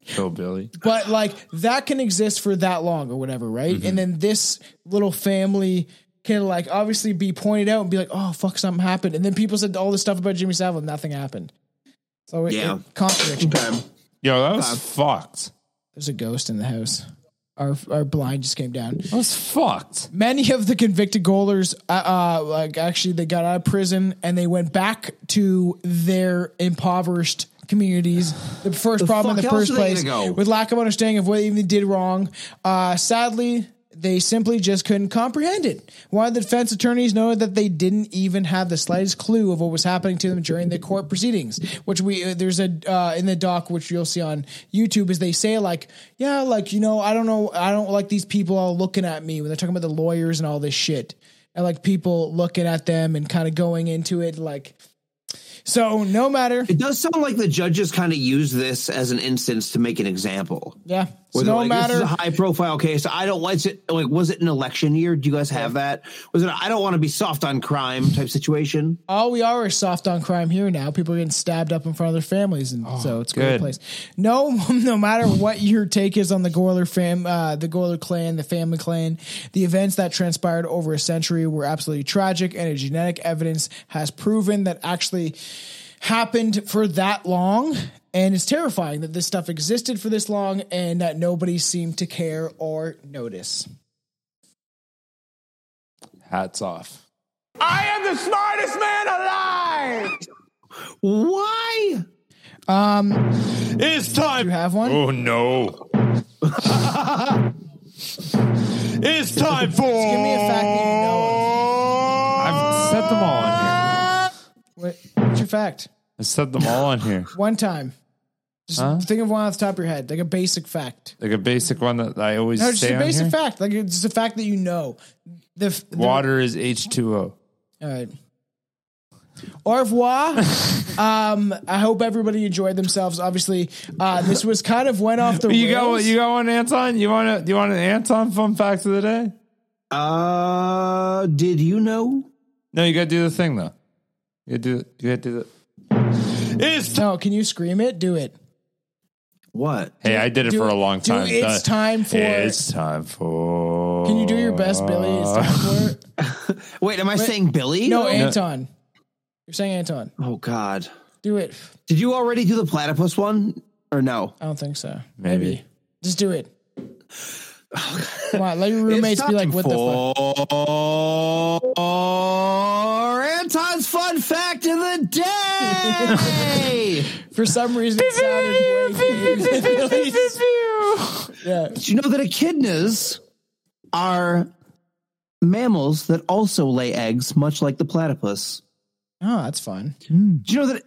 Hillbilly. but like that can exist for that long or whatever, right? And then this little family can like obviously be pointed out and be like, "Oh fuck, something happened." And then people said all this stuff about Jimmy Savile, nothing happened. So it, Yeah. yeah, it, contradiction. Um, Yo, that was fucked. There's a ghost in the house. Our our blind just came down. That was fucked. Many of the convicted goalers, uh, uh, like actually, they got out of prison and they went back to their impoverished communities. The first The problem in the fuck else first are they place gonna go? with lack of understanding of what even they did wrong. Uh, sadly. They simply just couldn't comprehend it. Why the defense attorneys know that they didn't even have the slightest clue of what was happening to them during the court proceedings, which we uh, there's a uh, in the doc which you'll see on YouTube is they say like, yeah, like you know, I don't know, I don't like these people all looking at me when they're talking about the lawyers and all this shit, and like people looking at them and kind of going into it like, so no matter, it does sound like the judges kind of use this as an instance to make an example. yeah, so Where they're no like, this matter is a high profile case. I don't was it like was it an election year? Do you guys have that? Was it I I don't want to be soft on crime type situation? all we are is soft on crime here now. People are getting stabbed up in front of their families, and so it's a good. great place. No, no matter what your take is on the Goiler fam, uh, the Goiler clan, the family clan, the events that transpired over a century were absolutely tragic, and a genetic evidence has proven that actually happened for that long. And it's terrifying that this stuff existed for this long and that nobody seemed to care or notice. Hats off. I am the smartest man alive! Why? Um, it's time. You have one? Oh no. it's time for. Just give me a fact that you know. I've set them all on here. What, what's your fact? I set them all on here. One time. Just Huh? think of one off the top of your head, like a basic fact. Like a basic one that I always No, just say a on basic here. fact, like it's just a fact that you know. The, f- the Water is H2O. All right. Au revoir. um, I hope everybody enjoyed themselves. Obviously, uh, this was kind of went off the you rails. got you got one, Anton. You want to you want an Anton fun fact of the day? Uh, did you know? No, you got to do the thing though. You got to do you got to do the. no, can you scream it? Do it. What? Hey, I did it Do for a it- long do time. it's Uh, time for- It's time for. Can you do your best, Billy? It's time Oh. for it. Wait, am I Wait. saying Billy? No, Anton. You're saying Anton. Oh God. Do it. Did you already do the platypus one or no? I don't think so. Maybe. Just do it. Come on, let your roommates be like, what the fuck? Or Anton's fun fact of the day. For some reason, it sounded way yeah. Did you know that echidnas are mammals that also lay eggs, much like the platypus? Oh, that's fun. Do you know that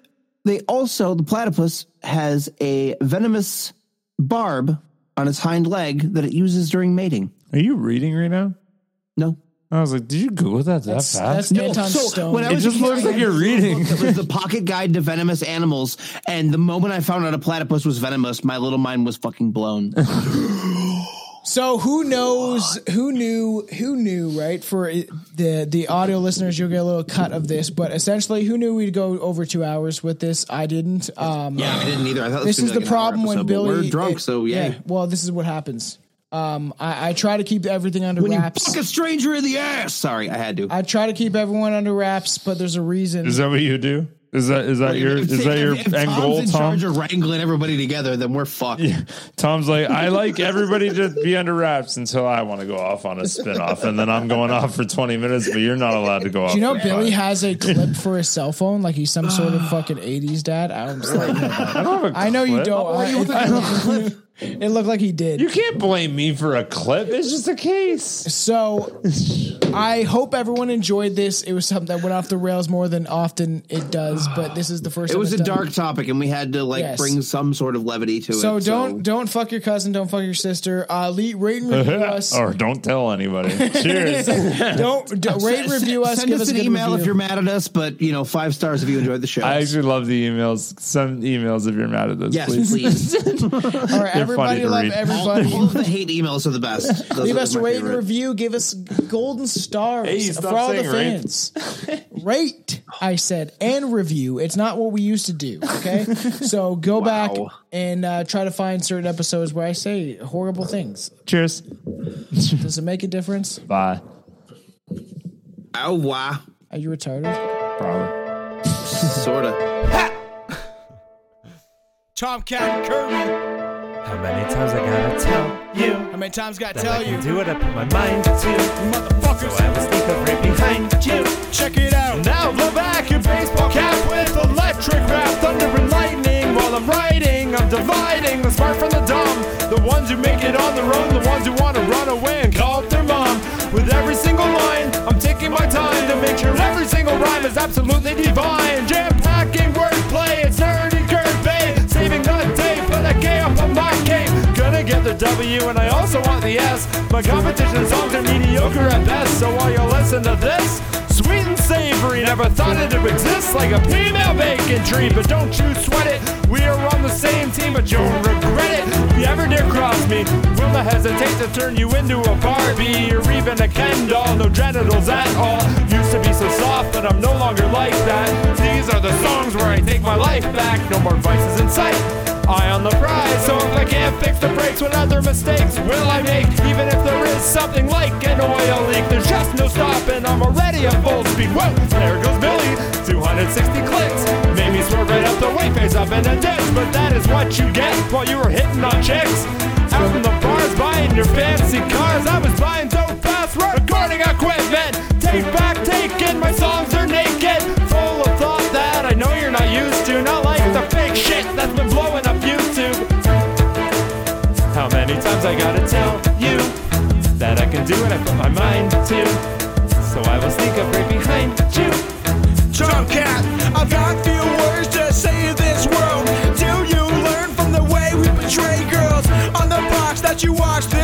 They also, the platypus has a venomous barb on its hind leg that it uses during mating. Are you reading right now? No. I was like, did you Google that that That's- that's fast? Danton Stone. It just looks like you're reading. It was the pocket guide to venomous animals, and the moment I found out a platypus was venomous, my little mind was fucking blown. So who knows? Who knew? Who knew? Right for it- the the audio listeners, you'll get a little cut of this, but essentially, who knew we'd go over two hours with this? I didn't. Um, yeah, I didn't either. I thought this was is gonna the be like an hour problem when episode, but Billy we're drunk, it- so yeah. Well, this is what happens. Um, I, I try to keep everything under When you wraps. fuck a stranger in the ass. Sorry, I had to. I try to keep everyone under wraps, but there's a reason. Is that what you do? Is that is that your is that your If- if end Tom's goal, in Tom? charge of wrangling everybody together, then we're fucked. Tom's like, I like everybody to be under wraps until I want to go off on a spinoff, and then I'm going off for 20 minutes, but you're not allowed to go off. Do you know for Billy five. has a clip for his cell phone? Like he's some sort of fucking eighties dad. I don't. I, don't have a know you clip. don't. Oh, you I- it looked like he did. You can't blame me for a clip. It's just a case. So I hope everyone enjoyed this. It was something that went off the rails more than often it does, but this is the first. It time was a it's done. dark topic, and we had to like Yes. bring some sort of levity to So it. don't don't fuck your cousin. Don't fuck your sister. Uh, le- rate and review us. or don't tell anybody. Cheers. don't, don't rate, review us. Send give us, a an good email if review. you're mad at us, but you know, five stars if you enjoyed the show. I actually love the emails. Send emails if you're mad at those, yes, please. please. All right, everybody love everybody. All, all of the hate emails are the best. Those Leave are us a my rate favorite. and review. Give us golden stars Hey, for stop all the saying rate. fans. Rate. I said, and review. It's not what we used to do. Okay, so go back and uh, try to find certain episodes where I say horrible things. Cheers. Does it make a difference? Bye. Oh wow, Are you retarded? Probably. sorta. Tomcat Kirby. How many times I gotta tell you? How many times gotta that tell I can you? do it up in my mind too. Motherfuckers. So I will sneak up right behind you. Check it out. Now we're back in baseball cap with electric rap, thunder and lightning. While I'm writing, I'm dividing the smart from the dumb. The ones who make it on their own, the ones who wanna run away and call up their mom. With every single line, I'm taking my time to make sure every single rhyme is absolutely divine. Jam-packing wordplay, it's nerdy curve saving the day for the game on my game. Gonna get the W and I also want the S. My competition songs are mediocre at best, so while you listen to this, sweet and savory, never thought it'd exist like a female bacon treat. But don't you sweat it, we are on the same team, but you'll regret it. If you ever dare cross me, will I hesitate to turn you into a Barbie or even a Ken doll? No genitals at all. Used to be so soft, but I'm no longer like that. These are the songs where I take my life back. No more vices in sight. Eye on the prize, so if I can't fix the breaks, what other mistakes will I make? Even if there is something like an oil leak, there's just no stopping. I'm already at full speed. Whoa, there goes Billy. 260 clicks. Made me swerve right up the white face up in a ditch, but that is what you get while you were hitting on chicks. Out in the bars, buying your fancy cars. I was buying dope fast recording equipment. Take back, taking my songs are naked. Full of thought that I know you're not used to. Not like the fake shit that's been blowing up YouTube. How many times I gotta tell you that I can do it? I put my mind to. So I will sneak up right behind you. Tomcat, I've got few words to say in this world. Do you learn from the way we portray girls on the box that you watch? This